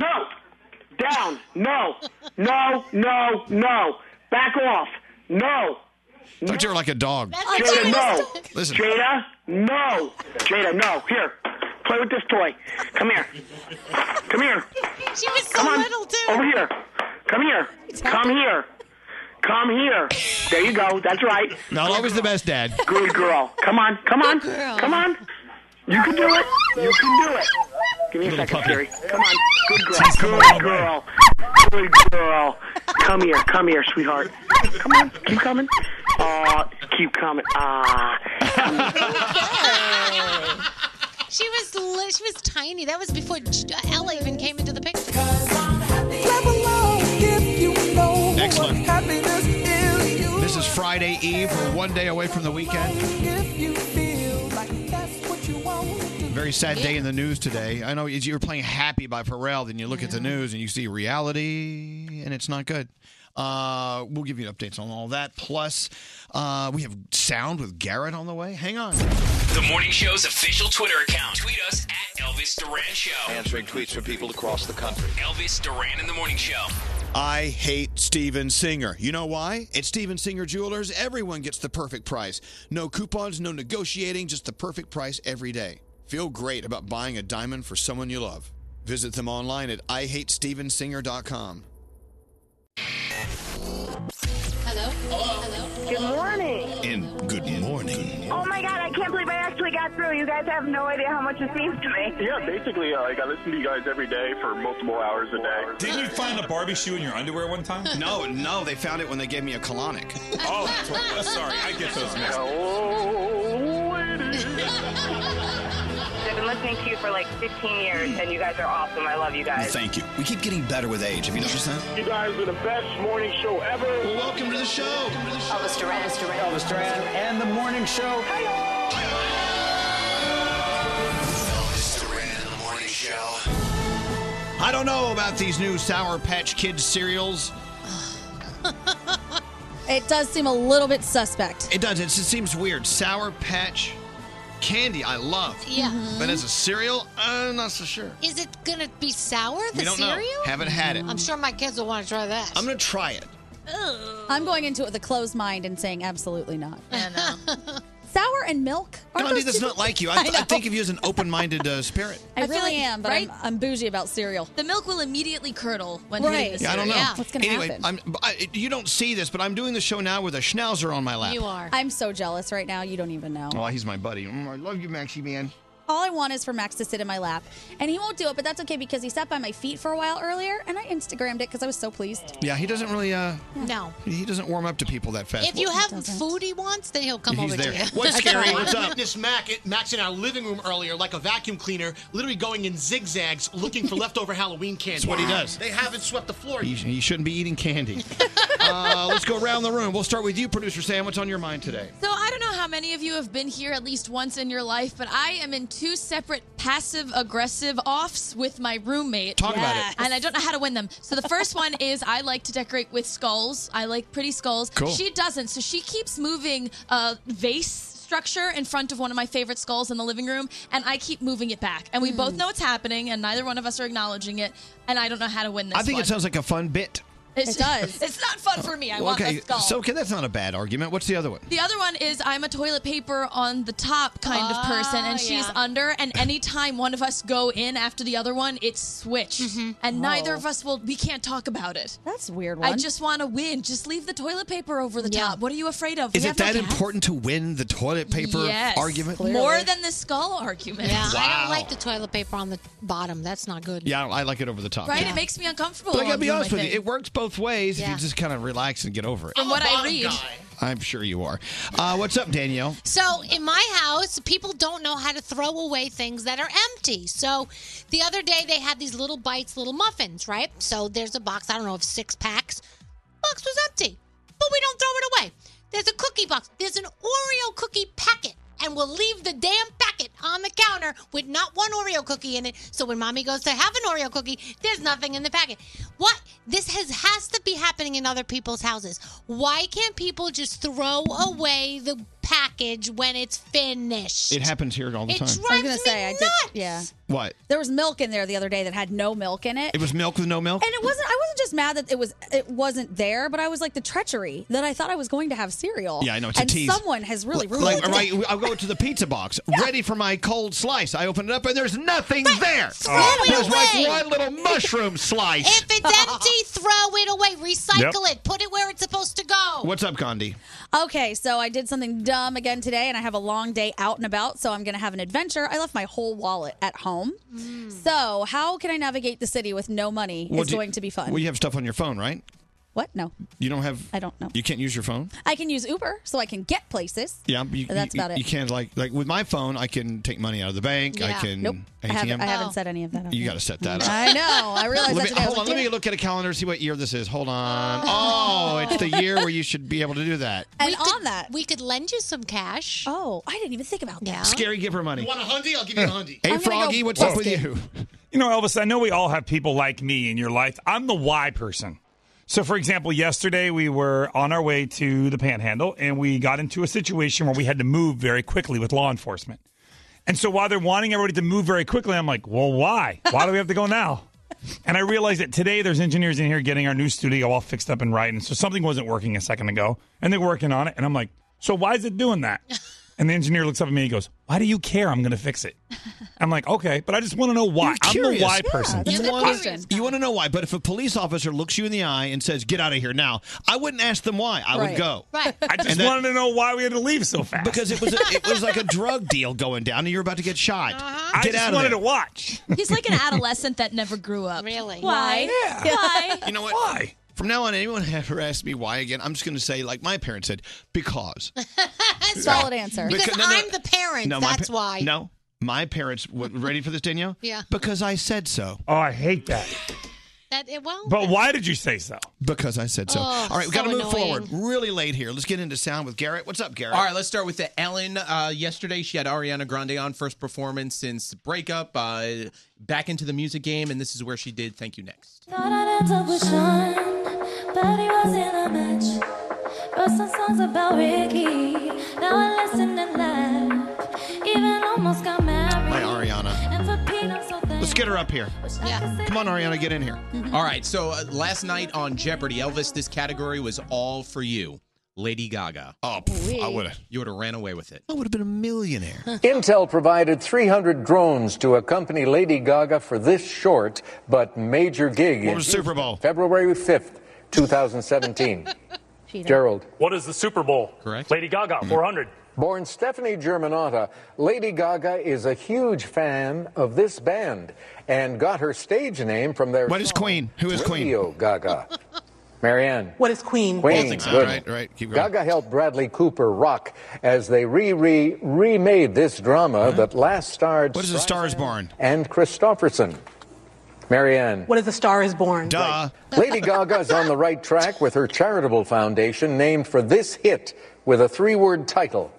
S2: No, down. No, no, no, no. Back off. No.
S5: Talk to her like a dog.
S2: Jada, no.
S5: Listen.
S2: Jada, no. Jada, no. Here, play with this toy. Come here. Come here.
S7: She was so
S2: Come on.
S7: little too.
S2: Over here. Come here. Come here. Come here. There you go. That's right.
S5: Not always the best dad.
S2: Good girl. Come on. Come on.
S5: Good girl.
S2: Come on. You can do it. You can do it. Give me a second, Siri. Come on. Good girl. Good girl. Good girl. Come here. Come here, sweetheart. Come on. Keep coming. Aw, keep coming. Ah.
S7: She was li- she was tiny. That was before J- Ella even came into the picture.
S5: Next one. This is Friday Eve. We're one day away from the weekend. Very sad day in the news today. I know you were playing Happy by Pharrell, then you look at the news and you see reality, and it's not good. Uh, we'll give you updates on all that. Plus, uh, we have sound with Garrett on the way. Hang on.
S1: The morning show's official Twitter account. Tweet us at Elvis Duran Show.
S5: Answering tweets from people across the country.
S1: Elvis Duran in the morning show.
S5: I hate Steven Singer. You know why? At Steven Singer Jewelers, everyone gets the perfect price. No coupons, no negotiating, just the perfect price every day. Feel great about buying a diamond for someone you love. Visit them online at IHateStevenSinger.com.
S7: Hello. Hello. Good morning.
S5: And good morning.
S26: Oh my god, I can't believe I actually got through. You guys have no idea how much it seems to me.
S6: Yeah, basically, uh, like I listen to you guys every day for multiple hours a day.
S4: Didn't you find a Barbie shoe in your underwear one time?
S5: No, no, they found it when they gave me a colonic.
S4: Oh, that's what it was. sorry, I get those mixed.
S26: I've been listening to you for like 15 years, and you guys are awesome. I love you guys.
S5: Thank you. We keep getting better with age. Have you noticed that?
S6: You guys are the best morning show ever. welcome to the show. Elvis Duran. Elvis Duran. Elvis Duran. And the morning show.
S27: Elvis Duran in the morning show.
S5: I don't know about these new Sour Patch Kids cereals.
S8: It does seem a little bit suspect.
S5: It does. It just seems weird. Sour Patch candy, I love.
S7: Yeah. Mhm.
S5: Mm-hmm. But as a cereal, I'm not so sure.
S7: Is it gonna be sour? The
S5: We don't know.
S7: cereal?
S5: Haven't had it.
S7: I'm sure my kids will want to try that.
S5: I'm gonna try it.
S8: I'm going into it with a closed mind and saying absolutely not. Sour and milk? Aren't
S5: Gandhi,
S8: those
S5: that's
S8: two-
S5: not like you. I, I
S8: know.
S5: think of you as an open-minded uh, spirit.
S8: I,
S10: I feel
S8: really
S10: like-
S8: am, but I'm, I'm bougie about cereal.
S10: The milk will immediately curdle when
S8: Right.
S10: hitting the
S5: Yeah, I don't know.
S10: cereal.
S8: What's gonna
S5: anyway,
S8: happen?
S5: I'm, but I, you don't see this, but I'm doing the show now with a schnauzer on my lap.
S8: are. I'm so jealous right now. You don't even know.
S5: Oh, he's my buddy. Mm, I love you, Maxie man.
S8: All I want is for Max to sit in my lap, and he won't do it. But that's okay because he sat by my feet for a while earlier, and I Instagrammed it because I was so pleased.
S5: Yeah, he doesn't really. Uh,
S7: No.
S5: he doesn't warm up to people that fast.
S7: If you
S5: Well,
S7: have food he wants, then he'll come
S5: He's
S7: over
S5: there.
S7: to you.
S5: What's scary? What's
S11: I
S5: up?
S11: witnessed Mac, Max in our living room earlier, like a vacuum cleaner, literally going in zigzags looking for leftover Halloween candy.
S5: That's what he does.
S11: They haven't swept the floor.
S5: He,
S11: yet.
S5: he shouldn't be eating candy. uh, let's go around the room. We'll start with you, producer Sam. What's on your mind today?
S10: So I don't know how many of you have been here at least once in your life, but I am in two separate passive aggressive offs with my roommate.
S5: Talk about it. Yes.
S10: And I don't know how to win them. So the first one is I like to decorate with skulls. I like pretty skulls.
S28: Cool.
S10: She doesn't, so she keeps moving a vase structure in front of one of my favorite skulls in the living room, and I keep moving it back. And we
S5: Hmm.
S10: both know it's happening, and neither one of us are acknowledging it. And I don't know how to win this.
S5: I think it
S10: one.
S5: sounds like a fun bit.
S10: It's-
S5: It does.
S10: It's not fun for me. I want
S5: okay,
S10: a skull.
S5: so okay, that's not a bad argument. What's the other one?
S10: The other one is I'm a toilet paper on the top kind of person,
S8: Ah,
S10: and she's under. And anytime one of us go in after the other one, it's switched, and neither
S8: Oh.
S10: of us will. We can't talk about it.
S8: That's a weird.
S10: I
S8: one.
S10: just want to win. Just leave the toilet paper over the top. What are you afraid of?
S5: Is
S10: Oh, We
S5: it
S10: have no
S5: that
S10: cats.
S5: important to win the toilet paper
S10: Yes.
S5: argument?
S10: More than the skull argument.
S5: Yeah, I don't Wow. like
S10: the toilet paper on the bottom. That's not good.
S5: Yeah, I like it over the top.
S10: Right? It makes me uncomfortable.
S5: But I gotta be
S10: on
S5: honest
S10: my
S5: with you,
S10: thing. Oh,
S5: it works both ways if
S10: Yeah.
S5: you just kind of relax and get over it.
S10: From what I read.
S5: I'm sure you are. Uh, what's up, Danielle?
S7: So in my house, people don't know how to throw away things that are empty. So the other day they had these little bites, little muffins, right? So there's a box, I don't know, of six packs. Box was empty, but we don't throw it away. There's a cookie box. There's an Oreo cookie packet, and we'll leave the damn packet bucket on the counter with not one Oreo cookie in it. So when mommy goes to have an Oreo cookie, there's nothing in the packet. What? This has has to be happening in other people's houses. Why can't people just throw away the package when it's finished?
S5: It happens here all the
S8: It
S5: time.
S8: I was gonna say I did. Yeah,
S5: What?
S8: there was milk in there the other day that had no milk in it.
S5: It was milk with no milk?
S8: And it wasn't. I wasn't just mad that it was. It wasn't there, but I was like the treachery that I thought I was going to have cereal.
S5: Yeah, I know. It's a
S8: and
S5: tease.
S8: someone has really ruined
S5: like,
S8: it.
S5: right, I go to the pizza box, ready for my cold slice. I open it up, and there's nothing there.
S7: Throw it
S5: There's
S7: away.
S5: like one little mushroom slice.
S7: If it's empty, throw it away. Recycle
S5: Yep.
S7: it. Put it where it's supposed to go.
S8: oh.
S5: What's up, Gandhi?
S8: Okay, so I did something dumb again today, and I have a long day out and about, so I'm going to have an adventure. I left my whole wallet at home.
S7: Mm.
S8: So, how can I navigate the city with no money?
S5: Well,
S8: it's
S5: do-
S8: going to be fun.
S5: Well, you have stuff on your phone, right?
S8: what? No.
S5: You don't have.
S8: I don't know.
S5: You can't use your phone.
S8: I can use Uber so I can get places.
S5: Yeah, but you,
S8: That's
S5: you-
S8: about it.
S5: You can't like like with my phone. I can take money out of the bank. I
S8: Yeah.
S5: can.
S8: Nope. I
S5: ATM.
S8: haven't, I
S7: Oh.
S8: haven't said any of that.
S5: You got to set that up.
S8: I know. I realized
S5: Let
S8: that
S5: me,
S8: today. I was
S5: hold on.
S8: like,
S5: Let me
S8: "Damn it."
S5: look at a calendar and see what year this is. Hold on. Oh, it's the year where you should be able to do that.
S7: And on that, we could lend you some cash.
S8: Oh, I didn't even think about that.
S5: Scary give her money.
S11: You want a hundy? I'll give you a hundy.
S5: Hey, Froggy, what's up with you?
S4: You know, Elvis, I know we all have people like me in your life. I'm the why person. So, for example, yesterday we were on our way to the panhandle and we got into a situation where we had to move very quickly with law enforcement. And so while they're wanting everybody to move very quickly, I'm like, well, why? Why do we have to go now? And I realized that today there's engineers in here getting our new studio all fixed up and right. And so something wasn't working a second ago and they're working on it. And I'm like, so why is it doing that? And the engineer looks up at me and he goes, why do you care? I'm going to fix it. I'm like, okay, but I just want to know why. I'm the
S5: Curious.
S4: why person.
S5: you want, you want to know why, but if a police officer looks you in the eye and says, get out of here now, I wouldn't ask them why. I would go.
S7: Right.
S4: I just
S5: And that-
S4: wanted to know why we had to leave so fast.
S5: Because it was a, it was like a drug deal going down, and you're about to get shot.
S4: Uh-huh. I
S5: Get
S4: just
S5: out of
S4: wanted
S5: there.
S4: to watch.
S9: He's like an adolescent that never grew up. Really? Why?
S5: Why?
S9: Why?
S5: You know what? Why? From now on, anyone ever asks me why again, I'm just going to say, like my parents said, because.
S8: Solid answer.
S5: Because-
S7: Because
S5: no, no.
S7: I'm the parent.
S5: No, my
S7: that's
S5: pa-
S7: why.
S5: No, my parents were ready for this, Danielle.
S7: Yeah.
S5: Because I said so.
S4: Oh, I hate that.
S7: That it well.
S4: But why did you say so?
S5: Because I said so.
S7: Oh,
S5: All right, we got to
S7: so
S5: move
S7: annoying.
S5: forward. Really late here. Let's get into sound with Garrett. What's up, Garrett?
S10: All right, let's start with the Ellen. Uh, yesterday, she had Ariana Grande on, first performance since the breakup, uh, back into the music game, and this is where she did Thank You Next.
S12: Thought I'd end up with Sean, but he wasn't a match. Wrote some songs about Ricky, now I listen and laugh. Even almost got married.
S5: Hi, Ariana.
S12: And for Pete, I'm so thankful.
S5: Let's get her up here. Come on, Ariana, get in here.
S10: All right, so uh, last night on Jeopardy, Elvis, this category was all for you. Lady Gaga.
S5: Oh,
S10: pff,
S13: I Wee.
S5: would have.
S10: You would have ran away with it.
S5: I would have been a millionaire.
S13: Intel provided 300 drones to accompany Lady Gaga for this short but major gig.
S5: What was Super Bowl?
S13: February 5th, 2017. Gerald.
S15: What is the Super Bowl? Correct. Lady Gaga, 400.
S13: Born Stephanie Germanotta, Lady Gaga is a huge fan of this band and got her stage name from their. What is Queen? Who is Queen? Radio Gaga. Marianne.
S20: What is Queen?
S13: Queen.
S5: All
S13: Good.
S5: right, all right, keep going.
S13: Gaga helped Bradley Cooper rock as they re re remade this drama that last starred. What is
S5: a Star Uh-huh. is Born?
S13: And Christofferson. Marianne.
S20: What is a star is born?
S13: Duh. Lady Gaga is on the right track with her charitable foundation named for this hit with a three word title.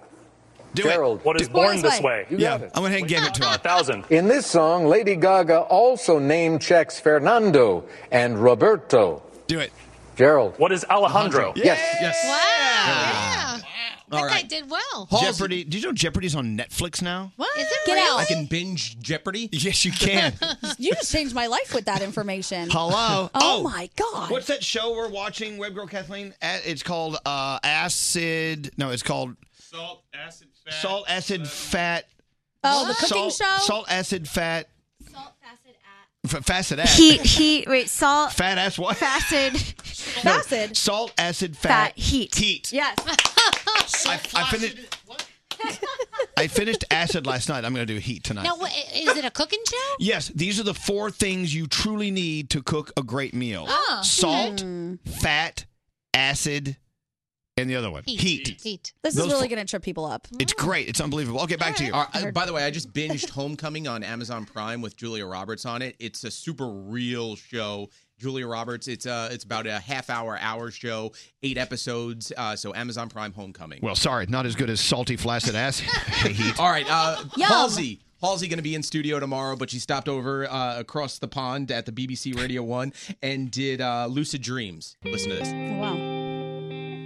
S13: Gerald.
S15: What is born this way?
S13: You got it.
S5: I went ahead and gave it to her.
S13: Thousand. In this song, Lady Gaga also name checks Fernando and Roberto.
S5: Do it.
S13: Gerald.
S15: What is Alejandro?
S13: Yes.
S5: Yes.
S7: Wow. Yeah.
S5: All
S7: I think I
S5: right.
S7: did well.
S5: Jeopardy. Did you know Jeopardy's on Netflix now?
S7: What? Is it
S8: Get
S7: real?
S8: out.
S5: I
S8: can
S10: binge Jeopardy.
S5: Yes, you can.
S8: You just changed my life with that information.
S5: Hello.
S8: Oh, my god.
S5: What's that show we're watching, Web Girl Kathleen? A- It's called uh, Acid. No, it's called
S14: Salt, acid, fat.
S5: Salt, Acid, Fat.
S14: Oh, the cooking
S5: salt,
S14: show?
S5: Salt, Acid, Fat. Salt, Acid, At. F- facet At.
S29: Heat, heat, wait, salt.
S5: Fat ass what?
S29: Facid.
S5: No,
S29: Facid.
S5: Salt, acid, fat.
S29: Fat, heat.
S5: Heat.
S29: Yes.
S5: I, I finished. I finished acid last night. I'm going to do heat tonight.
S7: Now, what, is it a cooking show?
S5: Yes, these are the four things you truly need to cook a great meal:
S7: Oh.
S5: salt,
S8: Hmm.
S5: fat, acid, and the other one, heat.
S8: This
S5: Those
S8: is really
S5: fo-
S8: going to trip people up.
S5: It's great. It's unbelievable. I'll get back to you.
S10: All right, uh, by the way, I just binged Homecoming on Amazon Prime with Julia Roberts on it. It's a super real show,
S30: Julia Roberts. It's uh, it's about a half hour, hour show, eight episodes. Uh, so Amazon Prime Homecoming.
S5: Well, sorry, not as good as salty, flaccid ass. heat.
S30: All right, uh,
S5: Yum.
S30: Halsey. Halsey going to be in studio tomorrow, but she stopped over uh, across the pond at the BBC Radio One and did uh, Lucid Dreams. Listen to this.
S8: Wow.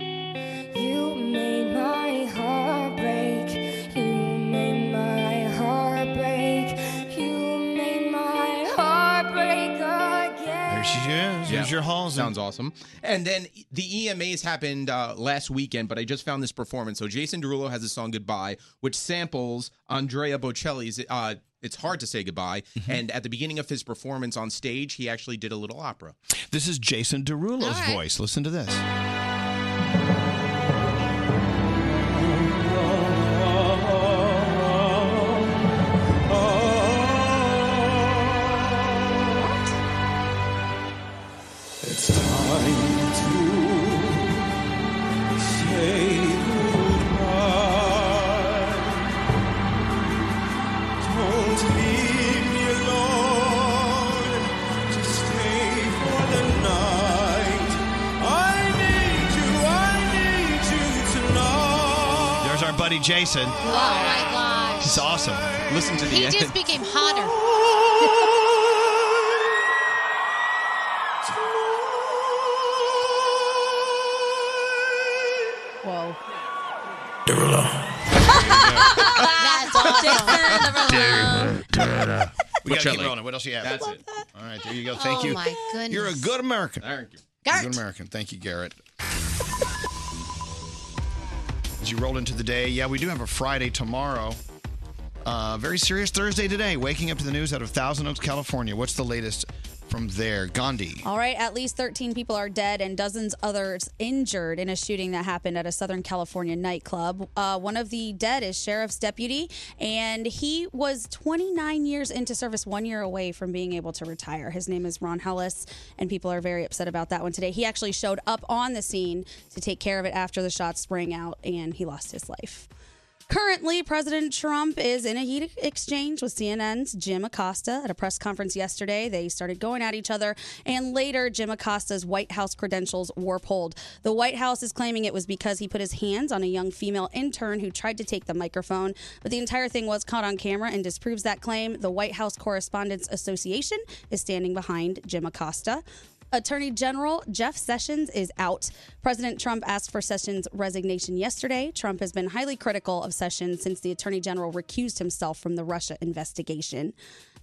S31: You made my heart break. You made my heart break. You made my heart break again.
S30: There she is.
S5: There's your Halsey.
S30: Sounds awesome. And then the EMAs happened uh, last weekend, but I just found this performance. So Jason Derulo has a song "Goodbye," which samples Andrea Bocelli's. Uh, it's hard to say goodbye.
S5: Mm-hmm.
S30: And at the beginning of his performance on stage, he actually did a little opera.
S5: This is Jason Derulo's voice. Listen to this.
S2: It's time to say goodbye. Don't leave me alone. Just stay for the night. I need you. I need you tonight.
S5: There's our buddy Jason.
S7: Oh my gosh.
S5: He's awesome. Listen to the
S7: He
S5: end.
S7: just became hotter.
S8: Whoa.
S7: That's
S5: Derulo. We gotta
S30: Bocelli.
S5: keep rolling. What else you have?
S30: That's
S5: it. All right, there you go. Thank
S30: Oh,
S5: you.
S30: my goodness.
S5: You're a good American.
S30: Thank you.
S5: Garrett. Good American. Thank you, Garrett. As you roll into the day, yeah, we do have a Friday tomorrow. Uh, very serious Thursday today. Waking up to the news out of Thousand Oaks, California. What's the latest from there? Gandhi.
S8: All right, at least 13 people are dead and dozens others injured in a shooting that happened at a Southern California nightclub. Uh, one of the dead is sheriff's deputy, and he was 29 years into service, one year away from being able to retire. His name is Ron Hellis, and people are very upset about that one today. He actually showed up on the scene to take care of it after the shots sprang out, and he lost his life. Currently, President Trump is in a heated exchange with CNN's Jim Acosta at a press conference yesterday. They started going at each other, and later, Jim Acosta's White House credentials were pulled. The White House is claiming it was because he put his hands on a young female intern who tried to take the microphone, but the entire thing was caught on camera and disproves that claim. The White House Correspondents Association is standing behind Jim Acosta. Attorney General Jeff Sessions is out. President Trump asked for Sessions' resignation yesterday. Trump has been highly critical of Sessions since the Attorney General recused himself from the Russia investigation.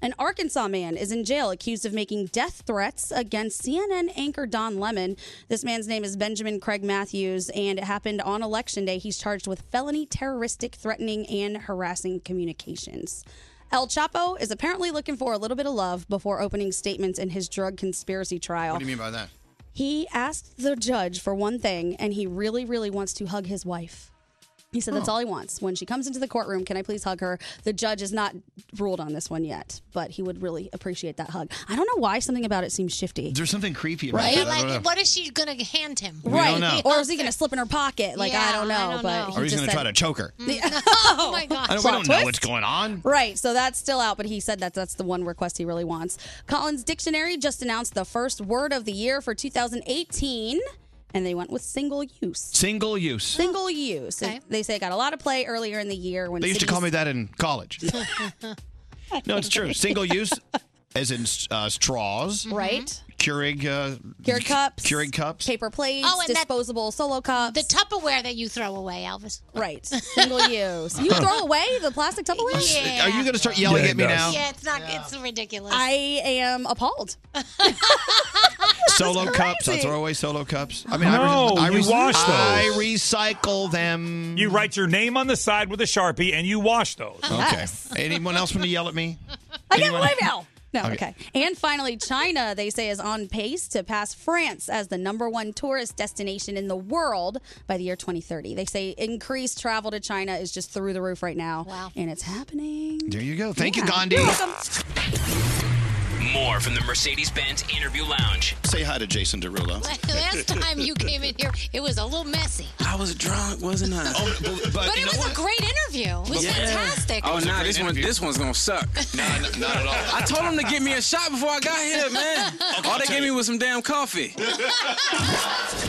S8: An Arkansas man is in jail accused of making death threats against CNN anchor Don Lemon. This man's name is Benjamin Craig Matthews, and it happened on election day. He's charged with felony terroristic threatening and harassing communications. El Chapo is apparently looking for a little bit of love before opening statements in his drug conspiracy trial.
S5: What do you mean by that?
S8: He asked the judge for one thing, and he really, really wants to hug his wife. He said that's
S32: Huh.
S8: all he wants. When she comes into the courtroom, can I please hug her? The judge has not ruled on this one yet, but he would really appreciate that hug. I don't know why something about it seems shifty.
S5: There's something creepy about
S8: Right?
S5: that. I don't know.
S7: Like, what is she gonna hand him?
S5: We don't know.
S8: Or is he going to slip in her pocket? Like, I
S7: Yeah,
S8: don't know.
S7: I don't
S8: but
S7: know.
S8: he
S5: or he's
S8: just
S5: gonna
S8: said,
S5: try to choke her.
S7: oh my
S5: I don't,
S7: gosh.
S5: we don't know what's going on.
S8: Right, so that's still out, but he said that that's the one request he really wants. Collins Dictionary just announced the first word of the year for 2018, and they went with single use.
S5: Single use.
S7: Oh,
S8: Single use. They say it got a lot of play earlier in the year when
S5: They used to
S8: cities-
S5: call me that in college. No, it's true. Single use, as in uh, straws,
S8: Mm-hmm. Right.
S5: Keurig, uh,
S8: Keurig cups.
S5: Keurig cups.
S8: Paper plates,
S7: Oh, and that-
S8: disposable solo cups. The
S7: Tupperware that you throw away, Elvis.
S8: Right. Single use. You throw away the plastic Tupperware?
S7: Yeah.
S5: Are you going to start yelling
S7: Yeah,
S5: at me
S7: it
S5: now?
S7: does. Yeah, it's not. It's ridiculous.
S8: I am appalled.
S5: Solo
S8: That's
S5: cups. I
S8: crazy.
S5: throw away solo cups. I
S4: I
S5: mean,
S4: no,
S5: I,
S4: you
S5: re- I re-
S4: wash those.
S5: I recycle them.
S4: You write your name on the side with a sharpie, and you wash those.
S5: Okay. Anyone else want to yell at me?
S8: I got away now. No,
S4: Okay.
S8: okay. And finally, China, they say, is on pace to pass France as the number one tourist destination in the world by the year 2030. They say increased travel to China is just through the roof right now. Wow. And it's happening.
S5: There you go. Thank you,
S8: Yeah.
S5: Gandhi.
S8: You're welcome.
S1: more from the Mercedes Benz Interview Lounge.
S5: Say hi to Jason Derulo.
S7: Last time you came in here, it was a little messy.
S5: I was drunk, wasn't I? Oh, but,
S7: But,
S5: you
S7: it
S5: know
S7: was
S5: what?
S7: a great interview. It was
S5: Yeah.
S7: fantastic.
S3: Oh
S5: was a
S3: nah,
S5: great
S3: this one
S5: interview.
S3: this one's gonna suck.
S5: Nah, n- not at all.
S3: I told them to get me a shot before I got here, man.
S5: Okay, I'll
S3: all Oh, they
S5: tell
S3: gave me
S5: you.
S3: was some damn coffee.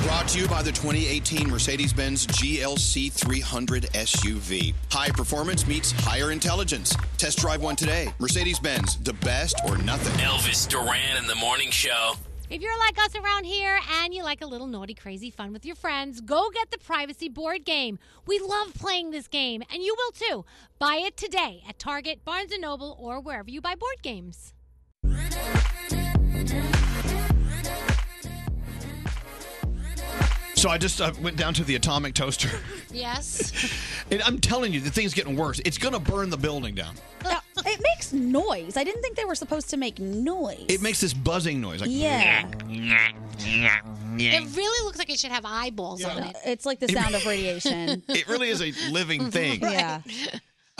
S5: Brought to you by the 2018 Mercedes Benz GLC 300 SUV. High performance meets higher intelligence. Test drive one today. Mercedes Benz, the best or nothing.
S1: Elvis Duran in the morning show.
S16: If you're like us around here and you like a little naughty, crazy fun with your friends, go get the privacy board game. We love playing this game, and you will too. Buy it today at Target, Barnes & Noble, or wherever you buy board games.
S5: So I just uh, went down to the atomic toaster.
S7: Yes.
S5: and I'm telling you, the thing's getting worse. It's going to burn the building down.
S8: Now, it makes noise. I didn't think they were supposed to make noise.
S5: It makes this buzzing noise. Like,
S8: Yeah.
S7: It really looks like it should have eyeballs on it.
S8: It's like the sound of radiation.
S5: It really is a living thing.
S8: Yeah.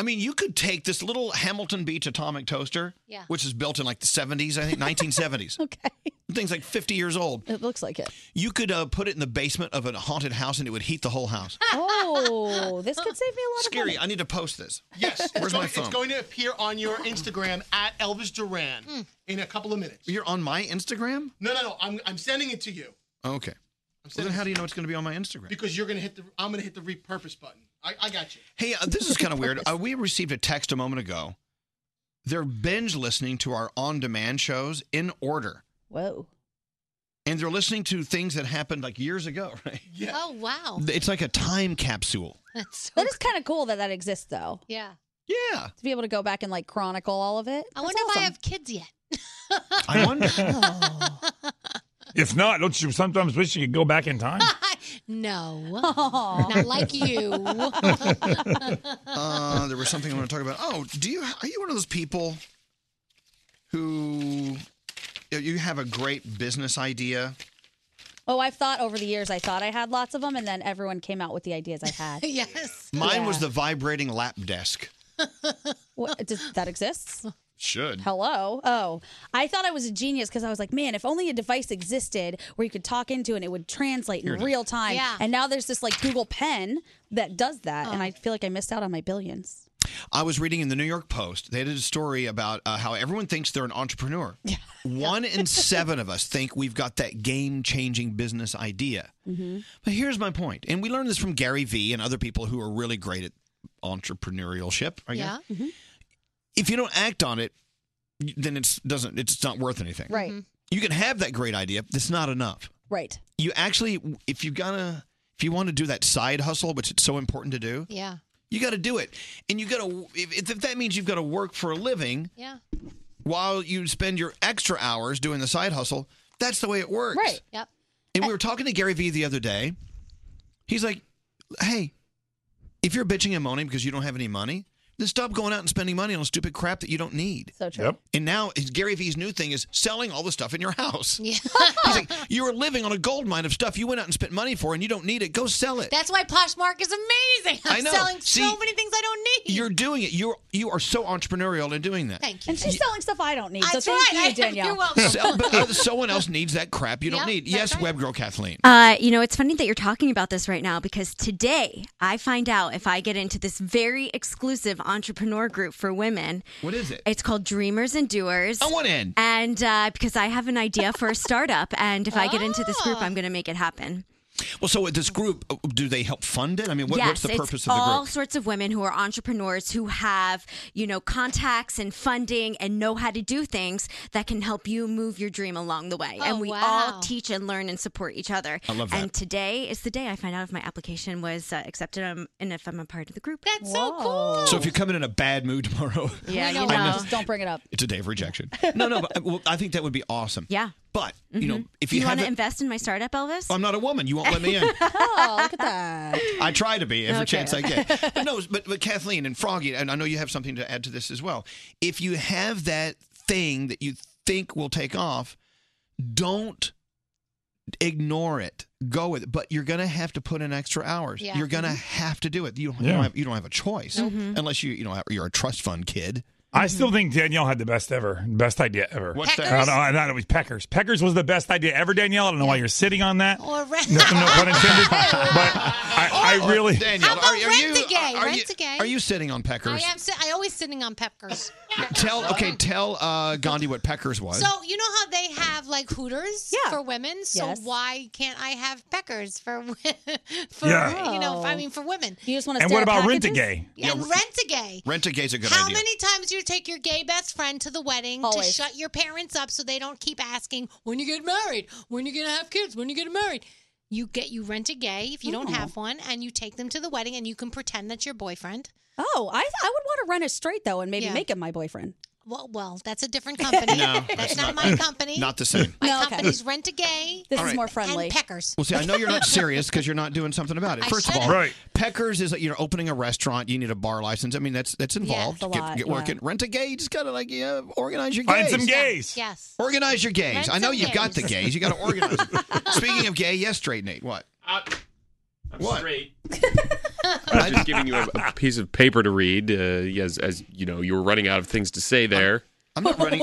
S5: I mean, you could take this little Hamilton Beach atomic toaster,
S8: Yeah.
S5: which is built in like the 70s, I think, 1970s.
S8: okay.
S5: The thing's like 50 years old.
S8: It looks like it.
S5: You could uh, put it in the basement of a haunted house and it would heat the whole house.
S8: Oh, this could save me a lot
S5: Scary. I need to post this.
S11: Yes. it's
S5: Where's my
S11: going-
S5: phone?
S11: It's going to appear on your Instagram at Elvis Duran
S8: Hmm.
S11: in a couple of minutes.
S5: You're on my Instagram?
S11: No, no, no. I'm, I'm sending it to you
S5: Okay. Well, then how do you know it's going to be on my Instagram?
S11: because you're gonna hit the. I'm gonna hit the repurpose button. I, I got you.
S5: Hey, uh, this is kind of weird. Uh, we received a text a moment ago. They're binge listening to our on demand shows in order.
S8: Whoa.
S5: And they're listening to things that happened like years ago, right?
S7: Oh wow.
S5: It's like a time capsule.
S7: That's
S8: that is kind of cool that that exists, though.
S7: Yeah.
S5: Yeah.
S8: To be able to go back and like chronicle all of it.
S7: I wonder if I have kids yet.
S5: I wonder.
S13: Oh.
S4: If not, don't you sometimes wish you could go back in time?
S7: No. Not like you.
S5: Uh, there was something I want to talk about. Oh, do you are you one of those people who you- you have a great business idea?
S8: Oh, I've thought over the years. I thought I had lots of them, and then everyone came out with the ideas I had.
S7: yes.
S5: Mine was the vibrating lap desk.
S8: What, does that exists?
S5: Should.
S8: Hello. Oh, I thought I was a genius because I was like, man, if only a device existed where you could talk into and it would translate
S5: Here it
S8: in
S5: is.
S8: real time.
S5: Yeah.
S8: And now there's this like Google Pen that does that,
S7: Oh.
S8: and I feel like I missed out on my billions.
S5: I was reading in the New York Post. They did a story about uh, how everyone thinks they're an entrepreneur. One in seven of us think we've got that game-changing business idea.
S8: Mm-hmm.
S17: Mhm.
S5: But here's my point, and we learned this from Gary Vee and other people who are really great at entrepreneurship. I guess. If you don't act on it, then it's doesn't it's not worth anything.
S8: Right. Mhm.
S5: You can have that great idea, but it's not enough.
S8: Right.
S5: You actually, if you gotta, if you want to do that side hustle, which it's so important to do,
S7: Yeah.
S5: you got to do it, and you got to. If, if that means you've got to work for a living
S7: Yeah.
S5: while you spend your extra hours doing the side hustle, that's the way it works.
S7: Right. Yep.
S5: And we were talking to Gary Vee the other day. He's like, "Hey, if you're bitching and moaning because you don't have any money, then stop going out and spending money on stupid crap that you don't need."
S8: So true. Yep.
S5: And now his, Gary Vee's new thing is selling all the stuff in your house. Yeah. He's like, "You were living on a gold mine of stuff you went out and spent money for, and you don't need it. Go sell it."
S7: That's why Poshmark is amazing. I'm
S5: I know.
S7: selling so
S5: See-
S7: many things I don't need.
S5: You're doing it. You're you are so entrepreneurial in doing that.
S7: Thank you.
S8: And she's selling stuff I don't need.
S7: That's
S8: so thank
S7: right. I-
S8: you, Danielle.
S7: you're welcome.
S5: So- but other- someone else needs that crap you don't
S18: Yeah,
S5: need.
S18: that's
S5: Yes,
S18: right.
S5: web girl Kathleen.
S18: Uh, you know, it's funny that you're talking about this right now because today I find out if I get into this very exclusive entrepreneur group for women.
S5: What is it?
S18: It's called Dreamers and Doers.
S5: I want Oh, in.
S18: And uh, because I have an idea for a startup, and if I get into this group,
S7: Oh.
S18: I'm going to make it happen.
S5: Well, so with this group, uh, do they help fund it? I mean, what,
S18: yes,
S5: what's the
S18: it's
S5: purpose of the
S18: all
S5: group?
S18: sorts of women who are entrepreneurs who have, you know, contacts and funding and know how to do things that can help you move your dream along the way.
S7: Oh,
S18: and we
S7: wow.
S18: all teach and learn and support each other.
S5: I love that.
S18: And today is the day I find out if my application was uh, accepted um, and if I'm a part of the group.
S7: That's so cool.
S5: So if you come in in a bad mood tomorrow,
S18: Yeah, you
S5: I
S18: know.
S5: miss-
S18: Just
S8: don't bring it up.
S5: It's a day of rejection. No, no, but I- well, I think that would be awesome.
S18: Yeah. Mm-hmm.
S5: But you know, if
S18: you,
S5: you,
S18: want
S5: haven't,
S18: to invest in my startup, Elvis?
S5: I'm not a woman. You won't let me in.
S18: oh,
S8: look at that.
S5: I try to be every
S18: Okay.
S5: chance I get. But no, but, but Kathleen and Froggy, and I know you have something to add to this as well. If you have that thing that you think will take off, don't ignore it. Go with it. But you're going to have to put in extra hours.
S17: Yeah.
S7: Mm-hmm.
S5: You're going to have to do it. You don't, you
S17: Yeah.
S13: Mm-hmm.
S5: don't have, you don't have a choice
S17: Nope. Mhm.
S5: unless you you know you're a trust fund kid.
S4: I still think Danielle had the best ever, best idea ever.
S7: What's that?
S4: I don't know. I thought it was Peckers. Peckers was the best idea ever, Danielle. I don't know why you're sitting on that.
S8: Mm-hmm.
S7: Or rent.
S4: No, no pun intended. but I, I really.
S5: Danielle,
S7: How about rent a gay?
S5: Are you,
S7: Rent a gay.
S5: are you sitting on
S7: I
S5: peckers?
S7: am. Si- I always sitting on peppers.
S5: Tell okay, tell uh, Gandhi what peckers was.
S7: So you know how they have like Hooters for women. So
S5: Yes.
S7: why can't I have Peckers for wo- for
S5: Yeah. Oh.
S7: you know? I mean, for women. You just
S5: want to And what stare at about packages? Rent-A-Gay? Yeah,
S7: And
S5: r-
S7: rent a gay.
S5: Rent a gay's a good
S7: How
S5: idea.
S7: many times do you take your gay best friend to the wedding to
S5: Always.
S7: shut your parents up so they don't keep asking when you get married, when you gonna have kids, when you getting married? You get you rent a gay if you don't
S8: Oh.
S7: have one, and you take them to the wedding, and you can pretend that's your boyfriend.
S8: Oh, I I would want to rent a straight though, and maybe
S7: Yeah.
S8: make him my boyfriend.
S7: Well, well, that's a different company.
S5: No,
S7: that's
S5: that's
S7: not,
S5: not-
S7: my company.
S5: not the same.
S7: My
S5: No, okay.
S7: company's Rent a Gay.
S5: This All is right. more
S7: friendly. And Peckers.
S5: Well, see, I know you're not serious because you're not doing something about it.
S7: I
S5: First of
S7: should've.
S5: all,
S7: Right.
S5: Peckers is like, you know opening a restaurant. You need a bar license. I mean, that's that's involved.
S7: it's a
S5: get
S7: lot,
S5: get
S7: yeah.
S5: working. Rent a gay. You just gotta like yeah, organize your gays.
S4: Find some gays.
S7: Yes.
S5: Organize your gays.
S4: Rent
S5: I know
S4: some
S5: you've got the
S4: gays.
S5: gays. You got to organize. them. Speaking of gay, yes, straight Nate. What?
S33: I'm
S5: What?
S33: straight. I was just giving you a, a piece of paper to read, uh, as as you know, you were running out of things to say there.
S5: I'm not running.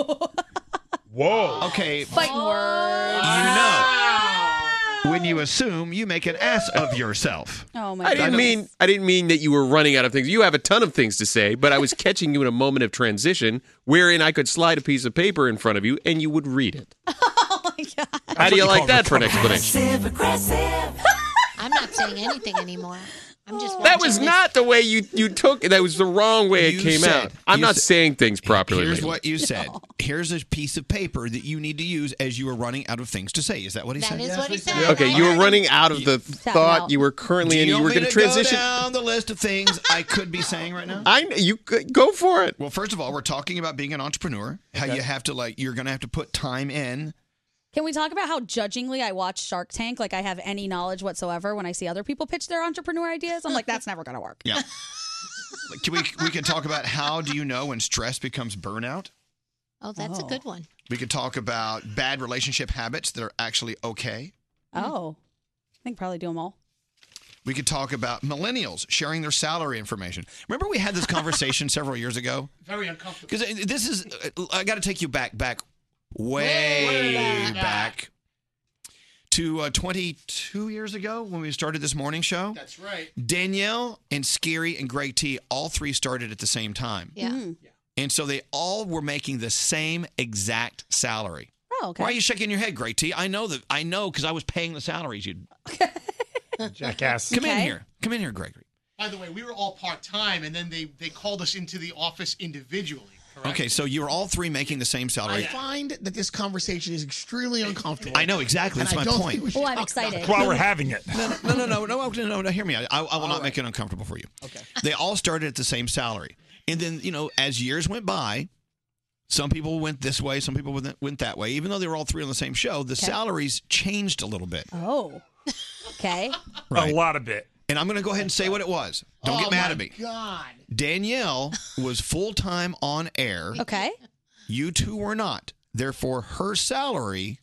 S4: Whoa.
S5: Okay.
S8: Fighting words.
S5: When you assume, you make an ass of yourself.
S8: Oh my
S33: I
S8: goodness.
S33: didn't mean I didn't mean that you were running out of things. You have a ton of things to say, but I was catching you in a moment of transition wherein I could slide a piece of paper in front of you and you would read it. Oh my god. How do you like that for an explanation?
S7: I'm not saying anything anymore. I'm just.
S33: That
S7: watching
S33: was
S7: this.
S33: not the way you, you took it. That was the wrong way it
S5: You
S33: came
S5: said-
S33: out. I'm
S5: you
S33: not
S5: said-
S33: saying things properly.
S5: Here's
S33: lately.
S5: what you said. Here's a piece of paper that you need to use as you are running out of things to say. Is that what he
S7: That
S5: said?
S7: is Yes, what he
S33: said. Okay, you were running out of the thought you were currently
S5: Do
S33: in. You
S5: want
S33: were
S5: me
S33: gonna transition.
S5: Go down the list of things I could be saying right now.
S33: I you could go for it.
S5: Well, first of all, we're talking about being an entrepreneur. How you have to like you're going to have to put time in.
S8: Can we talk about how judgingly I watch Shark Tank? Like I have any knowledge whatsoever when I see other people pitch their entrepreneur ideas. I'm like, that's never gonna work.
S5: Yeah. Like, can we we can talk about how do you know when stress becomes burnout?
S7: Oh, that's a good one.
S5: We could talk about bad relationship habits that are actually okay.
S7: Hmm.
S8: Oh, I think probably do them all.
S5: We could talk about millennials sharing their salary information. Remember, we had this conversation several years ago.
S11: Very uncomfortable.
S5: Because uh, this is, I got to take you back, back, way,
S11: Way
S5: back, to uh, 22 years ago when we started this morning show.
S11: That's right.
S5: Danielle and Scary and Greg T, all three started at the same time.
S7: Yeah.
S11: Mm-hmm.
S5: And so they all were making the same exact salary.
S8: Oh, okay.
S5: Why are you shaking your head, Greg T? I know that. I know because I was paying the salaries. You jackass. Come in
S11: Okay.
S5: here. Come in here, Gregory.
S11: By the way, we were all part time, and then they they called us into the office individually.
S5: Okay, so you were all three making the same
S11: I
S8: Oh,
S5: salary.
S11: find that this conversation is extremely uncomfortable.
S5: I know exactly. That's
S11: And I
S5: my
S11: don't
S5: point.
S11: think we should
S8: Well, I'm
S11: talk about
S8: excited.
S11: it.
S5: That's why we're having it. No, no, no, no, no, no, no, no, no, hear me. I, I, I will not make it uncomfortable for you. Okay. They all started at the same salary. And then, you know, as years went by, some people went this way, some people went, went that way. Even though they were all three on the same show, the
S8: Okay.
S5: salaries changed a little bit.
S8: Oh, okay.
S5: A lot of bit. And I'm going to go ahead and say what it was.
S2: Oh
S5: Don't get mad at me.
S11: God.
S5: Danielle was full time on air.
S8: Okay.
S5: You two were not. Therefore, her salary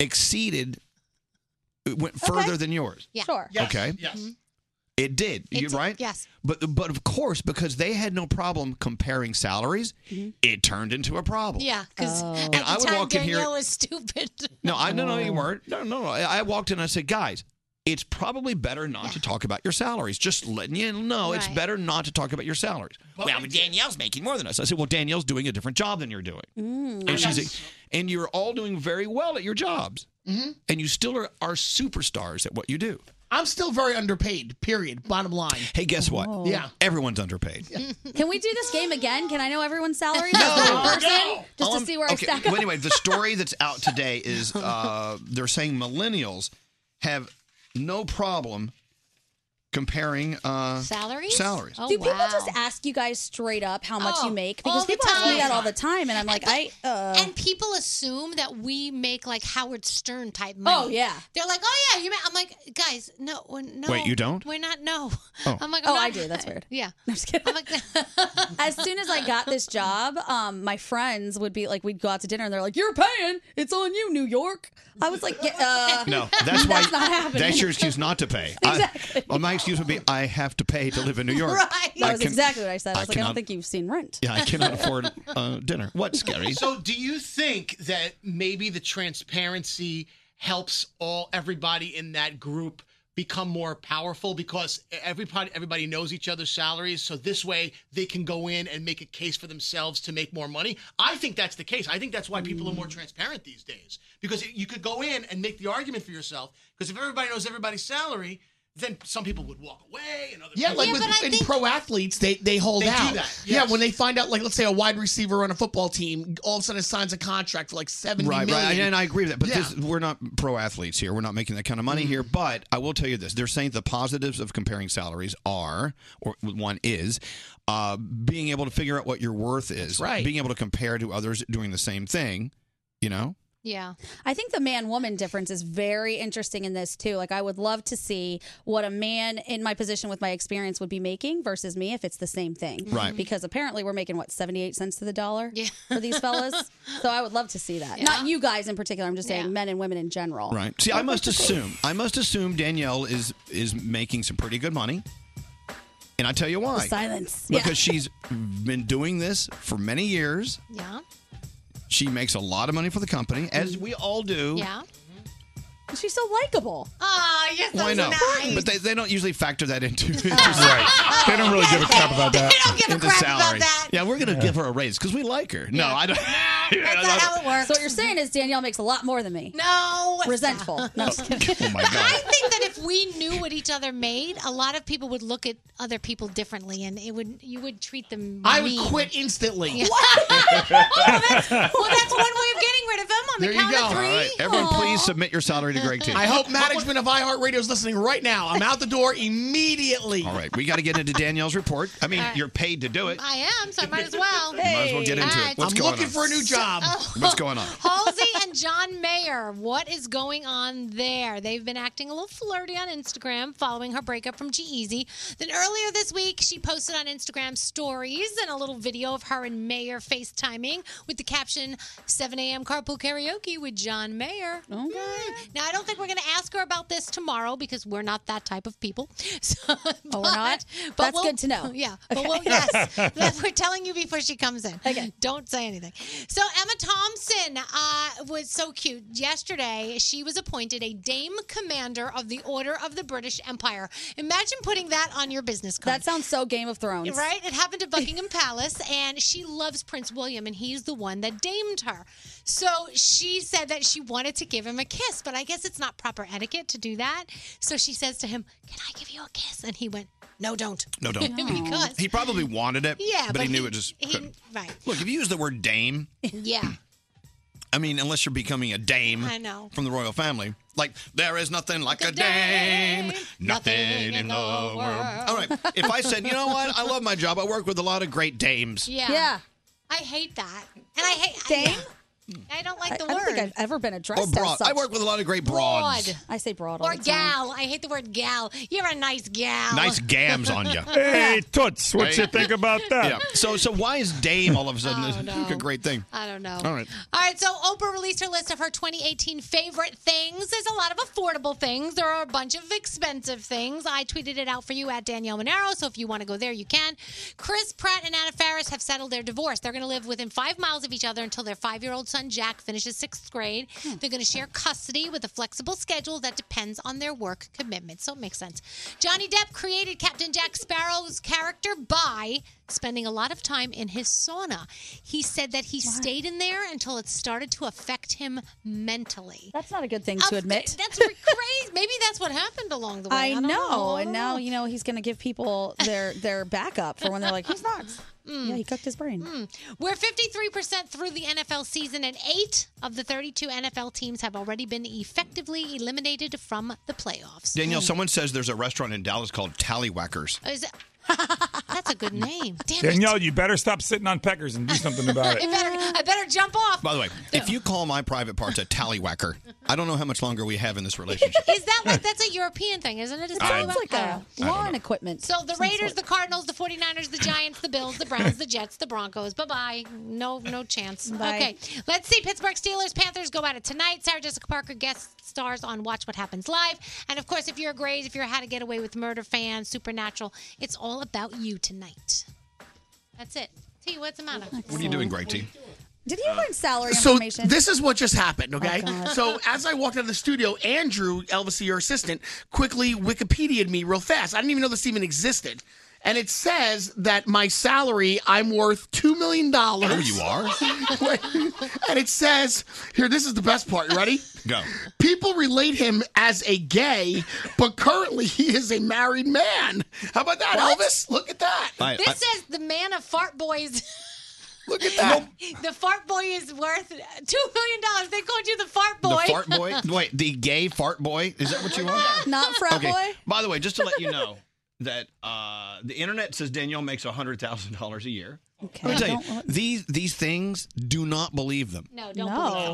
S5: exceeded, it went further than yours.
S7: Yeah. Sure.
S5: Okay. It did. you right?
S7: Yes.
S5: But but of course, because they had no problem comparing salaries, it turned into a problem.
S7: Yeah, because at
S5: And
S7: the
S5: I would
S7: time
S5: walk in here-
S7: Danielle was stupid.
S5: No, I no no
S7: Um,
S5: you weren't. No no no. I I walked in. I said, guys. It's probably better not to talk about your salaries. Just letting you know, it's
S21: Right.
S5: better not to talk about your salaries. well, but Danielle's making more than us. I said, well, Danielle's doing a different job than you're doing,
S8: Mm-hmm.
S2: Mm-hmm.
S5: and she's a, and you're all doing very well at your jobs,
S2: Mm-hmm.
S5: and you still are, are superstars at what you do.
S11: I'm still very underpaid. Period. Bottom line.
S5: Hey, guess what?
S11: Yeah.
S5: everyone's underpaid.
S8: Can we do this game again? Can I know everyone's salary no, person just to
S5: Um,
S8: see where
S5: okay,
S8: I stack up?
S5: Well, anyway, the story that's out today is uh, they're saying millennials have no problem comparing uh,
S8: Salaries? Oh,
S5: Salaries.
S8: Do people just ask you guys straight up how much
S7: Oh,
S8: you make?
S7: all
S8: Because
S7: the
S8: people ask me
S7: time.
S8: that all the time, and I'm like, I. Uh,
S7: and people assume that we make like Howard Stern type money.
S8: Oh, yeah.
S7: They're like, oh yeah, you. ma-" I'm like, guys, no, we're- no.
S5: Wait, you don't?
S7: We're not. No.
S5: Oh.
S7: I'm like,
S8: Oh,
S7: I'm
S8: I
S7: not-
S8: do. That's weird.
S7: Yeah.
S8: as soon as I got this job, um, my friends would be like, we'd go out to dinner, and they're like, "You're paying. It's on you, New York." I was like, yeah, uh,
S5: No, that's why
S8: not happening."
S5: that's your excuse not to pay. I, well, my excuse would be, I have to pay to live in New York.
S8: That
S5: I
S8: was
S5: can-
S8: exactly what I said. I was like, I
S5: cannot-
S8: don't think you've seen Rent.
S5: Yeah, I cannot afford uh, dinner. What, Scary?
S11: So, do you think that maybe the transparency helps all everybody in that group become more powerful because e-, everybody everybody knows each other's salaries, so this way they can go in and make a case for themselves to make more money? I think that's the case. I think that's why people are more transparent these days because you could go in and make the argument for yourself. Because if everybody knows everybody's salary. Then some people would walk away, and other
S2: Yeah,
S11: people
S2: like with, in pro athletes, they they hold
S11: They do
S2: out.
S11: that,
S2: Yeah, when they find out, like let's say a wide receiver on a football team, all of a sudden signs a contract for like seventy
S5: Right,
S2: million.
S5: right, and I agree with that. But
S2: Yeah.
S5: this, we're not pro athletes here. We're not making that kind of money here. But I will tell you this: they're saying the positives of comparing salaries are, or one is, uh, being able to figure out what your worth is.
S8: right.
S5: Being able to compare to others doing the same thing. You know.
S8: Yeah. I think the man woman difference is very interesting in this too. Like I would love to see what a man in my position with my experience would be making versus me if it's the same thing.
S21: Right.
S8: Because apparently we're making what 78 cents to the dollar for these fellas. so I would love to see that. Not you guys in particular, I'm just saying men and women in general.
S5: Right. See, I must assume. I must assume Danielle is is making some pretty good money. And I tell you why.
S8: The silence. Yeah.
S5: Because she's been doing this for many years.
S16: Yeah.
S5: She makes a lot of money for the company, as we all do.
S7: Yeah.
S8: She's so likable.
S7: Oh, yes,
S5: Why
S7: that's
S5: not?
S7: nice.
S5: But they, they don't usually factor that into
S4: right. They don't really give a crap about that.
S5: They don't give
S7: a crap about
S5: that. Yeah, we're gonna give her a raise because we like her. No, I don't. That's
S8: not how it works. So what you're saying is Danielle makes a lot more than me.
S7: No.
S8: Resentful. No, I'm just kidding.
S5: Oh my god.
S7: I think that if we knew what each other made, a lot of people would look at other people differently, and it would you would treat them.
S2: I would
S7: mean.
S2: quit instantly.
S7: Yeah. well, that's one way of getting rid of them on
S2: There
S7: the
S2: you
S7: count
S2: go.
S7: of three.
S5: All right, everyone,
S2: Aw.
S5: please submit your salary to Greg T.
S2: I hope management of iHeartRadio is listening right now. I'm out the door immediately.
S5: All right, we got to get into Danielle's report. I mean, you're paid to do it.
S7: I am, so I might as well.
S5: You might as well get into
S7: All
S5: it.
S7: right.
S5: What's I'm going looking on? for a new job. What's going on?
S7: Halsey and John Mayer, what is going on there? They've been acting a little flirty on Instagram following her breakup from G Easy. Then earlier this week, she posted on Instagram stories and a little video of her and Mayer FaceTiming with the caption 7 a.m. carpool karaoke with John Mayer. Mm. Now, I don't think we're going to ask her about this tomorrow because we're not that type of people. So,
S8: Oh, we're not? That's good to know.
S7: Yeah. But we'll, yes, that we're telling you before she comes in. Okay. Don't say anything. So Emma Thompson uh, was so cute. Yesterday, she was appointed a Dame Commander of the Order of the British Empire. Imagine putting that on your business card.
S8: That sounds so Game of Thrones.
S7: Right? It happened at Buckingham Palace, and she loves Prince William, and he's the one that damed her. So she said that she wanted to give him a kiss, but I guess it's not proper etiquette to do that. So she says to him, Can I give you a kiss? And he went, No, don't.
S5: No, don't.
S7: because
S5: He probably wanted it.
S7: Yeah,
S5: but,
S7: but
S5: he knew
S7: he-
S5: it just.
S7: he-
S5: couldn't.
S7: right.
S5: Look, if you use the word dame,
S7: Yeah.
S5: I mean, unless you're becoming a dame
S7: I know.
S5: from the royal family, like there is nothing like a dame, nothing in the world. All right, if I said, you know what, I love my job. I work with a lot of great dames.
S7: Yeah. Yeah. I hate that. And I hate Dame? I, don't like the
S8: I
S7: word.
S8: don't think I've ever been
S5: Or
S8: addressed
S5: broad.
S8: as such.
S5: I work with a lot of great broads.
S8: broad. I say broad all
S7: or
S8: the time.
S7: gal. I hate the word gal. You're a nice gal.
S5: Nice gams on you.
S4: Hey, Toots, what you think about that?
S5: Yeah. So, so why is dame all of a sudden
S7: Oh, no.
S5: a great thing?
S7: I don't know.
S5: All right.
S7: All right, so Oprah released her list of her 2018 favorite things. There's a lot of affordable things. There are a bunch of expensive things. I tweeted it out for you at Danielle Monero, so if you want to go there, you can. Chris Pratt and Anna Faris have settled their divorce. They're going to live within five miles of each other until their five-year-old son Jack finishes sixth grade.
S8: Hmm.
S7: They're going to share custody with a flexible schedule that depends on their work commitment. So it makes sense. Johnny Depp created Captain Jack Sparrow's character by spending a lot of time in his sauna. He said that he stayed in there until it started to affect him mentally.
S8: That's not a good thing to admit.
S7: That's re- crazy. Maybe that's what happened along the way.
S8: I,
S7: don't
S8: know.
S7: I
S8: and
S7: don't
S8: now
S7: know.
S8: you know he's going to give people their their backup for when they're like, he's not.
S7: Mm.
S8: Yeah, he cooked his brain.
S7: We're 53% through the NFL season, and eight of the 32 NFL teams have already been effectively eliminated from the playoffs.
S5: Danielle, someone says there's a restaurant in Dallas called Tallywhackers.
S7: Is it- That's a good name. Damn it.
S4: Danielle, you better stop sitting on peckers and do something about
S7: I
S4: it.
S7: better, I better jump off.
S5: By the way, if you call my private parts a tallywhacker, I don't know how much longer we have in this relationship.
S7: Is that like that's a European thing, isn't it? Is that
S5: I-
S7: what-
S5: Sounds like a
S7: I don't know.
S5: lawn
S8: uh, equipment.
S7: So the Raiders, the Cardinals, the 49ers, the Giants, the Bills, the Browns, the Jets, the Broncos. Bye-bye. No no chance.
S8: Bye.
S7: Okay. Let's see Pittsburgh Steelers, Panthers go at it tonight. Sarah Jessica Parker guest stars on Watch What Happens Live. And of course, if you're a Grays, if you're a How to Get Away with Murder fan, Supernatural, it's all about you tonight. That's it. T, what's the matter?
S5: What are you doing, Greg T?
S8: Did you learn salary
S2: So
S8: information?
S2: this is what just happened, okay?
S8: Oh, God.
S2: so as I walked out of the studio, Andrew, Elvis, your assistant, quickly Wikipedia'd me real fast. I didn't even know this even existed. And it says that my salary, I'm worth $2 million. Oh,
S5: you are?
S2: and it says, here, this is the best part. You ready?
S5: Go.
S2: People relate him as a gay, but currently he is a married man. How about that,
S7: What?
S2: Elvis? Look at that.
S5: I-
S7: This says the man of fart boys.
S2: Look at that.
S7: the fart boy is worth two million dollars. They called you the fart boy.
S5: The fart boy? Wait, the gay fart boy? Is that what you want?
S8: Not frat
S5: okay.
S8: boy.
S5: By the way, just to let you know that uh, the internet says Danielle makes hundred thousand dollars a year.
S8: Okay.
S5: Let me tell
S8: I don't
S5: you, these these things do not believe them.
S7: No, don't
S8: No.
S7: believe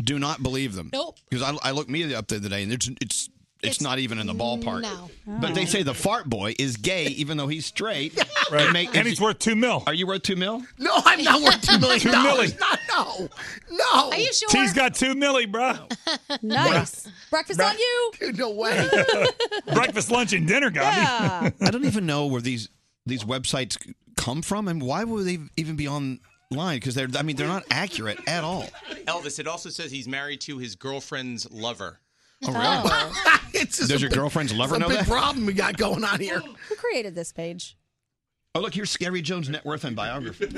S7: it.
S5: Do not believe them.
S7: Nope.
S5: Because I, I looked me up the other day and it's it's it's,
S7: It's-
S5: not even in the ballpark.
S7: no.
S5: But they say the fart boy is gay, even though he's straight.
S4: Right. And he's
S5: worth two mil. Are you worth two mil?
S2: No, I'm not worth $2 million.
S4: Two milli.
S2: Not, no. No.
S7: Are you sure?
S4: T's got two milli, bro.
S8: Nice. Breakfast on
S4: Right.
S8: you.
S2: Dude, no way.
S4: Breakfast, lunch, and dinner, got
S8: Yeah.
S5: I don't even know where these these websites come from, and why would they even be online? Because they're I mean they're not accurate at all.
S10: Elvis, it also says he's married to his girlfriend's lover.
S5: Oh, really?
S2: it's just
S5: Does
S2: a
S5: your
S2: big-
S5: girlfriend's lover
S2: it's
S5: know
S2: a big
S5: that?
S2: problem we got going on here.
S8: Who created this page?
S5: Oh, look, here's Scary Jones' net worth and biography.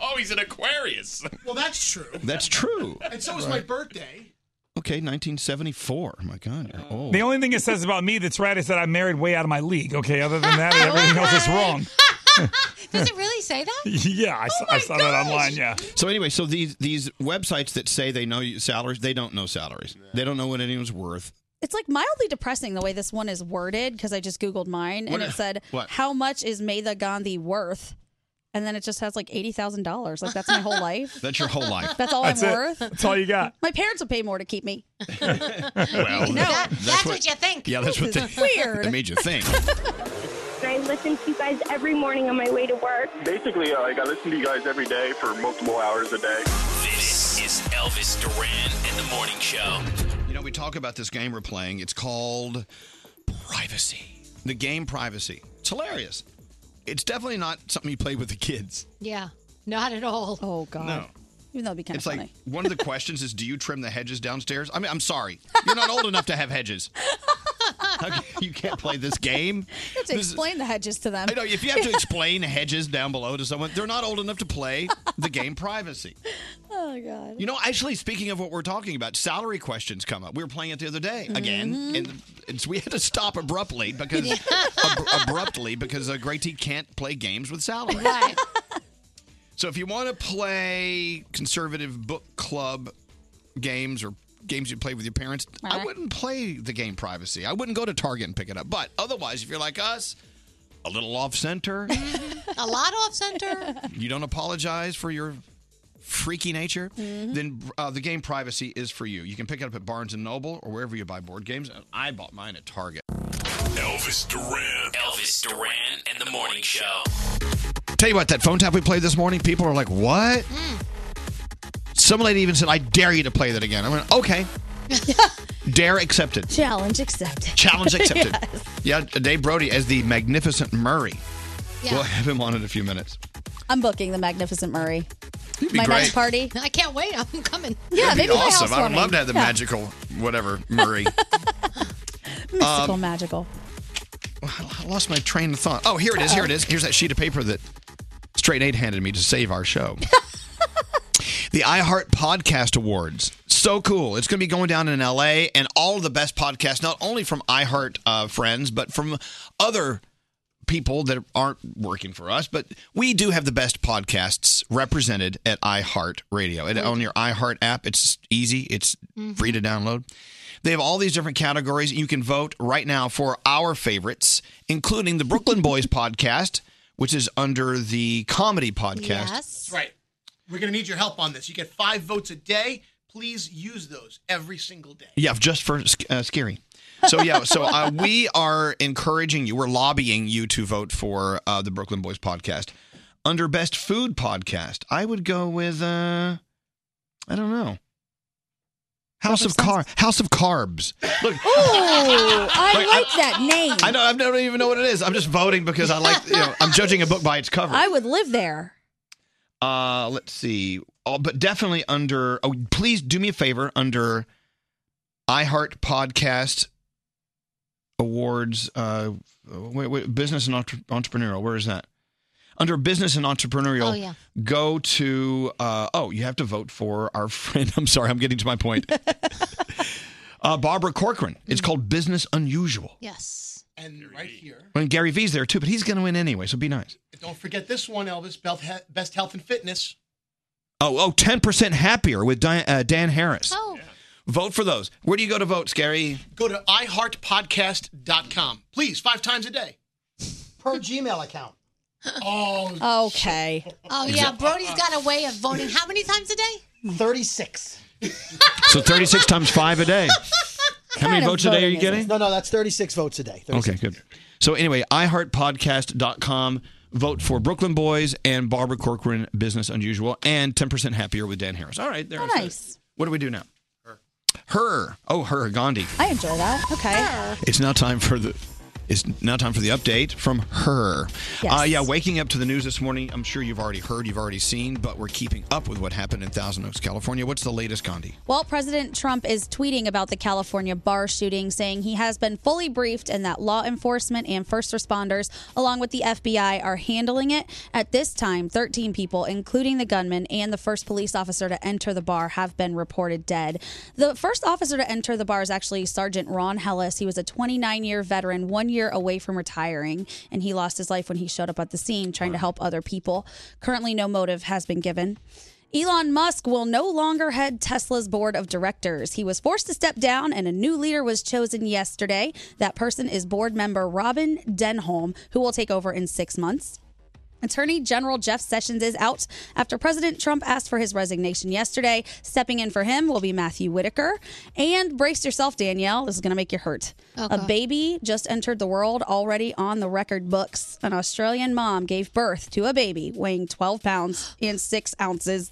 S21: oh, he's an Aquarius.
S11: Well, that's true.
S5: That's true.
S11: And so was my
S5: Right.
S11: birthday.
S5: Okay, 1974. My God, Oh. you're old.
S4: The only thing it says about me that's right is that I married way out of my league. Okay, other than that, everything else is wrong.
S7: Does it really say that?
S4: yeah, I,
S2: Oh
S4: saw I saw that online. Yeah.
S5: So anyway, so these these websites that say they know you- salaries, they don't know salaries. They don't know what anyone's worth.
S8: It's like mildly depressing the way this one is worded because I just Googled mine and
S5: What-
S8: it said,
S5: what?
S8: How much is Medha Gandhi worth? And then it just has like $80,000. Like, that's my whole life.
S5: That's your whole life.
S8: That's all
S4: That's
S8: I'm
S4: it.
S8: worth.
S4: That's all you got.
S8: My parents will pay more to keep me.
S5: Well,
S8: No.
S5: that-
S8: That's
S7: what you think.
S5: Yeah, that's what they,
S8: This is weird.
S5: It made you think.
S25: I listen to you guys every morning on my way to work.
S15: Basically, uh, like I listen to you guys every day for multiple hours a day.
S1: This is Elvis Duran and the Morning Show.
S5: Um, You know, we talk about this game we're playing. It's called Privacy. The game Privacy. It's hilarious. It's definitely not something you play with the kids.
S7: Yeah, not at all.
S8: Oh God.
S5: No.
S8: Even though it'd be kind
S5: It's
S8: of
S5: like
S8: funny.
S5: one of the questions is, do you trim the hedges downstairs? I mean, I'm sorry, you're not old enough to have hedges. How- you can't play this game.
S8: You have to
S5: This is-
S8: explain the hedges to them.
S5: I know if you have to explain hedges down below to someone, they're not old enough to play the game privacy.
S8: oh God.
S5: You know, actually, speaking of what we're talking about, salary questions come up. We were playing it the other day again, and it's, we had to stop abruptly because ab- abruptly because uh, Grey T can't play games with salary.
S7: Right.
S5: So if you want to play conservative book club games or games you play with your parents, I wouldn't play the game privacy. I wouldn't go to Target and pick it up. But otherwise, if you're like us, a little off center,
S7: A lot off center.
S5: you don't apologize for your freaky nature,
S8: Mm-hmm.
S5: then uh, the game privacy is for you. You can pick it up at Barnes and Noble or wherever you buy board games. I bought mine at Target.
S1: Elvis Duran. Elvis Duran and the Morning Show.
S5: Tell you what, that phone tap we played this morning, people are like, "What?"
S8: Hmm.
S5: Some lady even said, "I dare you to play that again." I went, "Okay." dare accepted.
S8: Challenge accepted.
S5: Challenge accepted. Yeah, Dave Brody as the magnificent Murray.
S8: Yeah.
S5: We'll have him on in a few minutes.
S8: I'm booking the Magnificent Murray.
S5: be
S8: My
S5: great.
S8: night party.
S7: I can't wait. I'm coming.
S8: Yeah,
S5: That'd
S8: maybe
S5: be
S8: my
S5: awesome. I would
S8: housewarming.
S5: love to have the
S8: Yeah.
S5: magical whatever Murray.
S8: Mystical,
S5: Um,
S8: magical.
S5: I lost my train of thought. Oh, here it is. Here it is. Here's that sheet of paper that Straight Eight handed me to save our show. the iHeart Podcast Awards. So cool. It's going to be going down in LA and all of the best podcasts, not only from iHeart uh, friends, but from other people that aren't working for us. But we do have the best podcasts represented at iHeart Radio. And on your iHeart app, it's easy, it's free to download. They have all these different categories. You can vote right now for our favorites, including the Brooklyn Boys podcast, which is under the comedy podcast.
S11: That's right. We're going to need your help on this. You get five votes a day. Please use those every single day.
S5: Yeah, just for uh, scary. So yeah, so uh, we are encouraging you. We're lobbying you to vote for uh, the Brooklyn Boys podcast under Best Food Podcast. I would go with uh, I don't know. House of Car House of Carbs. Look,
S2: Ooh, I
S5: Look,
S2: like
S8: that name.
S5: I know I don't even know what it is. I'm just voting because I like. You know, I'm judging a book by its cover.
S8: I would live there.
S5: Uh, let's see. Oh, but definitely under. Oh, please do me a favor under iHeart Podcast Awards. Uh, wait, wait, business and entre- entrepreneurial. Where is that? Under business and entrepreneurial.
S2: Oh, yeah.
S5: Go to. Uh, oh, you have to vote for our friend. I'm sorry. I'm getting to my point. uh, Barbara Corcoran. It's
S2: Mm.
S5: called Business Unusual.
S11: Yes. And right here.
S5: And Gary Vee's there too, but he's going to win anyway, so be nice.
S11: Don't forget this one, Elvis. Belt- he- Best health and fitness.
S5: Oh, oh, 10% happier with Di- uh, Dan Harris.
S11: Oh.
S5: Vote for those. Where do you go to vote, Scary?
S11: Go to iHeartPodcast.com. Please, five times a day. Per Gmail account. Oh.
S8: Okay.
S7: Oh
S5: Is
S7: yeah,
S5: it-
S7: Brody's got a way of voting. How many times a day? Thirty-six.
S5: So 36 times 5 a day. How many votes a day are you getting?
S17: No, no, that's 36 votes a day. 36.
S5: Okay, good. So anyway, iHeartPodcast.com. Vote for Brooklyn Boys and Barbara Corcoran, Business Unusual, and 10% happier with Dan Harris. All right, there.
S8: Oh,
S5: it is.
S8: nice.
S5: What do we do now? Her. Her. Oh, her, Gandhi.
S8: I enjoy that. Okay.
S5: It's now time for the. It's now time for the update from her.
S8: Yes.
S5: Uh, yeah, waking up to the news this morning. I'm sure you've already heard, you've already seen, but we're keeping up with what happened in Thousand Oaks, California. What's the latest, Gandhi?
S8: Well, President Trump is tweeting about the California bar shooting, saying he has been fully briefed and that law enforcement and first responders, along with the FBI, are handling it. At this time, 13 people, including the gunman and the first police officer to enter the bar, have been reported dead. The first officer to enter the bar is actually Sergeant Ron Hellis. He was a 29 year veteran, one year away from retiring, and he lost his life when he showed up at the scene trying to help other people. Currently, no motive has been given. Elon Musk will no longer head Tesla's board of directors. He was forced to step down, and a new leader was chosen yesterday. That person is board member Robin Denholm, who will take over in six months. Attorney General Jeff Sessions is out after President Trump asked for his resignation yesterday. Stepping in for him will be Matthew Whitaker. And brace yourself, Danielle. This is going to make you hurt.
S7: Oh,
S8: a
S7: God.
S8: baby just entered the world already on the record books. An Australian mom gave birth to a baby weighing 12 pounds and six ounces.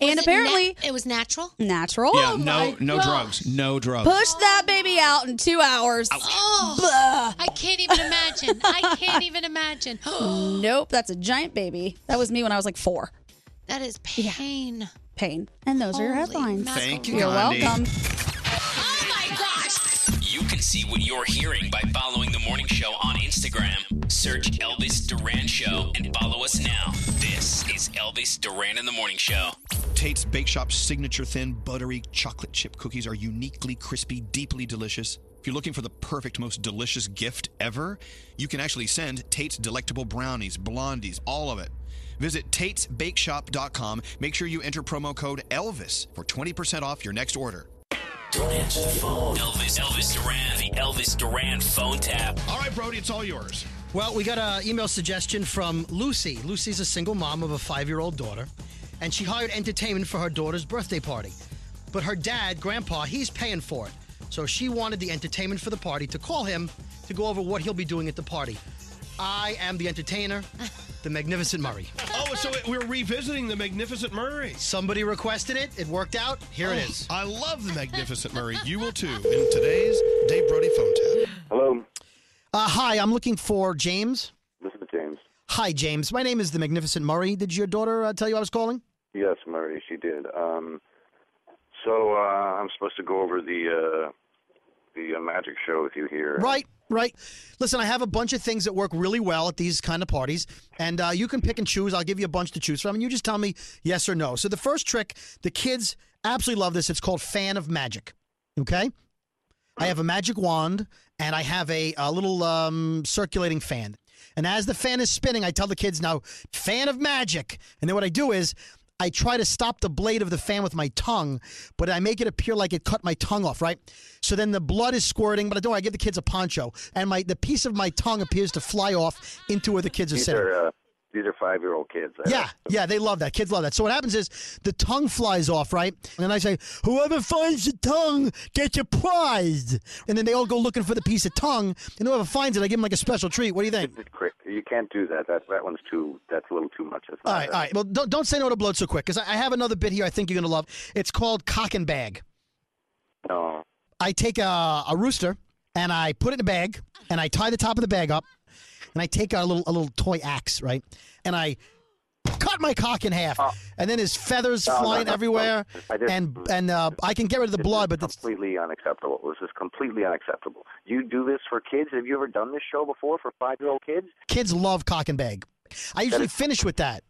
S8: and apparently,
S7: it was natural. Oh
S8: natural.
S5: yeah, no, no drugs, no drugs.
S8: Push that baby out in two hours.
S7: Oh, I can't even imagine. I can't even imagine.
S8: nope, that's a giant baby. That was me when I was like four.
S7: That is pain.
S8: Pain. And those are your
S7: Holy
S8: headlines.
S7: mackerel. Thank
S1: you,
S8: You're
S1: Gandhi.
S8: welcome.
S1: You can see what you're hearing by following the morning show on Instagram. Search Elvis Duran Show and follow us now. This is Elvis Duran in the Morning Show.
S5: Tate's Bake Shop's signature thin, buttery chocolate chip cookies are uniquely crispy, deeply delicious. If you're looking for the perfect, most delicious gift ever, you can actually send Tate's Delectable Brownies, Blondies, all of it. Visit Tate'sBakeShop.com. Make sure you enter promo code ELVIS for 20% off your next order.
S1: Don't answer the phone. Elvis, Elvis Duran, the Elvis Duran phone tap.
S5: All right, Brody, it's all yours.
S17: Well, we got an email suggestion from Lucy. Lucy's a single mom of a five year old daughter, and she hired entertainment for her daughter's birthday party. But her dad, Grandpa, he's paying for it. So she wanted the entertainment for the party to call him to go over what he'll be doing at the party. I am the entertainer, the Magnificent Murray.
S34: Oh, so we're revisiting the Magnificent Murray.
S17: Somebody requested it, it worked out. Here it
S5: Oh,
S17: is.
S5: I love the Magnificent Murray. You will too in today's Dave Brody phone tap.
S20: Hello,
S17: Uh, hi, I'm looking for James.
S20: this is James.
S17: Hi, James. My name is the Magnificent Murray. Did your daughter uh, tell you I was calling?
S20: Yes, Murray, she did. Um, so uh, I'm supposed to go over the uh, the uh, magic show with you here.
S17: Right, right. Listen, I have a bunch of things that work really well at these kind of parties, and uh, you can pick and choose. I'll give you a bunch to choose from, and you just tell me yes or no. So the first trick, the kids absolutely love this. It's called Fan of Magic. Okay. I have a magic wand, and I have a, a little um, circulating fan. And as the fan is spinning, I tell the kids now, fan of magic. And then what I do is I try to stop the blade of the fan with my tongue, but I make it appear like it cut my tongue off, right? So then the blood is squirting, but I don't. I give the kids a poncho, and my the piece of my tongue appears to fly off into where the kids are
S20: These
S17: sitting.
S20: are, uh, these are five year old kids. I
S17: Yeah, yeah, they love that. Kids love that. So what happens is the tongue flies off, right? And then I say, "Whoever finds the tongue gets a prize." And then they all go looking for the piece of tongue, and whoever finds it, I give them like a special treat. What do you think?
S20: Quick, you can't do that. That that one's too. That's a little too much. That's not
S17: All right, all right. Well, don't, don't say no to bloat so quick because I, I have another bit here I think you're going to love. It's called cock and bag.
S20: No.
S17: I take a, a rooster and I put it in a bag and I tie the top of the bag up and I take a little a little toy axe, right? And I cut my cock in half and then his feathers
S20: Oh. No, no,
S17: flying
S20: no, no.
S17: everywhere
S20: I just-
S17: and and uh, I can get rid of the blood, but it's
S20: completely unacceptable. This is completely unacceptable. You do this for kids? Have you ever done this show before for five year old kids?
S17: kids love cock and bag. I usually finish with that.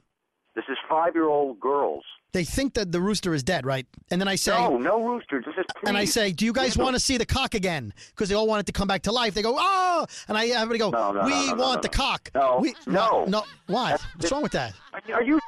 S20: This is five year old girls.
S17: They think that the rooster is dead, right? And then I say,
S20: no, no rooster. This is
S17: and I
S20: please.
S17: say, "Do you guys
S20: Please don't-
S17: want to see the cock again?" Because they all want it to come back to life. They go, "Oh!" And I everybody go,
S20: No, no, no,
S17: "We
S20: no, no, no,
S17: want the
S20: no.
S17: cock."
S20: No,
S17: we,
S20: no.
S17: no. Why? What's wrong with that?
S20: Are you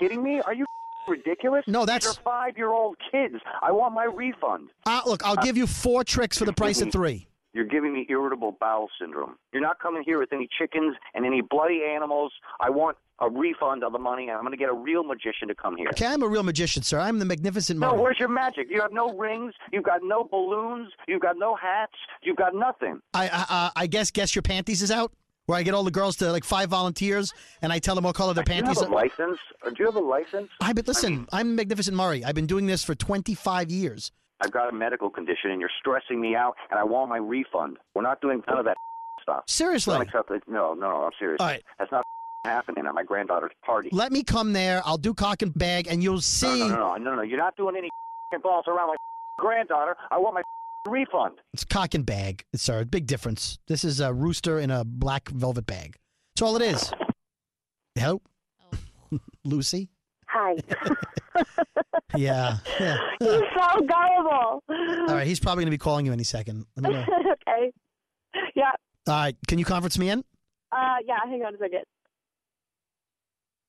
S20: kidding me? Are you ridiculous? No, that's These are five year old kids. I want my refund.
S17: Uh, look, I'll
S20: Uh,
S17: give you four tricks for the price of three.
S20: You're giving me irritable bowel syndrome. You're not coming here with any chickens and any bloody animals. I want a refund of the money, and I'm going to get a real magician to come here.
S17: Okay, I'm a real magician, sir. I'm the magnificent.
S20: No,
S17: Murray.
S20: where's your magic? You have no rings. You've got no balloons. You've got no hats. You've got nothing.
S17: I, I uh, I guess guess your panties is out. Where I get all the girls to like five volunteers, and I tell them what color their
S20: Do you
S17: panties
S20: have a
S17: are.
S20: license? Or do you have a license?
S17: I but listen, I'm magnificent Murray. I've been doing this for 25 years.
S20: I've got a medical condition, and you're stressing me out, and I want my refund. We're not doing none of that stuff.
S17: Seriously?
S20: Unacceptable. No, no, I'm serious.
S17: All right.
S20: That's not happening at my granddaughter's party.
S17: Let me come there. I'll do cock and bag, and you'll
S20: No,
S17: see.
S20: no, no, no, no. You're not doing any balls around my granddaughter. I want my refund.
S17: It's cock and bag, sir. Big difference. This is a rooster in a black velvet bag. That's all it is. Hello, Lucy.
S21: Hi.
S17: Yeah. yeah.
S21: He's so gullible.
S17: All right. He's probably gonna be calling you any second. Let me know.
S21: okay. Yeah.
S17: All right. Can you conference me in?
S21: Uh, yeah, hang on a second.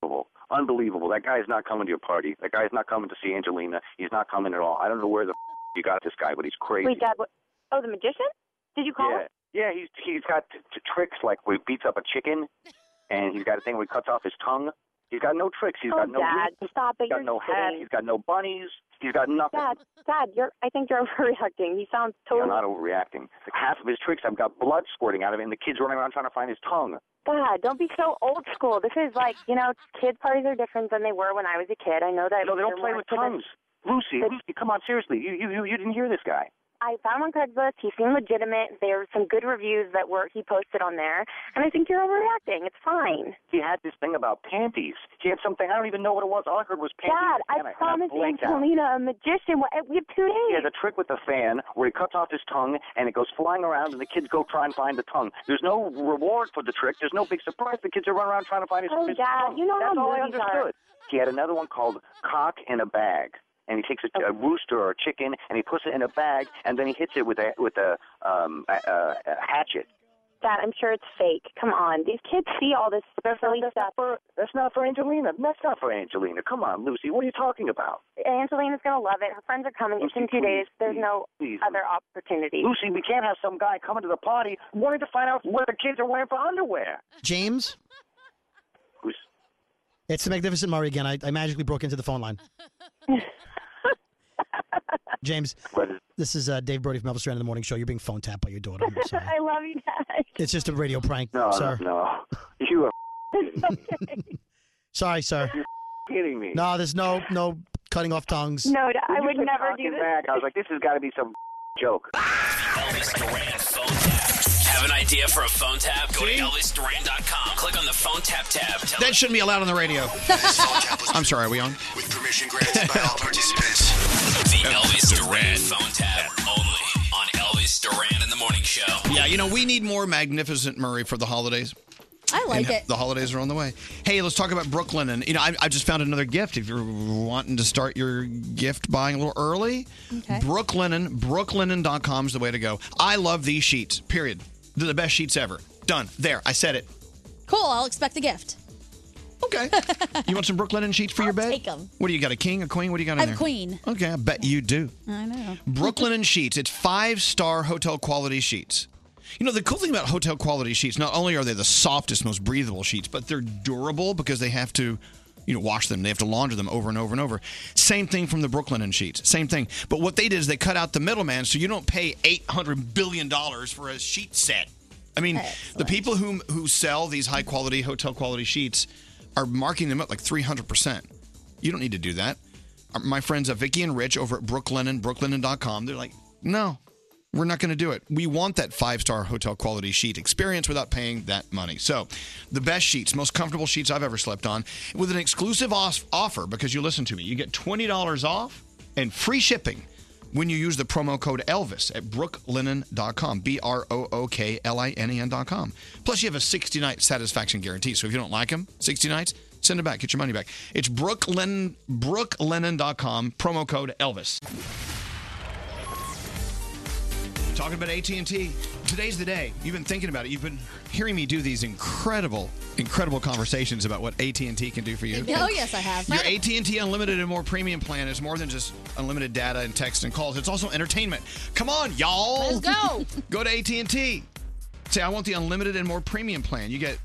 S20: Unbelievable. Unbelievable. That guy's not coming to your party. That guy's not coming to see Angelina. He's not coming at all. I don't know where the you got this guy, but he's crazy.
S21: Wait, Dad, what? Oh, the magician? Did you call
S20: yeah.
S21: him?
S20: Yeah, he's he's got t- t- tricks like where he beats up a chicken, and he's got a thing where he cuts off his tongue. He's got no tricks. He's
S21: oh,
S20: got no
S21: Dad,
S20: rings.
S21: stop it.
S20: He's got
S21: You're
S20: no hat.
S21: kidding.
S20: He's got no bunnies. He's got nothing.
S21: Dad, Dad, you're, I think you're overreacting. He sounds
S20: You're
S21: totally.
S20: not overreacting. Half of his tricks, I've got blood squirting out of it, and the kid's running around trying to find his tongue.
S21: God, don't be so old school. This is like, you know, kid parties are different than they were when I was a kid. I know that.
S20: No, they
S21: they're
S20: don't play
S21: more
S20: with
S21: to the-
S20: tongues. Lucy, Lucy, come on, seriously. You, you, you, you didn't hear this guy.
S21: I found on Craigslist. He seemed legitimate. There were some good reviews that were he posted on there, and I think you're overreacting. It's fine.
S20: He had this thing about panties. He had something I don't even know what it was. All I heard was panties.
S21: Dad, I
S20: and and
S21: promised
S20: blanked out.
S21: Angelina a magician. What- We have two
S20: He
S21: days.
S20: has a trick with the fan where he cuts off his tongue and it goes flying around, and the kids go try and find the tongue. There's no reward for the trick. There's no big surprise. The kids are running around trying to find his,
S21: Oh,
S20: his
S21: Dad,
S20: tongue.
S21: you know
S20: That's
S21: how
S20: all I
S21: movies are.
S20: understood. He had another one called cock in a bag. And he takes a, a rooster or a chicken and he puts it in a bag and then he hits it with a with a um a, a, a hatchet.
S21: Dad, I'm sure it's fake. Come on, these kids see all this silly stuff.
S20: That's not for Angelina. That's not for Angelina. Come on, Lucy. What are you talking about?
S21: Angelina's gonna love it. Her friends are coming. It's in two days. There's no other opportunity.
S20: Lucy, we can't have some guy coming to the party wanting to find out what the kids are wearing for underwear.
S17: James?
S20: Who's-
S17: It's the Magnificent Murray again. I, I magically broke into the phone line. James, this is uh, Dave Brody from Elvis Duran in the Morning Show. You're being phone tapped by your daughter. I'm sorry.
S21: I love you, Dad.
S17: It's just a radio prank,
S20: No,
S17: sir.
S20: no, no. You are
S17: Sorry, sir.
S20: kidding me.
S17: No, there's no no cutting off tongues.
S20: When you said talking Back, I was like, this has got to be some joke.
S1: Elvis Duran phone tap. Have an idea for a phone tap? Go to ElvisDuran.com. Click on the phone tap tab. Tell
S5: That shouldn't be allowed on the radio. I'm sorry, are we on?
S1: With permission granted by all participants. The Elvis Duran phone tap only on Elvis Duran in the Morning Show.
S5: Yeah, you know, we need more Magnificent Murray for the holidays.
S8: I like
S5: And
S8: it.
S5: The holidays are on the way. Hey, let's talk about Brooklyn. And, you know, I, I just found another gift. If you're wanting to start your gift buying a little early,
S8: Okay.
S5: Brooklinen, brooklinen.com is the way to go. I love these sheets, period. They're the best sheets ever. Done. There, I said it.
S8: Cool. I'll expect a gift.
S5: Okay. You want some Brooklyn sheets for your bed?
S8: take 'em.
S5: What do you got? A king, a queen? What do you got in
S8: I'm
S5: there?
S8: queen.
S5: Okay, I bet you do.
S8: I know.
S5: Brooklyn and Sheets. It's five star hotel quality sheets. You know, the cool thing about hotel quality sheets, not only are they the softest, most breathable sheets, but they're durable because they have to, you know, wash them. They have to launder them over and over and over. Same thing from the Brooklyn and Sheets. Same thing. But what they did is they cut out the middleman so you don't pay $800 billion for a sheet set. I mean, the people who, who sell these high quality, hotel quality sheets are marking them up like 300%. You don't need to do that. Uh, My friends at Vicky and Rich over at Brooklinen, brooklinen.com, they're like, no, we're not going to do it. We want that five star hotel quality sheet experience without paying that money. So, the best sheets, most comfortable sheets I've ever slept on, with an exclusive off- offer because you listen to me. You get $20 off and free shipping when you use the promo code Elvis at brooklinen.com, B R O O K L I N E N.com. Plus, you have a 60 night satisfaction guarantee. So if you don't like them, 60 nights, send it back, get your money back. It's brooklinen, brooklinen.com, promo code Elvis. Talking about AT&T, today's the day. You've been thinking about it. You've been hearing me do these incredible, incredible conversations about what AT&T can do for you.
S8: Oh, yes, I have.
S5: Your AT&T Unlimited and More Premium plan is more than just unlimited data and text and calls. It's also entertainment. Come on, y'all. Let's
S7: go.
S5: go to AT&T. Say, I want the Unlimited and More Premium plan. You get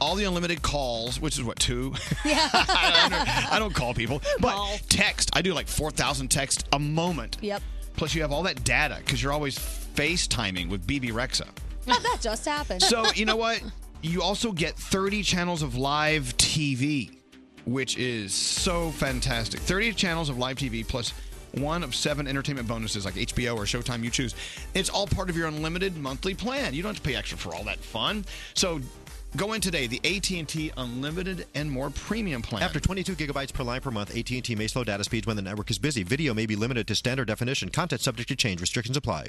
S5: all the unlimited calls, which is what two. Yeah. I, don't, I don't call people, but text. I do like four thousand texts a moment.
S8: Yep.
S5: Plus, you have all that data because you're always FaceTiming with BB Rexa.
S8: Oh, that just happened.
S5: So you know what? You also get 30 channels of live TV, which is so fantastic. 30 channels of live TV plus one of seven entertainment bonuses like HBO or Showtime you choose. It's all part of your unlimited monthly plan. You don't have to pay extra for all that fun. So go in today, the AT&T Unlimited and More Premium plan.
S9: After 22 gigabytes per line per month, AT&T may slow data speeds when the network is busy. Video may be limited to standard definition. Content subject to change. Restrictions apply.